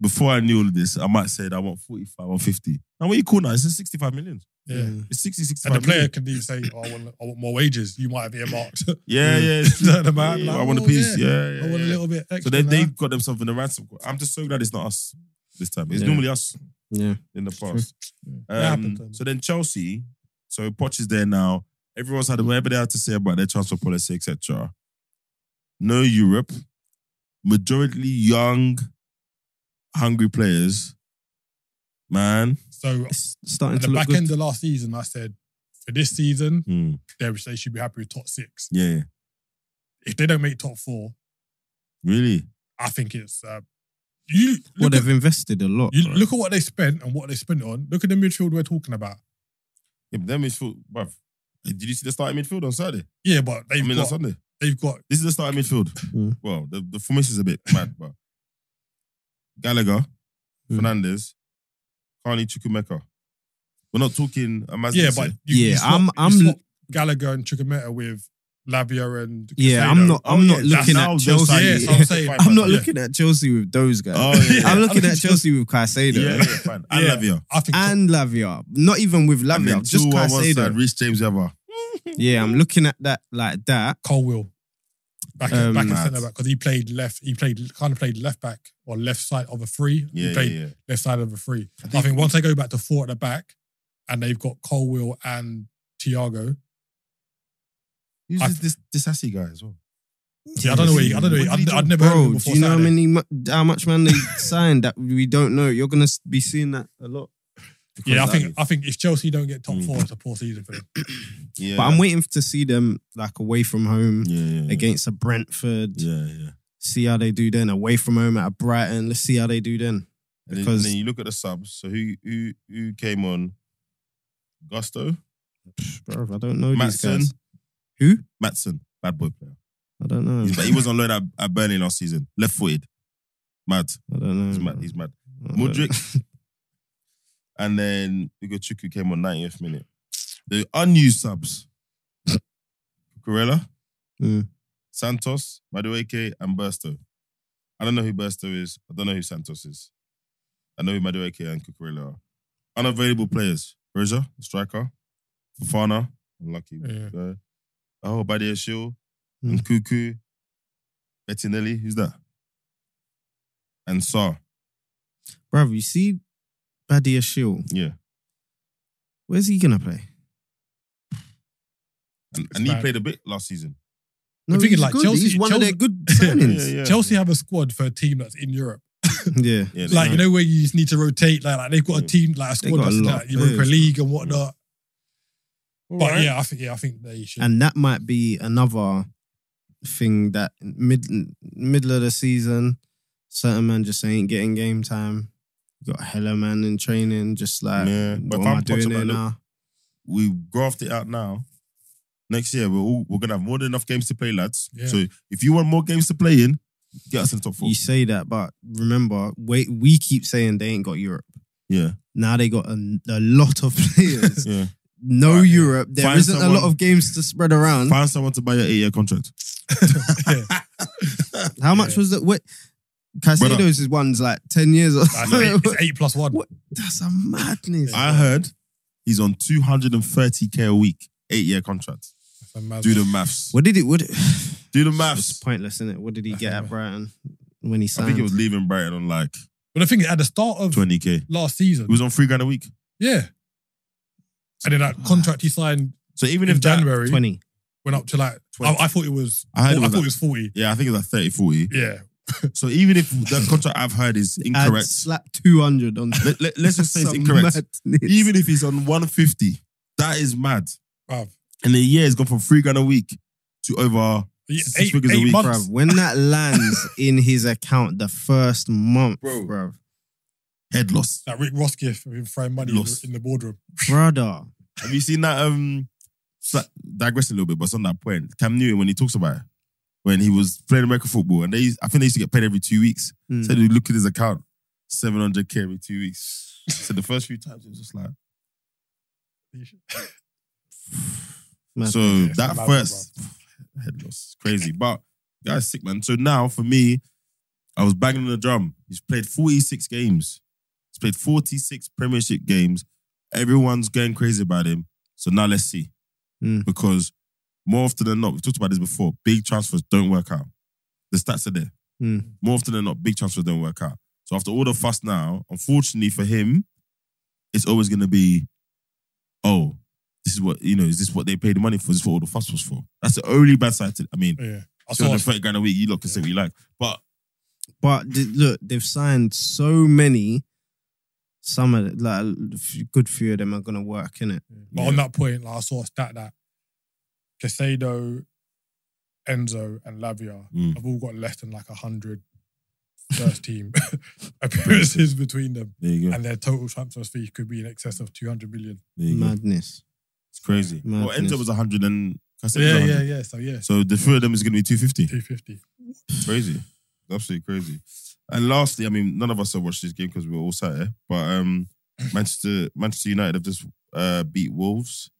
Speaker 1: before I knew all of this, I might say that I want 45 or 50. Now what you cool now? It's a 65 million.
Speaker 3: Yeah.
Speaker 2: Hmm.
Speaker 1: It's 60, 65
Speaker 3: And the player
Speaker 1: million.
Speaker 3: can even say, oh, I, want, I want more wages. You might have [LAUGHS] earmarked.
Speaker 1: Yeah, yeah.
Speaker 2: Mm.
Speaker 3: You know what I mean?
Speaker 1: Yeah,
Speaker 3: Like,
Speaker 1: I want a
Speaker 3: oh,
Speaker 1: piece. Yeah, yeah,
Speaker 3: I want a
Speaker 1: yeah.
Speaker 3: little bit
Speaker 1: So
Speaker 3: extra.
Speaker 1: they,
Speaker 3: now.
Speaker 1: they've got themselves in the ransom. co- I'm just so glad it's not us this time. It's
Speaker 2: Yeah.
Speaker 1: normally us
Speaker 2: Yeah.
Speaker 1: in the
Speaker 2: True.
Speaker 1: past.
Speaker 3: It
Speaker 1: Um,
Speaker 3: happened to them.
Speaker 1: so then Chelsea, so Poch is there now. Everyone's had whatever they had to say about their transfer policy, etc. No Europe, majority young, hungry players. Man,
Speaker 3: So
Speaker 2: It's starting
Speaker 3: at
Speaker 2: to
Speaker 3: the
Speaker 2: look
Speaker 3: back
Speaker 2: good.
Speaker 3: end of last season, I said, for this season,
Speaker 1: Hmm.
Speaker 3: they they should be happy with top six.
Speaker 1: yeah, yeah.
Speaker 3: If they don't make top four,
Speaker 1: really.
Speaker 3: I think it's uh, you.
Speaker 2: well,
Speaker 3: Look at,
Speaker 2: they've invested a lot.
Speaker 3: you
Speaker 2: right?
Speaker 3: look at what they spent and what they spent it on. Look at the midfield we're talking about.
Speaker 1: Yeah, but then midfield, bruv. Did you see the starting midfield on Saturday?
Speaker 3: Yeah, but they've
Speaker 1: I mean, on
Speaker 3: got
Speaker 1: Sunday.
Speaker 3: they've got
Speaker 1: This is the starting midfield.
Speaker 2: Mm.
Speaker 1: Well, the, the formation's a bit mad, but Gallagher,
Speaker 2: Mm.
Speaker 1: Fernandez, Carney Chukwemeka. We're not talking a Mazda.
Speaker 3: yeah, but you,
Speaker 2: Yeah,
Speaker 3: you swap,
Speaker 2: I'm-
Speaker 3: you
Speaker 2: I'm-
Speaker 3: swap Gallagher and Chukwemeta with Lavia and
Speaker 2: Yeah,
Speaker 3: Casado.
Speaker 2: I'm not. I'm
Speaker 1: Oh,
Speaker 2: not
Speaker 1: yeah,
Speaker 2: looking
Speaker 1: now
Speaker 2: at
Speaker 1: they're
Speaker 2: Chelsea.
Speaker 1: signing-
Speaker 3: Yeah, so I'm saying.
Speaker 2: [LAUGHS] I'm not
Speaker 1: Yeah.
Speaker 2: looking at Chelsea with those guys.
Speaker 1: Oh, yeah, yeah.
Speaker 2: I'm
Speaker 3: I'm
Speaker 2: looking
Speaker 3: looking
Speaker 2: at Chelsea with Caicedo
Speaker 1: yeah, [LAUGHS] yeah, fine. And
Speaker 3: Yeah.
Speaker 1: Lavia.
Speaker 3: I
Speaker 2: [LAUGHS]
Speaker 3: think top-
Speaker 2: and Lavia. Not even with
Speaker 1: And
Speaker 2: Lavia,
Speaker 1: then
Speaker 2: just
Speaker 1: two on one side,
Speaker 2: Caicedo.
Speaker 1: Reece James ever.
Speaker 2: Yeah, I'm looking at that like that.
Speaker 3: Cole will back
Speaker 2: Um,
Speaker 3: back in
Speaker 1: Mad.
Speaker 3: centre back because he played left. He played kind of played left back or left side of a three.
Speaker 1: Yeah,
Speaker 3: he
Speaker 1: yeah,
Speaker 3: played
Speaker 1: yeah.
Speaker 3: left side of a three. I think, once they go back to four at the back, and they've got Cole will and Thiago.
Speaker 1: Who's
Speaker 3: I-
Speaker 1: this, this, this Assy guy as well?
Speaker 3: Yeah, I don't know where he, I don't know.
Speaker 1: What
Speaker 3: Where
Speaker 1: did
Speaker 3: he,
Speaker 1: he
Speaker 3: I, I'd
Speaker 1: do?
Speaker 3: never heard of him
Speaker 2: Bro, do
Speaker 3: before.
Speaker 2: you know how
Speaker 3: Saturday.
Speaker 2: many mu- how much man they signed that we don't know? You're gonna s- be seeing that a lot.
Speaker 3: Yeah, I
Speaker 1: Because
Speaker 3: think I think if Chelsea don't get top
Speaker 1: Mm.
Speaker 3: four, it's a poor season for them.
Speaker 1: Yeah,
Speaker 2: But I'm waiting to see them like away from home
Speaker 1: yeah, yeah, yeah.
Speaker 2: against a Brentford.
Speaker 1: Yeah, yeah.
Speaker 2: See how they do then. Away from home at a Brighton. Let's see how they do then.
Speaker 1: And then,
Speaker 2: Because-
Speaker 1: and then you look at the subs. So who who who came on? Gusto,
Speaker 2: Psh, Bro, I don't know
Speaker 1: Maatsen.
Speaker 2: these guys. Who?
Speaker 1: Matson, bad boy player.
Speaker 2: I don't know.
Speaker 1: He's, bad. he was on loan at, at Burnley last season, left footed, mad.
Speaker 2: [LAUGHS] I don't know.
Speaker 1: He's mad. He's mad.
Speaker 2: I don't
Speaker 1: Mudrik. And then Ugo Chuku came on 90th minute. The unused subs. Corella,
Speaker 2: Mm.
Speaker 1: Santos, Madueke, and Bursto. I don't know who Bursto is. I don't know who Santos is. I know who Madueke and Cucurella are. Unavailable players. Roja, striker. Fafana, unlucky.
Speaker 3: Yeah.
Speaker 1: guy. Oh, Badia Shield,
Speaker 3: Hmm.
Speaker 2: Mm.
Speaker 1: and Cuckoo. Bettinelli, who's that? And Sa.
Speaker 2: Bruv, you see Badia Shield.
Speaker 1: Yeah.
Speaker 2: Where's he gonna play?
Speaker 1: And,
Speaker 3: It's
Speaker 1: and he
Speaker 3: bad.
Speaker 1: played a bit last season.
Speaker 2: No,
Speaker 3: The thing is,
Speaker 2: he's
Speaker 3: like,
Speaker 2: good.
Speaker 3: Chelsea-
Speaker 2: he's one of their
Speaker 3: Chelsea-
Speaker 2: good signings.
Speaker 1: Yeah.
Speaker 3: Chelsea have a squad for a team that's in Europe.
Speaker 2: yeah. [LAUGHS]
Speaker 1: Yeah, they-
Speaker 3: Like you know where you just need to rotate. Like, like they've got a
Speaker 1: Yeah.
Speaker 3: team like a
Speaker 2: They
Speaker 3: squad
Speaker 2: got a
Speaker 3: that's in
Speaker 2: lot
Speaker 3: like
Speaker 2: of
Speaker 3: Europa
Speaker 2: players,
Speaker 3: League and whatnot. But yeah, I think yeah, I think they should.
Speaker 2: And that might be another thing that mid middle of the season, certain man just ain't getting game time. You got hella man in training, just like
Speaker 1: Yeah, but
Speaker 2: what
Speaker 1: if
Speaker 2: am I
Speaker 1: I'm
Speaker 2: doing
Speaker 1: Potter,
Speaker 2: here
Speaker 1: man,
Speaker 2: now?
Speaker 1: we graft it out now. Next year, we're all, we're gonna have more than enough games to play, lads.
Speaker 3: Yeah.
Speaker 1: So if you want more games to play in, get us in the top four.
Speaker 2: You say that, but remember, wait, we keep saying they ain't got Europe.
Speaker 1: Yeah,
Speaker 2: Now they got a, a lot of [LAUGHS] players.
Speaker 1: yeah.
Speaker 2: No
Speaker 1: Right, yeah.
Speaker 2: Europe. There
Speaker 1: Find
Speaker 2: not a lot
Speaker 1: someone-
Speaker 2: of games to spread around.
Speaker 1: Find someone to buy your eight-year contract.
Speaker 2: How much
Speaker 3: Yeah.
Speaker 2: was that? What Caicedo's is one's like ten years. Or
Speaker 3: [LAUGHS] Like,
Speaker 2: [LAUGHS]
Speaker 3: it's, eight, it's eight plus one.
Speaker 2: What? That's a madness.
Speaker 1: I heard he's on two hundred and thirty k a week, eight-year contract.
Speaker 3: That's a mad
Speaker 1: Do the
Speaker 3: one.
Speaker 1: maths.
Speaker 2: What did it? What?
Speaker 1: Do the
Speaker 2: It's
Speaker 1: maths.
Speaker 2: pointless, isn't it? What did he get at Brighton when he
Speaker 1: I
Speaker 2: signed?
Speaker 1: think he was leaving Brighton on like
Speaker 3: But the thing is, at the start of
Speaker 1: twenty k. He
Speaker 3: last season,
Speaker 1: was on three grand a week.
Speaker 3: yeah, and then that contract he signed
Speaker 1: So even
Speaker 3: in
Speaker 1: if that,
Speaker 3: January
Speaker 2: twenty.
Speaker 3: went up to like I,
Speaker 1: 20.
Speaker 3: I thought it was
Speaker 1: I heard it was
Speaker 3: I thought it
Speaker 1: like,
Speaker 3: was forty.
Speaker 1: yeah, I think it's like 30, 40.
Speaker 3: Yeah,
Speaker 1: So even if
Speaker 3: [LAUGHS]
Speaker 1: that contract I've heard is
Speaker 2: Add
Speaker 1: incorrect,
Speaker 2: slap two hundred on.
Speaker 1: let, let, [LAUGHS] let's just say it's incorrect. Even if he's on 150, that is mad.
Speaker 3: bruv.
Speaker 1: And a year has gone from three grand a week to over.
Speaker 3: Yeah,
Speaker 1: Six
Speaker 3: Eight,
Speaker 1: figures a
Speaker 3: eight
Speaker 1: week.
Speaker 3: months.
Speaker 2: Bruv, when that lands in his account the first month,
Speaker 1: Bro.
Speaker 2: bruv,
Speaker 1: Head loss.
Speaker 3: That Rick Ross gift of him throwing money in the,
Speaker 1: Lost.
Speaker 3: in the boardroom.
Speaker 2: brother,
Speaker 1: Have you seen that? Um, sli- digressing a little bit, but it's on that point, Cam Newton when he talks about it, when he was playing American football, and they, used- I think they used to get paid every two weeks.
Speaker 2: Mm.
Speaker 1: Said he look at his account, seven hundred k every two weeks. so the first few times it was just like.
Speaker 2: Mad.
Speaker 1: So
Speaker 3: Yeah,
Speaker 1: that
Speaker 3: it's mad,
Speaker 1: first head loss, crazy. But guy's sick, man. So now for me, I was banging on the drum. He's played 46 games. He's played 46 Premiership games. everyone's going crazy about him. So now let's see.
Speaker 2: Mm.
Speaker 1: Because more often than not, we've talked about this before, big transfers don't work out. The stats are there.
Speaker 2: Mm.
Speaker 1: More often than not, big transfers don't work out. So after all the fuss now, unfortunately for him, it's always going to be, oh, this is what, you know, is this what they paid the money for? Is this what all the fuss was for? That's the only bad side to I mean,
Speaker 3: Yeah. I saw,
Speaker 1: 230 grand a week, you lot can say what you like. But
Speaker 2: But th- look, they've signed so many. Some of the- like a f- good few of them are gonna work in it.
Speaker 3: but on that point, like, I saw a stat that Casado, Enzo, and Lavia
Speaker 1: Mm.
Speaker 3: have all got less than like 100 first team [LAUGHS] appearances between them.
Speaker 1: there you go.
Speaker 3: And their total transfer fee could be in excess of 200 million.
Speaker 1: There you go.
Speaker 2: Madness.
Speaker 1: It's crazy. Well,
Speaker 2: Madness.
Speaker 1: Enzo was 100 and Casemiro
Speaker 3: yeah,
Speaker 1: 100.
Speaker 3: yeah, yeah. So, yeah,
Speaker 1: So the three of them is going to be 250.
Speaker 3: 250.
Speaker 1: Crazy. Absolutely crazy. And lastly, I mean, none of us have watched this game because we were all sat here, but um, Manchester Manchester United have just uh, beat Wolves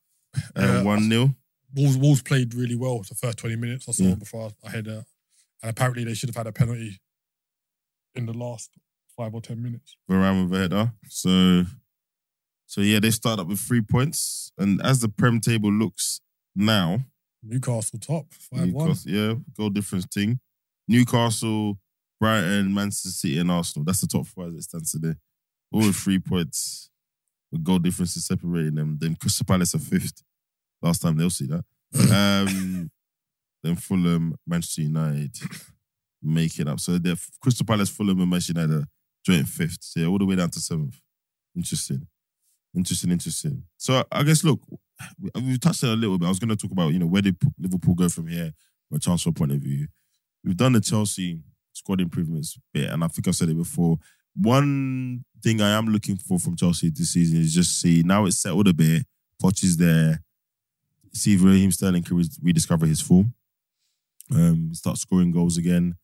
Speaker 3: Yeah.
Speaker 1: 1 nil. 0.
Speaker 3: Wolves, Wolves played really well the first 20 minutes or so
Speaker 1: Yeah.
Speaker 3: before I had a. And apparently they should have had a penalty in the last five or 10 minutes.
Speaker 1: Varane with a header. So, so yeah, they start up with three points. And as the Prem table looks now,
Speaker 3: Newcastle top, 5 1.
Speaker 1: Newcastle, yeah, goal difference thing. Newcastle, Brighton, Manchester City, and Arsenal. That's the top four as it stands today. All with three points. The goal difference is separating them. Then Crystal Palace are fifth. Last time they'll see that. Um, then Fulham, Manchester United make it up. So they're Crystal Palace, Fulham, and Manchester United are joint fifth. So yeah, all the way down to seventh. Interesting. Interesting, interesting. So I guess look, we, we touched on it a little bit. I was going to talk about you know where did P- Liverpool go from here from a transfer point of view. We've done the Chelsea squad improvements bit, and I think I said it before. One thing I am looking for from Chelsea this season is just see now it's settled a bit. Poch is there. See if Raheem Sterling can re- rediscover his form. Um, start scoring goals again.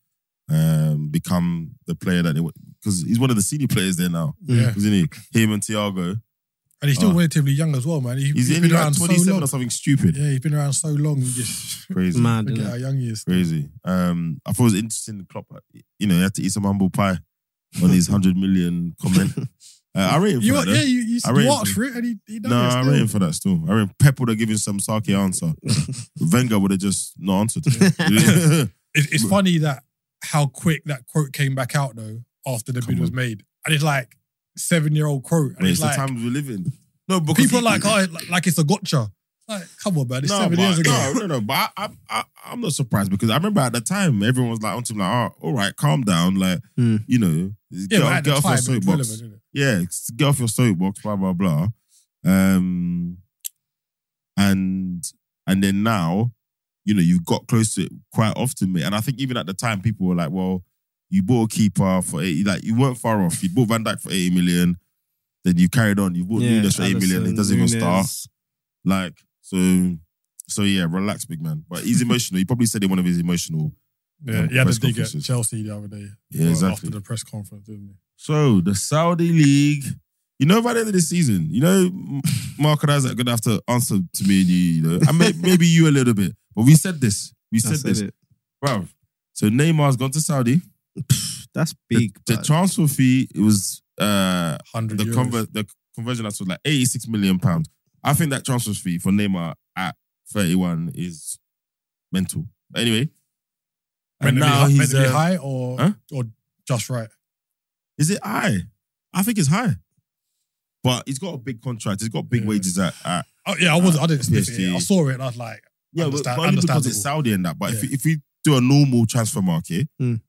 Speaker 1: Um, become the player that they because he's one of the senior players there now,
Speaker 2: Mm.
Speaker 3: Yeah.
Speaker 1: isn't he? Him and Thiago.
Speaker 3: And he's still
Speaker 1: Oh.
Speaker 3: relatively young as well, man. He,
Speaker 1: He's,
Speaker 3: he's
Speaker 1: in
Speaker 3: been
Speaker 1: like
Speaker 3: around so
Speaker 1: 27
Speaker 3: long.
Speaker 1: or something stupid.
Speaker 3: Yeah, he's been around so
Speaker 1: [LAUGHS]
Speaker 3: long. You just
Speaker 1: Crazy.
Speaker 2: Mad.
Speaker 3: look at how
Speaker 2: innit?
Speaker 3: young he is.
Speaker 1: Crazy. Um, I thought it was interesting. Klopp, you know, he had to eat some humble pie on his hundred million comment. Uh, I rate him for
Speaker 3: You,
Speaker 1: that.
Speaker 3: yeah,
Speaker 1: though.
Speaker 3: you, you
Speaker 1: I rate him
Speaker 3: watch
Speaker 1: for-
Speaker 3: for it, and he, he done
Speaker 1: no,
Speaker 3: it
Speaker 1: I
Speaker 3: still.
Speaker 1: rate him for that still. I rate Pep would have given some sarky answer. Wenger would have just not answered.
Speaker 3: [LAUGHS]
Speaker 1: [LAUGHS]
Speaker 3: It's, it's funny that how quick that quote came back out though after the
Speaker 1: Come
Speaker 3: bid was made, and it's like seven year old quote, and
Speaker 1: Mate, it's
Speaker 3: it's
Speaker 1: the
Speaker 3: like
Speaker 1: times we live in. No, because
Speaker 3: people
Speaker 1: he-
Speaker 3: like oh, like- like it's a gotcha. Like, come on, man, it's
Speaker 1: no,
Speaker 3: seven
Speaker 1: but-
Speaker 3: years ago.
Speaker 1: No, no, no. But I, I, I, I'm not surprised because I remember at the time everyone was like onto him like, oh, all right, calm down, like
Speaker 2: Hmm.
Speaker 1: you know,
Speaker 3: yeah,
Speaker 1: get,
Speaker 3: but
Speaker 1: off-
Speaker 3: at
Speaker 1: get
Speaker 3: the
Speaker 1: off
Speaker 3: time,
Speaker 1: your
Speaker 3: it's relevant,
Speaker 1: soapbox.
Speaker 3: isn't it?
Speaker 1: yeah, get off your soapbox, blah blah blah. Um, and and then now, you know, you got close to it quite often, mate. And I think even at the time, people were like, "Well, you bought a keeper for eighty, like you weren't far off. You bought Van Dyke for eighty million, then you carried on. You bought
Speaker 2: Yeah,
Speaker 1: Nunes for eighty million. It
Speaker 2: Alisson,
Speaker 1: doesn't even start.
Speaker 2: Nunes.
Speaker 1: Like so, so yeah, relax, big man. But he's emotional. He probably said in one of his emotional.
Speaker 3: Yeah,
Speaker 1: Um,
Speaker 3: he had
Speaker 1: press
Speaker 3: a dig at
Speaker 1: conferences.
Speaker 3: Chelsea the other day
Speaker 1: Yeah,
Speaker 3: uh,
Speaker 1: exactly.
Speaker 3: after the press conference, didn't he?
Speaker 1: So the Saudi league, you know, by the end of the season, you know, M- Mark and Isaac are gonna have to answer to me and you. You know, and may, maybe you a little bit, but we said this. We
Speaker 2: I
Speaker 1: said,
Speaker 2: said
Speaker 1: this,
Speaker 2: it.
Speaker 1: bruv. So Neymar's gone to Saudi.
Speaker 2: That's
Speaker 1: The-
Speaker 2: big.
Speaker 1: The,
Speaker 2: but-
Speaker 1: transfer fee it was uh
Speaker 3: Hundred
Speaker 1: the
Speaker 3: euros.
Speaker 1: conver- the conversion that was like eighty six million pounds. I think that transfer fee for Neymar at thirty one is mental. Anyway,
Speaker 3: meant, to be, hi- meant to be
Speaker 1: uh,
Speaker 3: high or
Speaker 1: huh?
Speaker 3: or just right.
Speaker 1: Is it high? I think it's high. But he's got a big contract. He's got big
Speaker 3: Yeah.
Speaker 1: wages at, at
Speaker 3: Oh, yeah, I was. I didn't sniff
Speaker 1: PSG.
Speaker 3: it. I saw it. and I was like,
Speaker 1: yeah, but-
Speaker 3: Understand-
Speaker 1: but only because it's
Speaker 3: understandable.
Speaker 1: Saudi and that. But if,
Speaker 3: Yeah.
Speaker 1: if we do a normal transfer market,
Speaker 2: Mm.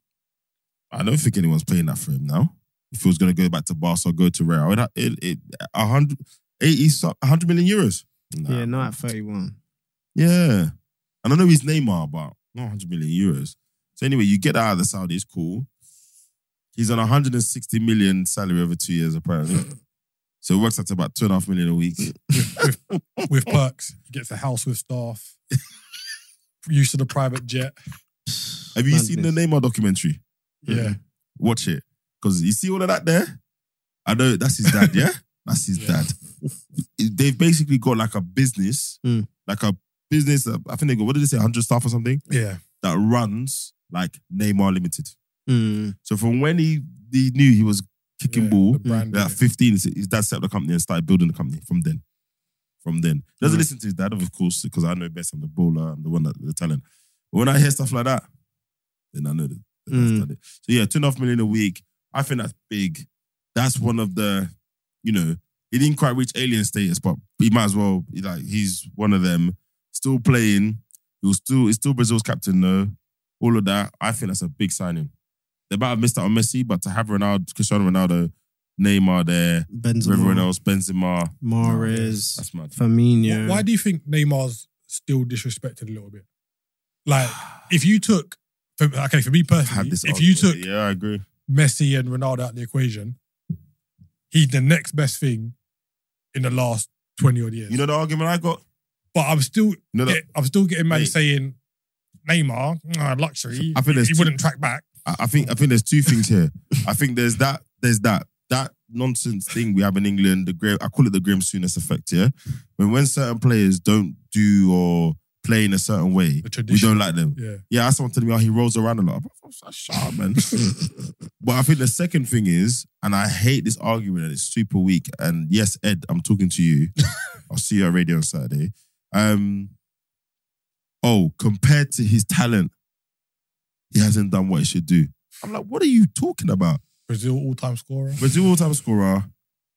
Speaker 1: I don't think anyone's playing that for him now. If he was going to go back to Barca or go to Real, it it, it a hundred eighty so- a hundred million euros. Nah.
Speaker 2: yeah, not at 31.
Speaker 1: Yeah. And I know he's Neymar, but not 100 million euros. So anyway, you get that out of the Saudi, it's cool. He's on 160 million salary over two years,
Speaker 3: [LAUGHS]
Speaker 1: apparently. so it works out to about two and a half million a week. [LAUGHS]
Speaker 3: with perks. He gets a house with staff, use of the private jet.
Speaker 1: [SIGHS] Have you seen the Neymar documentary?
Speaker 3: Yeah.
Speaker 1: Watch it. Because you see all of that there? I know that's his dad,
Speaker 3: [LAUGHS]
Speaker 1: yeah? That's his
Speaker 3: Yeah.
Speaker 1: dad. They've basically got like a business,
Speaker 3: Hmm.
Speaker 2: Mm.
Speaker 1: like a business, that- I think they got, what did they say, 100 staff or something,
Speaker 3: Yeah.
Speaker 1: that runs like Neymar Limited.
Speaker 2: Mm,
Speaker 1: So from when he, he knew he was kicking
Speaker 3: Yeah,
Speaker 1: ball.
Speaker 3: the brand
Speaker 1: At 15, his dad set up the company and started building the company from then. From then. He doesn't
Speaker 2: Mm.
Speaker 1: listen to his dad, of course, because I know best. I'm the bowler. I'm the one that the talent. But when I hear stuff like that, then I know that that that's
Speaker 2: Mm.
Speaker 1: done it. So yeah, two and a half million a week. I think that's big. That's one of the, you know, he didn't quite reach alien status, but he might as well. he Like he's one of them. Still playing. He was still he's still Brazil's captain though. All of that. I think that's a big signing. They might have missed out on Messi, but to have Ronaldo, Cristiano Ronaldo, Neymar there,
Speaker 2: Mm. Benzema,
Speaker 1: everyone else, Benzema.
Speaker 2: Mahrez,
Speaker 1: That's mad.
Speaker 2: Firmino.
Speaker 3: Why do you think Neymar's still disrespected a little bit?
Speaker 1: [SIGHS]
Speaker 3: Like, if you took, for, okay, for me
Speaker 1: I had
Speaker 3: personally,
Speaker 1: this
Speaker 3: if you took
Speaker 1: argument. yeah, I agree.
Speaker 3: Messi and Ronaldo out the equation, he's the next best thing in the last 20 odd years.
Speaker 1: You know the argument I got.
Speaker 3: but I'm still,
Speaker 1: You know that
Speaker 3: get- I'm still getting man
Speaker 1: Mate.
Speaker 3: saying Neymar, ah, luxury.
Speaker 1: I think there's
Speaker 3: he
Speaker 1: two-
Speaker 3: wouldn't track back.
Speaker 1: I I think I think there's two things here. I think there's that there's that that nonsense thing we have in England. The Graham, I call it the Graham Souness effect. Yeah, when when certain players don't do or play in a certain way,
Speaker 3: The
Speaker 1: we
Speaker 3: tradition.
Speaker 1: don't like them.
Speaker 3: yeah.
Speaker 1: Yeah, that's someone telling me, oh, he rolls around a lot. I'm like, Shut up, man. but I think the second thing is, and I hate this argument, and it's super weak. And yes, Ed, I'm talking to you. I'll see you at radio on Saturday. Um, oh, compared to his talent, he hasn't done what he should do. I'm like, what are you talking about?
Speaker 3: Brazil all time scorer.
Speaker 1: Brazil all-time scorer,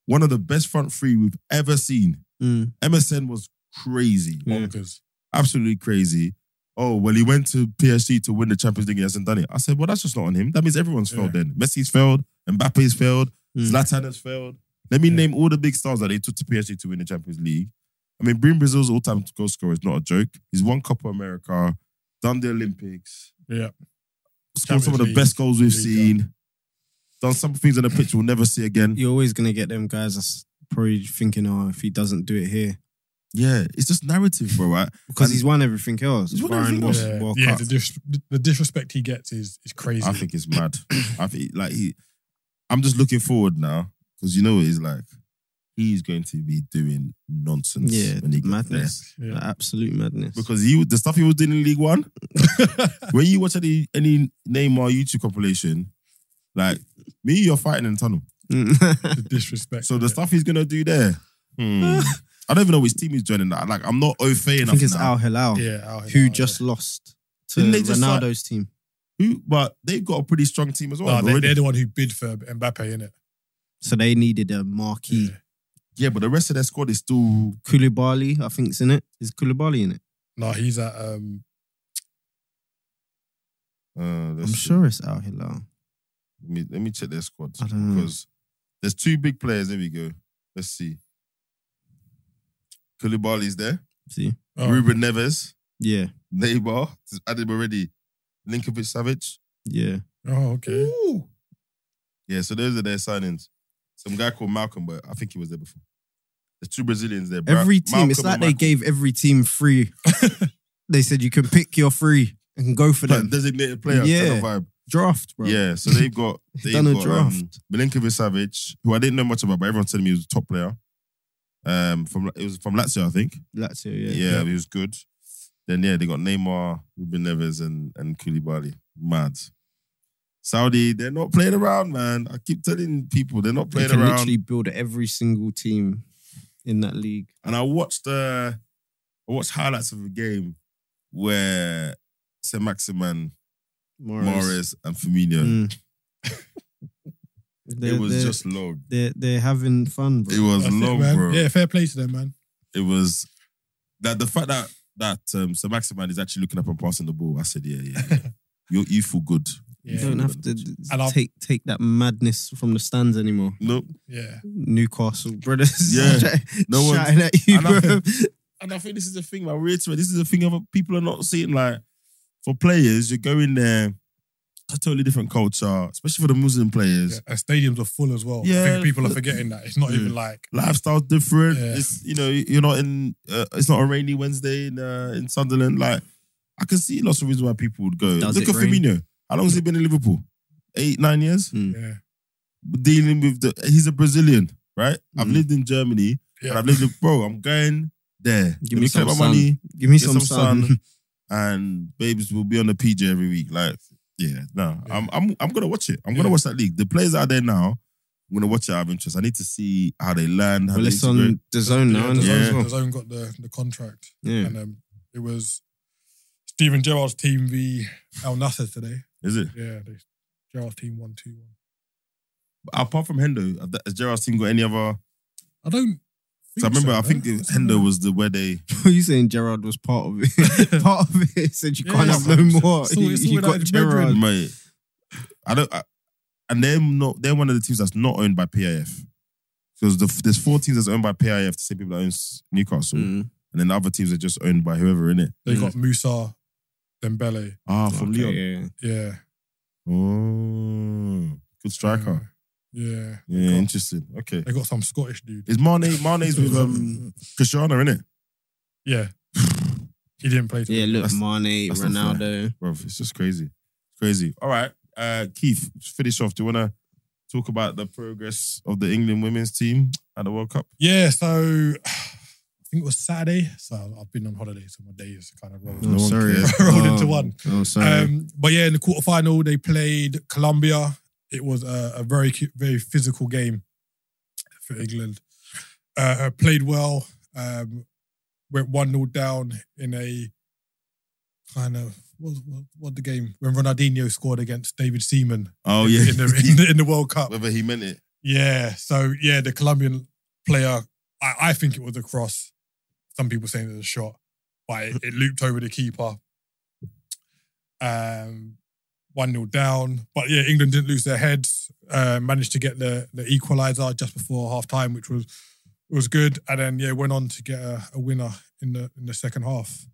Speaker 1: one of the best front three we've ever seen.
Speaker 2: Mm.
Speaker 1: MSN was crazy
Speaker 2: Yeah.
Speaker 3: Bonkers.
Speaker 1: absolutely crazy. Oh, well, he went to PSG to win the Champions League. He hasn't done it. I said, well, that's just not on him. That means everyone's failed then. Messi's failed, Mbappe's failed,
Speaker 2: Mm.
Speaker 1: Zlatan has failed. Let me
Speaker 3: Hmm. Yeah.
Speaker 1: name all the big stars that they took to PSG to win the Champions League. I mean, Brim Brazil's all time goal scorer is not a joke. He's won Copa America, done the Olympics,
Speaker 3: Yeah.
Speaker 1: scored some of the
Speaker 3: Champions
Speaker 1: best goals we've
Speaker 3: League,
Speaker 1: seen, done some things on the pitch we'll never see again.
Speaker 2: You're always gonna get them guys that's probably thinking, oh, if he doesn't do it here,
Speaker 1: Yeah, it's just narrative, bro, right?
Speaker 2: because
Speaker 1: And-
Speaker 2: he's won everything else.
Speaker 1: He's won
Speaker 2: Barring
Speaker 1: everything
Speaker 2: World-
Speaker 1: else.
Speaker 3: Yeah,
Speaker 2: World
Speaker 3: yeah
Speaker 2: Cup.
Speaker 3: the, dis- the disrespect he gets is, is crazy.
Speaker 1: I think it's mad. I think like he, I'm just looking forward now because you know what it's like. He's going to be doing nonsense.
Speaker 2: Yeah,
Speaker 1: when he gets
Speaker 2: madness,
Speaker 3: Yeah.
Speaker 2: Like, absolute madness. [LAUGHS]
Speaker 1: there. Because he the stuff he was doing in League One. when you watch any any Neymar YouTube compilation, like me, you're fighting in the tunnel.
Speaker 2: Mm.
Speaker 3: the disrespect.
Speaker 1: So the
Speaker 3: Yeah.
Speaker 1: stuff he's gonna do there,
Speaker 2: [LAUGHS]
Speaker 1: hmm, I don't even know which team he's joining. Like I'm not au fait
Speaker 2: I
Speaker 1: enough
Speaker 2: think it's
Speaker 1: now.
Speaker 2: Al Hilal
Speaker 3: Yeah. Al
Speaker 2: who
Speaker 3: Hilal,
Speaker 2: just lost to
Speaker 1: Didn't they just, like-
Speaker 2: Ronaldo's team.
Speaker 1: Who- but they've got a pretty strong team as
Speaker 3: yeah.
Speaker 1: well.
Speaker 3: No, Oh, they,
Speaker 1: already.
Speaker 3: they're the one who bid for Mbappe, innit?
Speaker 2: So they needed a marquee.
Speaker 3: Yeah.
Speaker 1: yeah, but the rest of their squad is still
Speaker 2: Koulibaly, I think's in it. Is Koulibaly in it?
Speaker 3: No, he's at um,
Speaker 1: uh,
Speaker 2: I'm sure it's Al Hilal.
Speaker 1: Let me let me check their squad
Speaker 2: I don't know.
Speaker 1: because there's two big players. There we go. Let's see. Koulibaly's there.
Speaker 2: See?
Speaker 3: oh,
Speaker 1: Ruben Neves,
Speaker 2: Yeah,
Speaker 1: Neymar, added already. Linkovic Savage.
Speaker 2: yeah.
Speaker 3: Oh, okay.
Speaker 1: Ooh. Yeah, so those are their signings. Some guy called Malcolm, but I think he was there before. There's two Brazilians there. Bra-
Speaker 2: Every team,
Speaker 1: Malcolm
Speaker 2: it's like
Speaker 1: and
Speaker 2: they
Speaker 1: Michael.
Speaker 2: gave every
Speaker 1: [LAUGHS]
Speaker 2: team three. they said you can pick your three and go for
Speaker 1: Like
Speaker 2: them.
Speaker 1: designated player yeah.
Speaker 2: Yeah.
Speaker 1: kind of vibe.
Speaker 2: Draft, bro.
Speaker 1: Yeah, so they've got
Speaker 2: [LAUGHS]
Speaker 1: they've
Speaker 2: Done a
Speaker 1: got,
Speaker 2: draft.
Speaker 1: Um, Milinkovic Savage, who I didn't know much about, but everyone's telling me he was a top player. Um, from it was from Lazio, I think.
Speaker 2: Lazio,
Speaker 1: Yeah,
Speaker 2: yeah.
Speaker 1: he was good. Then yeah, they got Neymar, Ruben Neves, and and Koulibaly. Mad. Saudi, they're not playing around, man. I keep telling people they're not
Speaker 2: They
Speaker 1: playing
Speaker 2: can
Speaker 1: around.
Speaker 2: literally build every single team in that league.
Speaker 1: And I watched uh, I watched highlights of a game where Saint Maximan,
Speaker 2: Morris.
Speaker 1: Morris, and Firmino. [LAUGHS]
Speaker 2: Mm. they're,
Speaker 1: It was
Speaker 2: they're,
Speaker 1: just log.
Speaker 2: they're, they're having fun, bro.
Speaker 1: It was
Speaker 3: That's it,
Speaker 1: long,
Speaker 3: man.
Speaker 1: bro.
Speaker 3: Yeah, fair play to them,
Speaker 1: [LAUGHS]
Speaker 3: man. [LAUGHS]
Speaker 1: It was that the fact that that um, Saint Maximan is actually looking up and passing the ball. I said, yeah, yeah, yeah. you you feel good.
Speaker 2: You
Speaker 3: Yeah.
Speaker 2: don't have to d-
Speaker 3: And I'll-
Speaker 2: take take that madness from the stands anymore.
Speaker 1: Nope.
Speaker 3: Yeah.
Speaker 2: Newcastle brothers, [LAUGHS]
Speaker 1: Yeah. No one's-
Speaker 2: shouting at you,
Speaker 1: And I-
Speaker 2: bro.
Speaker 1: And I think this is the thing, man. Reiterate, this is the thing of people are not seeing. Like for players, you go in there, it's a totally different culture, especially for the Muslim
Speaker 3: yeah.
Speaker 1: players.
Speaker 3: And stadiums are full as well. I
Speaker 1: Yeah.
Speaker 3: think people are forgetting that. It's not
Speaker 1: Mm.
Speaker 3: even like,
Speaker 1: Lifestyle's different.
Speaker 3: Yeah.
Speaker 1: It's you know you're not in. Uh, it's not a rainy Wednesday in uh, in Sunderland. Like I can see lots of reasons why people would go.
Speaker 2: Does
Speaker 1: Look
Speaker 2: it
Speaker 1: at
Speaker 2: rain?
Speaker 1: Firmino. How long has he been in Liverpool? Eight, nine years.
Speaker 3: yeah.
Speaker 1: Dealing with the. He's a Brazilian, right? I've
Speaker 2: Mm.
Speaker 1: lived in Germany and
Speaker 3: Yeah.
Speaker 1: I've lived in bro. I'm going there.
Speaker 2: Give
Speaker 1: Let
Speaker 2: me some
Speaker 1: collect
Speaker 2: sun. Give me
Speaker 1: Get
Speaker 2: some,
Speaker 1: some sun.
Speaker 2: sun.
Speaker 1: and babes will be on the PJ every week. Like, yeah, no,
Speaker 3: Yeah.
Speaker 1: I'm, I'm, I'm gonna watch it. I'm gonna
Speaker 3: Yeah.
Speaker 1: watch that league. The players out there now, I'm gonna watch it out of interest. I need to see how they land. How
Speaker 2: Well,
Speaker 1: they
Speaker 2: it's
Speaker 1: integrate.
Speaker 2: on the zone now.
Speaker 1: DAZN
Speaker 2: isn't it?
Speaker 1: Yeah.
Speaker 2: As well?
Speaker 3: The zone got the, the contract,
Speaker 2: Yeah. [LAUGHS]
Speaker 3: and um, it was Steven Gerrard's team v Al Nasser today.
Speaker 1: Is it?
Speaker 3: Yeah, they, Gerrard's team won two one.
Speaker 1: Apart from Hendo, have that- has Gerard team got any other?
Speaker 3: I don't.
Speaker 1: So I
Speaker 3: think
Speaker 1: remember, I
Speaker 3: no.
Speaker 1: think it- Hendo was the where they.
Speaker 2: What are you saying Gerard was part of
Speaker 1: [LAUGHS]
Speaker 2: it? [LAUGHS] part of it said you
Speaker 3: Yeah,
Speaker 2: can't
Speaker 3: yeah,
Speaker 2: have
Speaker 1: Mm.
Speaker 2: no
Speaker 3: 100%.
Speaker 2: more.
Speaker 3: It's all-
Speaker 2: You-
Speaker 3: it's all
Speaker 2: you got
Speaker 3: United
Speaker 2: Gerard.
Speaker 3: Madrid.
Speaker 1: Mate, I don't. I, and they're not. They're one of the teams that's not owned by PIF because the, there's four teams that's owned by PIF. The same people that owns Newcastle,
Speaker 2: Mm.
Speaker 1: and then the other teams are just owned by whoever in it.
Speaker 3: they got Musa, Dembele.
Speaker 1: Ah, from
Speaker 2: Okay,
Speaker 1: Leon.
Speaker 2: yeah.
Speaker 3: Yeah,
Speaker 1: Oh, good
Speaker 2: Mm,
Speaker 1: striker.
Speaker 3: Um, yeah.
Speaker 1: Yeah,
Speaker 3: Cool.
Speaker 1: interesting. Okay.
Speaker 3: They got some Scottish dude.
Speaker 1: Is Mane Mane's with
Speaker 2: [LAUGHS]
Speaker 1: um Cristiano in it?
Speaker 3: Yeah, he didn't play.
Speaker 2: Yeah,
Speaker 3: Today.
Speaker 2: look,
Speaker 1: That's-
Speaker 2: Mane,
Speaker 1: that's not
Speaker 2: Ronaldo.
Speaker 1: Bro, it's just crazy. It's crazy. All right. Uh Keith, to finish off. Do you wanna talk about the progress of the England women's team at the World Cup?
Speaker 3: Yeah, so [SIGHS] I think it was Saturday. So I've been on holiday, so my days kind of rolled.
Speaker 1: No one
Speaker 2: [LAUGHS]
Speaker 1: cares.
Speaker 3: Rolled into one.
Speaker 2: Oh, sorry.
Speaker 3: Um, but yeah, in the quarterfinal, they played Colombia. It was a, a very, cu- very physical game for England. Uh, uh, played well. Um, went one 0 down in a kind of what, what, what the game when Ronaldinho scored against David Seaman
Speaker 1: Oh
Speaker 3: in
Speaker 1: yeah.
Speaker 3: the, in the in the World
Speaker 1: [LAUGHS]
Speaker 3: Cup.
Speaker 1: Whether he meant it.
Speaker 3: Yeah. So yeah, the Colombian player, I, I think it was a cross. Some people saying it was a shot, but it, it looped over the keeper. Um, one 0 down. But yeah, England didn't lose their heads. Uh, managed to get the the equaliser just before half time, which was was good. And then yeah, went on to get a, a winner in the in the second half.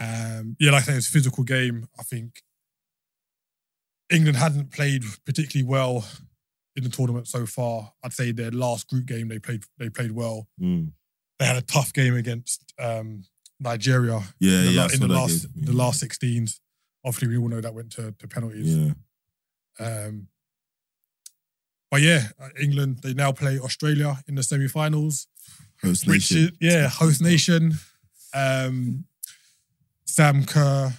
Speaker 3: Um, yeah, like I say, it's a physical game. I think England hadn't played particularly well in the tournament so far. I'd say their last group game they played they played well.
Speaker 1: Mm.
Speaker 3: They had a tough game against um, Nigeria
Speaker 1: Yeah,
Speaker 3: in the,
Speaker 1: yeah.
Speaker 3: la-
Speaker 1: I
Speaker 3: in
Speaker 1: saw
Speaker 3: the
Speaker 1: that
Speaker 3: last
Speaker 1: game.
Speaker 3: the last sixteens. Obviously, we all know that went to, to penalties.
Speaker 1: Yeah.
Speaker 3: Um, but yeah, uh, England they now play Australia in the semi-finals,
Speaker 1: Host
Speaker 3: which
Speaker 1: nation.
Speaker 3: is yeah host nation. Um, Sam Kerr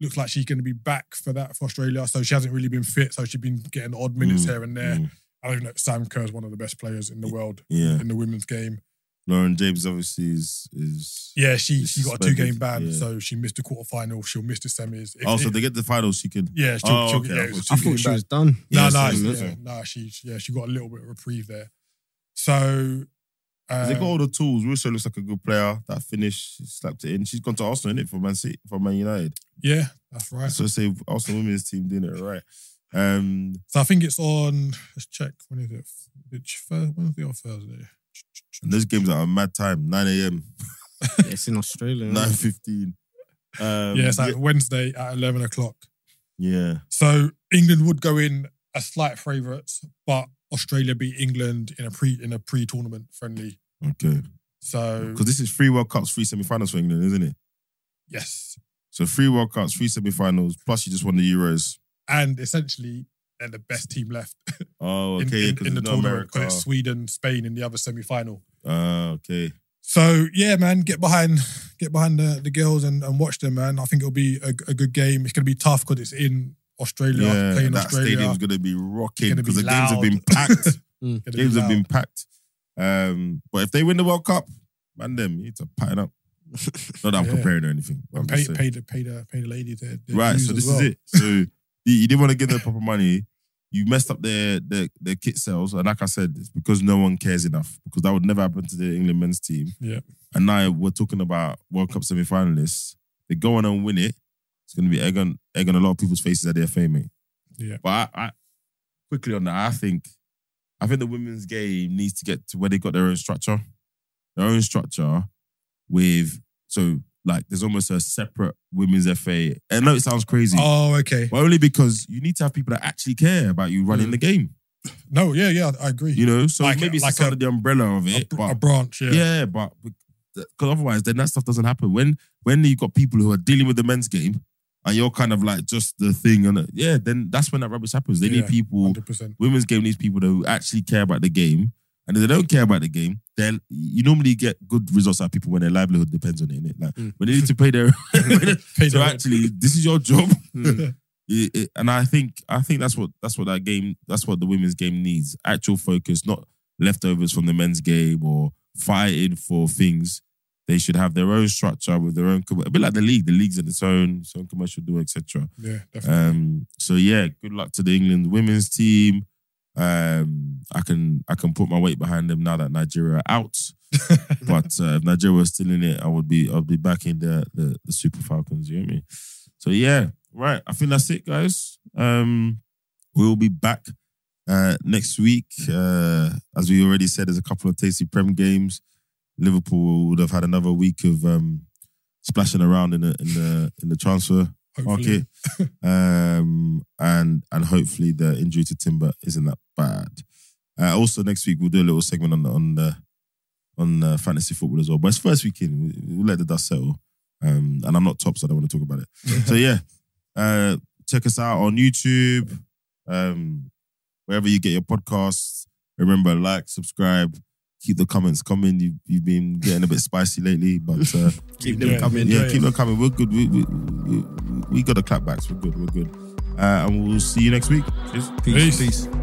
Speaker 3: looks like she's going to be back for that for Australia. So she hasn't really been fit, so she's been getting odd minutes
Speaker 1: Mm,
Speaker 3: here and there.
Speaker 1: Mm.
Speaker 3: I don't know. Sam Kerr is one of the best players in the world
Speaker 1: Yeah.
Speaker 3: in the women's game.
Speaker 1: Lauren James obviously is
Speaker 3: [LAUGHS]
Speaker 1: is
Speaker 3: Yeah, she
Speaker 1: It's
Speaker 3: she got a two
Speaker 1: suspended,
Speaker 3: game ban,
Speaker 1: yeah.
Speaker 3: so she missed the quarterfinal. She'll miss the semis. If-
Speaker 1: Oh, so
Speaker 3: if-
Speaker 1: they get the final, she can
Speaker 3: yeah, she'll,
Speaker 1: Oh,
Speaker 3: she'll,
Speaker 1: okay,
Speaker 3: yeah,
Speaker 1: I
Speaker 3: it was
Speaker 1: thought
Speaker 3: a
Speaker 2: I
Speaker 3: two game
Speaker 2: thought she
Speaker 3: ban.
Speaker 1: [LAUGHS]
Speaker 2: was done.
Speaker 3: No,
Speaker 1: Yeah,
Speaker 3: no,
Speaker 1: so-
Speaker 3: it's-
Speaker 1: yeah.
Speaker 3: yeah, no, she yeah she got a little bit of reprieve there. So um,
Speaker 1: they got all the tools. Russo looks like a good player. That finish, she slapped it in. She's gone to Arsenal, innit? For Man City, for Man United.
Speaker 3: yeah, that's right.
Speaker 1: So say Arsenal women's team doing it right. Um,
Speaker 3: So I think it's on. Let's check. When is it? Which Thurs- Wednesday or Thursday?
Speaker 1: and those games are a mad time. 9 a.m.,
Speaker 2: Yeah, it's in Australia.
Speaker 1: [LAUGHS]
Speaker 2: isn't it?
Speaker 1: 9.15. Um,
Speaker 3: yeah, it's like Wednesday at eleven o'clock.
Speaker 1: yeah.
Speaker 3: So England would go in as slight favourites, but Australia beat England in a pre in a pre tournament friendly.
Speaker 1: Okay.
Speaker 3: So
Speaker 1: Because this is three World Cups, three semi-finals for England, isn't it?
Speaker 3: yes,
Speaker 1: So three World Cups, three semi-finals, plus you just won the Euros.
Speaker 3: and essentially they're the best team left
Speaker 1: Oh,
Speaker 3: in-
Speaker 1: okay.
Speaker 3: in, in,
Speaker 1: Because
Speaker 3: the
Speaker 1: no
Speaker 3: tournament.
Speaker 1: America.
Speaker 3: 'cause It's Sweden, Spain in the other semi final.
Speaker 1: Ah, okay.
Speaker 3: So yeah, man, get behind, get behind the, the girls and, and watch them, man. I think it'll be a, a good game. It's gonna be tough because it's in Australia,
Speaker 1: Yeah,
Speaker 3: playing
Speaker 1: that
Speaker 3: Australia.
Speaker 1: stadium's going to be rocking
Speaker 3: Gonna be
Speaker 1: because the games have
Speaker 3: loud.
Speaker 1: been
Speaker 3: [LAUGHS]
Speaker 1: packed.
Speaker 3: Gonna be
Speaker 1: games have
Speaker 3: loud.
Speaker 1: been packed. Um, but if they win the World Cup, man, them you need to pattern
Speaker 3: [LAUGHS]
Speaker 1: up. Not that I'm
Speaker 3: Yeah.
Speaker 1: comparing or anything. but I'm
Speaker 3: and
Speaker 1: just saying.
Speaker 3: pay, pay the pay the pay the ladies their, their
Speaker 1: right,
Speaker 3: dues
Speaker 1: so
Speaker 3: as
Speaker 1: this
Speaker 3: well.
Speaker 1: is it. So you, you didn't want to give them proper money. You messed up their, their their kit sales, and like I said, it's because no one cares enough. Because that would never happen to the England men's team.
Speaker 3: Yeah.
Speaker 1: And now we're talking about World Cup semi-finalists. They go on and win it. It's going to be egg on, egg on a lot of people's faces at their fame, mate.
Speaker 3: Yeah.
Speaker 1: But I, I quickly on that, I think I think the women's game needs to get to where they got their own structure. Their own structure with so like there's almost a separate women's FA. I know it sounds crazy.
Speaker 3: Oh, okay.
Speaker 1: But only because you need to have people that actually care about you running
Speaker 2: Mm.
Speaker 1: the game.
Speaker 3: No, yeah, yeah, I agree.
Speaker 1: You know? So
Speaker 3: Like a-
Speaker 1: maybe it's
Speaker 3: like
Speaker 1: just
Speaker 3: a-
Speaker 1: under the umbrella of
Speaker 3: a,
Speaker 1: it.
Speaker 3: br-
Speaker 1: but
Speaker 3: a branch, yeah.
Speaker 1: yeah, but because otherwise, then that stuff doesn't happen. When when you got people who are dealing with the men's game, and you're kind of like just the thing, and yeah, then that's when that rubbish happens. They
Speaker 3: Yeah,
Speaker 1: need people.
Speaker 3: hundred percent.
Speaker 1: Women's game needs people who actually care about the game, and if they don't care about the game, then you normally get good results out of people when their livelihood depends on it. Innit? Like
Speaker 2: Mm.
Speaker 1: [LAUGHS] when they need to pay their.
Speaker 3: Pay
Speaker 1: so
Speaker 3: the-
Speaker 1: actually, this is your job. [LAUGHS]
Speaker 2: Mm.
Speaker 1: It- it- and I think I think that's what that's what that game that's what the women's game needs actual focus, not leftovers from the men's game or fighting for things. They should have their own structure with their own com- a bit like the league. The league's in its own its own commercial deal, etc.
Speaker 3: Yeah, definitely.
Speaker 1: Um, so yeah, good luck to the England women's team. Um, I can I can put my weight behind them now that Nigeria are out. but uh, if Nigeria was still in it, I would be I'd be backing the the, the Super Falcons. You know me? So yeah, right. I think that's it, guys. Um, we'll be back uh, next week. Uh, as we already said, there's a couple of tasty Prem games. Liverpool would have had another week of um, splashing around in the in the in the transfer
Speaker 3: Hopefully. [LAUGHS]
Speaker 1: market. um, and and hopefully the injury to Timber isn't that bad. Uh, also next week we'll do a little segment on the on the on the fantasy football as well. But it's first weekend. we- We'll let the dust settle. Um, and I'm not top, so I don't want to talk about it. so yeah, uh, check us out on YouTube, um, wherever you get your podcasts. Remember, like, subscribe, keep the comments coming. You've, you've been getting a bit spicy lately, but uh,
Speaker 2: Keep
Speaker 3: them coming.
Speaker 1: yeah,
Speaker 3: Yeah.
Speaker 1: keep them coming. We're good. We, we, we, we got the clapbacks. We're good. We're good. Uh, and we'll see you next week. Cheers.
Speaker 2: Peace.
Speaker 3: Peace.
Speaker 2: Peace.